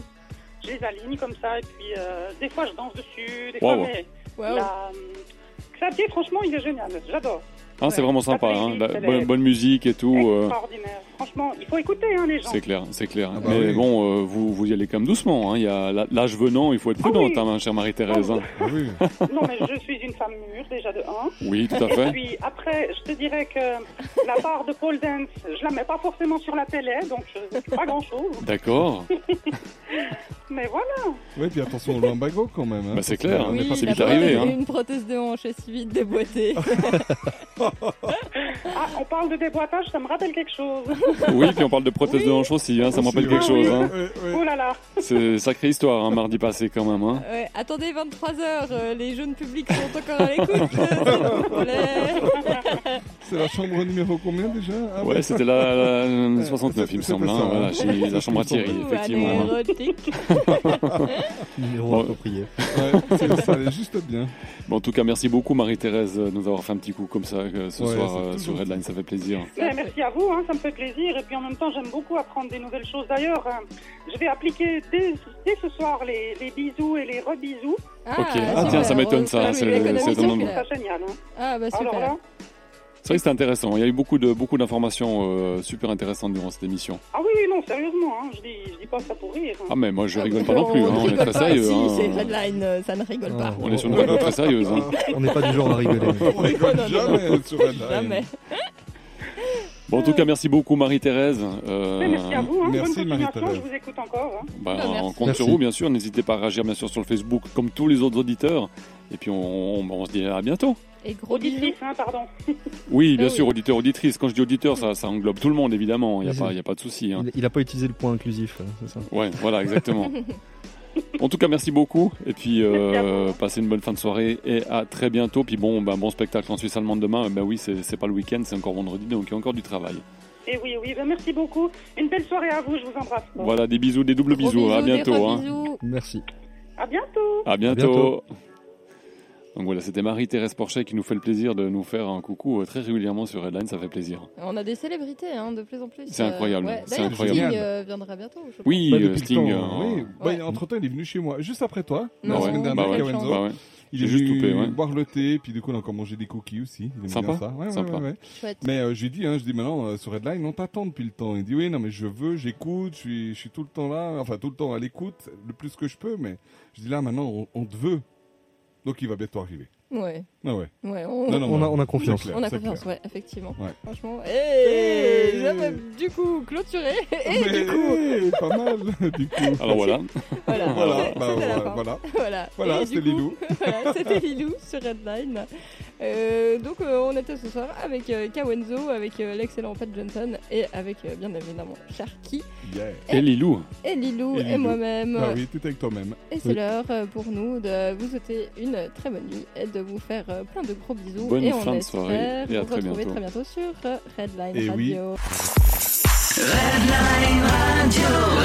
[SPEAKER 12] je les aligne comme ça, et puis euh, des fois, je danse dessus, des fois,
[SPEAKER 3] Wow.
[SPEAKER 12] mais.
[SPEAKER 2] Wow.
[SPEAKER 12] la- euh, Xavier, franchement, il est génial, j'adore.
[SPEAKER 3] Hein, c'est vraiment sympa, hein, la
[SPEAKER 12] playlist, elle
[SPEAKER 3] bonne,
[SPEAKER 12] est
[SPEAKER 3] bonne musique et tout. euh,
[SPEAKER 12] Extraordinaire. Franchement, il faut écouter hein, les gens.
[SPEAKER 3] C'est clair, c'est clair.
[SPEAKER 4] bah
[SPEAKER 3] Mais
[SPEAKER 4] oui.
[SPEAKER 3] bon, euh, vous, vous y allez quand même doucement. hein. Il y a la- l'âge venant, il faut être prudente,
[SPEAKER 12] Ah oui.
[SPEAKER 3] hein, chère Marie-Thérèse. hein.
[SPEAKER 4] Oh,
[SPEAKER 12] Non, mais je suis une femme mûre, déjà de 1.
[SPEAKER 3] Oui, tout à fait.
[SPEAKER 12] Et puis après, je te dirais que la barre de pole dance, je la mets pas forcément sur la télé, donc je pas grand-chose.
[SPEAKER 3] D'accord.
[SPEAKER 12] Mais voilà.
[SPEAKER 4] Oui, puis attention au lumbago quand même. hein,
[SPEAKER 3] Bah, c'est
[SPEAKER 4] parce que
[SPEAKER 3] clair.
[SPEAKER 4] On
[SPEAKER 3] Oui,
[SPEAKER 4] est pas si
[SPEAKER 3] la
[SPEAKER 4] vite
[SPEAKER 3] preuve.
[SPEAKER 4] arrivé.
[SPEAKER 3] hein.
[SPEAKER 2] Une prothèse de hanche est si vite déboîtée.
[SPEAKER 12] Ah, on parle de déboîtage, ça me rappelle quelque chose.
[SPEAKER 3] Oui, puis on parle de prothèse de hanche aussi, hein, ça me rappelle
[SPEAKER 12] Ah
[SPEAKER 3] quelque chose.
[SPEAKER 12] oui.
[SPEAKER 3] hein.
[SPEAKER 12] Oh là là.
[SPEAKER 3] C'est sacrée histoire, hein, mardi passé quand même. hein.
[SPEAKER 2] Ouais, attendez 23h, les jeunes publics sont encore à l'écoute. euh, s'il vous plaît.
[SPEAKER 4] C'est la chambre numéro combien déjà Ah
[SPEAKER 3] Ouais, c'était la, la- la 69, il me semble, hein, voilà, chez la chambre à Thierry,
[SPEAKER 2] Ouh,
[SPEAKER 3] effectivement. hein.
[SPEAKER 2] allez, érotique.
[SPEAKER 5] Numéro
[SPEAKER 3] Bon.
[SPEAKER 5] approprié.
[SPEAKER 4] Ouais, c'est- ça allait juste bien.
[SPEAKER 3] Bon, en tout cas, merci beaucoup Marie-Thérèse euh, de nous avoir fait un petit coup comme ça euh, ce
[SPEAKER 4] Ouais,
[SPEAKER 3] soir
[SPEAKER 4] c'est
[SPEAKER 3] euh, sur
[SPEAKER 4] toujours-
[SPEAKER 3] Redline, ça fait plaisir.
[SPEAKER 12] Mais merci à vous, hein, ça me fait plaisir. Et puis en même temps, j'aime beaucoup apprendre des nouvelles choses. D'ailleurs, hein, je vais appliquer dès, dès ce soir les, les bisous et les rebisous.
[SPEAKER 3] Ok. Ah, tiens, ça m'étonne, ça, c'est- c'est étonnant.
[SPEAKER 12] C'est génial. hein.
[SPEAKER 2] Ah, bah
[SPEAKER 12] Alors là,
[SPEAKER 2] super.
[SPEAKER 3] C'est vrai que c'était intéressant, hein. il y a eu beaucoup de beaucoup d'informations euh, super intéressantes durant cette émission.
[SPEAKER 12] ah oui, oui, non, sérieusement, hein, je, dis, je dis pas ça pour rire. hein.
[SPEAKER 3] Ah mais moi je rigole pas non plus, hein,
[SPEAKER 2] bah On
[SPEAKER 3] on est
[SPEAKER 2] rigole
[SPEAKER 3] très
[SPEAKER 2] pas, Ah, si,
[SPEAKER 3] sérieux. hein. Ah,
[SPEAKER 2] c'est Redline, euh, ça ne rigole pas.
[SPEAKER 3] On est sur une radio très sérieuse. hein.
[SPEAKER 5] On n'est pas du genre à rigoler.
[SPEAKER 4] On rigole
[SPEAKER 2] non,
[SPEAKER 4] jamais sur Redline.
[SPEAKER 2] Jamais.
[SPEAKER 3] Bon, en tout cas, merci beaucoup Marie-Thérèse.
[SPEAKER 12] Mais
[SPEAKER 3] Euh,
[SPEAKER 12] merci à vous, hein, bonne
[SPEAKER 4] Merci,
[SPEAKER 12] continuation,
[SPEAKER 4] Marie-Thérèse.
[SPEAKER 12] je vous écoute encore. hein.
[SPEAKER 3] bah,
[SPEAKER 12] Bah,
[SPEAKER 3] on
[SPEAKER 12] merci.
[SPEAKER 3] compte sur
[SPEAKER 4] Merci.
[SPEAKER 3] vous, bien sûr. N'hésitez pas à réagir, bien sûr, sur le Facebook, comme tous les autres auditeurs. Et puis, on, bah, on- on se dit à bientôt.
[SPEAKER 2] Et gros
[SPEAKER 12] bisous. Hein, pardon.
[SPEAKER 3] Oui, bien
[SPEAKER 12] Ah oui.
[SPEAKER 3] sûr, auditeur, auditrice. Quand je dis auditeur, ça, ça englobe tout le monde, évidemment. Il n'y a, pas- il y a pas de souci. hein.
[SPEAKER 5] Il- Il n'a pas utilisé le point inclusif, euh, c'est ça.
[SPEAKER 3] Ouais, voilà, exactement. En tout cas, merci beaucoup. Et puis, euh, passez une bonne fin de soirée et à très bientôt. Puis bon, bah, bon spectacle en Suisse allemande demain. Ben oui, c'est c'est pas le week-end, c'est encore vendredi, donc il y a encore du travail.
[SPEAKER 12] Et oui, oui, ben merci beaucoup. Une belle soirée à vous, je vous embrasse. fort.
[SPEAKER 3] Voilà, des bisous, des doubles
[SPEAKER 12] Gros
[SPEAKER 3] bisous. à
[SPEAKER 12] bisous, des
[SPEAKER 3] bientôt.
[SPEAKER 12] gros
[SPEAKER 3] hein.
[SPEAKER 12] bisous.
[SPEAKER 5] Merci.
[SPEAKER 12] À bientôt.
[SPEAKER 3] À bientôt.
[SPEAKER 5] bientôt.
[SPEAKER 3] Donc voilà, c'était Marie-Thérèse Porchet qui nous fait le plaisir de nous faire un coucou euh, très régulièrement sur Redline, ça fait plaisir.
[SPEAKER 2] On a des célébrités hein, de plus en plus.
[SPEAKER 3] C'est incroyable,
[SPEAKER 2] ouais.
[SPEAKER 3] c'est
[SPEAKER 2] D'ailleurs,
[SPEAKER 3] incroyable.
[SPEAKER 2] Sting, euh, viendra bientôt. je
[SPEAKER 3] Oui,
[SPEAKER 4] Bah,
[SPEAKER 3] euh,
[SPEAKER 4] depuis le
[SPEAKER 3] Sting.
[SPEAKER 4] temps,
[SPEAKER 3] euh,
[SPEAKER 4] oui. Bah, Entre-temps, il est venu chez moi, juste après toi,
[SPEAKER 3] Non,
[SPEAKER 4] la semaine
[SPEAKER 3] ouais.
[SPEAKER 4] dernière,
[SPEAKER 3] Bah ouais.
[SPEAKER 4] Kawenzo.
[SPEAKER 3] Bah ouais.
[SPEAKER 4] Il
[SPEAKER 3] J'ai
[SPEAKER 4] est
[SPEAKER 3] juste
[SPEAKER 4] venu
[SPEAKER 3] loupé, ouais.
[SPEAKER 4] boire le thé, puis du coup, on a encore mangé des cookies aussi. Il aime
[SPEAKER 3] Sympa,
[SPEAKER 4] bien ça. Ouais, ouais,
[SPEAKER 3] sympa.
[SPEAKER 4] ouais, ouais.
[SPEAKER 2] Chouette.
[SPEAKER 4] Mais euh, je lui ai dit, hein, je dis maintenant, euh, sur Redline, on t'attend depuis le temps. Il dit, oui, non, mais je veux, j'écoute, je suis, je suis tout le temps là, enfin, tout le temps à l'écoute, le plus que je peux, mais je dis là, maintenant, on, on te veut. Donc, il va bientôt arriver.
[SPEAKER 2] Ouais.
[SPEAKER 4] Ah ouais.
[SPEAKER 2] Ouais, on-
[SPEAKER 4] Non, non,
[SPEAKER 5] On a-
[SPEAKER 4] non,
[SPEAKER 5] on a
[SPEAKER 4] c'est
[SPEAKER 5] confiance.
[SPEAKER 4] clair,
[SPEAKER 2] On a
[SPEAKER 4] c'est
[SPEAKER 2] confiance,
[SPEAKER 4] clair.
[SPEAKER 2] ouais, effectivement.
[SPEAKER 4] Ouais.
[SPEAKER 2] Franchement. Et
[SPEAKER 4] Hey
[SPEAKER 2] j'avais du coup clôturé. Et
[SPEAKER 4] Mais,
[SPEAKER 2] du coup.
[SPEAKER 4] eh, pas mal, du coup.
[SPEAKER 3] Alors voilà.
[SPEAKER 2] Voilà,
[SPEAKER 4] Voilà,
[SPEAKER 2] c'est-
[SPEAKER 4] bah,
[SPEAKER 2] c'était la
[SPEAKER 4] voilà,
[SPEAKER 2] fin.
[SPEAKER 4] voilà.
[SPEAKER 2] voilà.
[SPEAKER 4] Voilà,
[SPEAKER 2] Et du
[SPEAKER 4] c'était
[SPEAKER 2] coup,
[SPEAKER 4] Lilou.
[SPEAKER 2] voilà, c'était Lilou sur Redline. Euh, donc euh, on était ce soir avec euh, Kawenzo, avec euh, l'excellent Pat Johnson et avec euh, bien évidemment Sharky
[SPEAKER 4] Yeah.
[SPEAKER 3] Et Lilou.
[SPEAKER 2] et Lilou et,
[SPEAKER 4] Lilou.
[SPEAKER 2] moi-même.
[SPEAKER 4] Ah oui, tout avec toi-même.
[SPEAKER 2] Et c'est l'heure euh, pour nous de vous souhaiter une très bonne nuit et de vous faire euh, plein de gros bisous.
[SPEAKER 3] Bonne
[SPEAKER 2] et
[SPEAKER 3] fin
[SPEAKER 2] on
[SPEAKER 3] de
[SPEAKER 2] espère
[SPEAKER 3] soirée et à
[SPEAKER 2] vous
[SPEAKER 3] très
[SPEAKER 2] retrouver
[SPEAKER 3] bientôt.
[SPEAKER 2] très bientôt sur euh, Redline
[SPEAKER 3] Et oui.
[SPEAKER 2] Radio.
[SPEAKER 13] Redline Radio,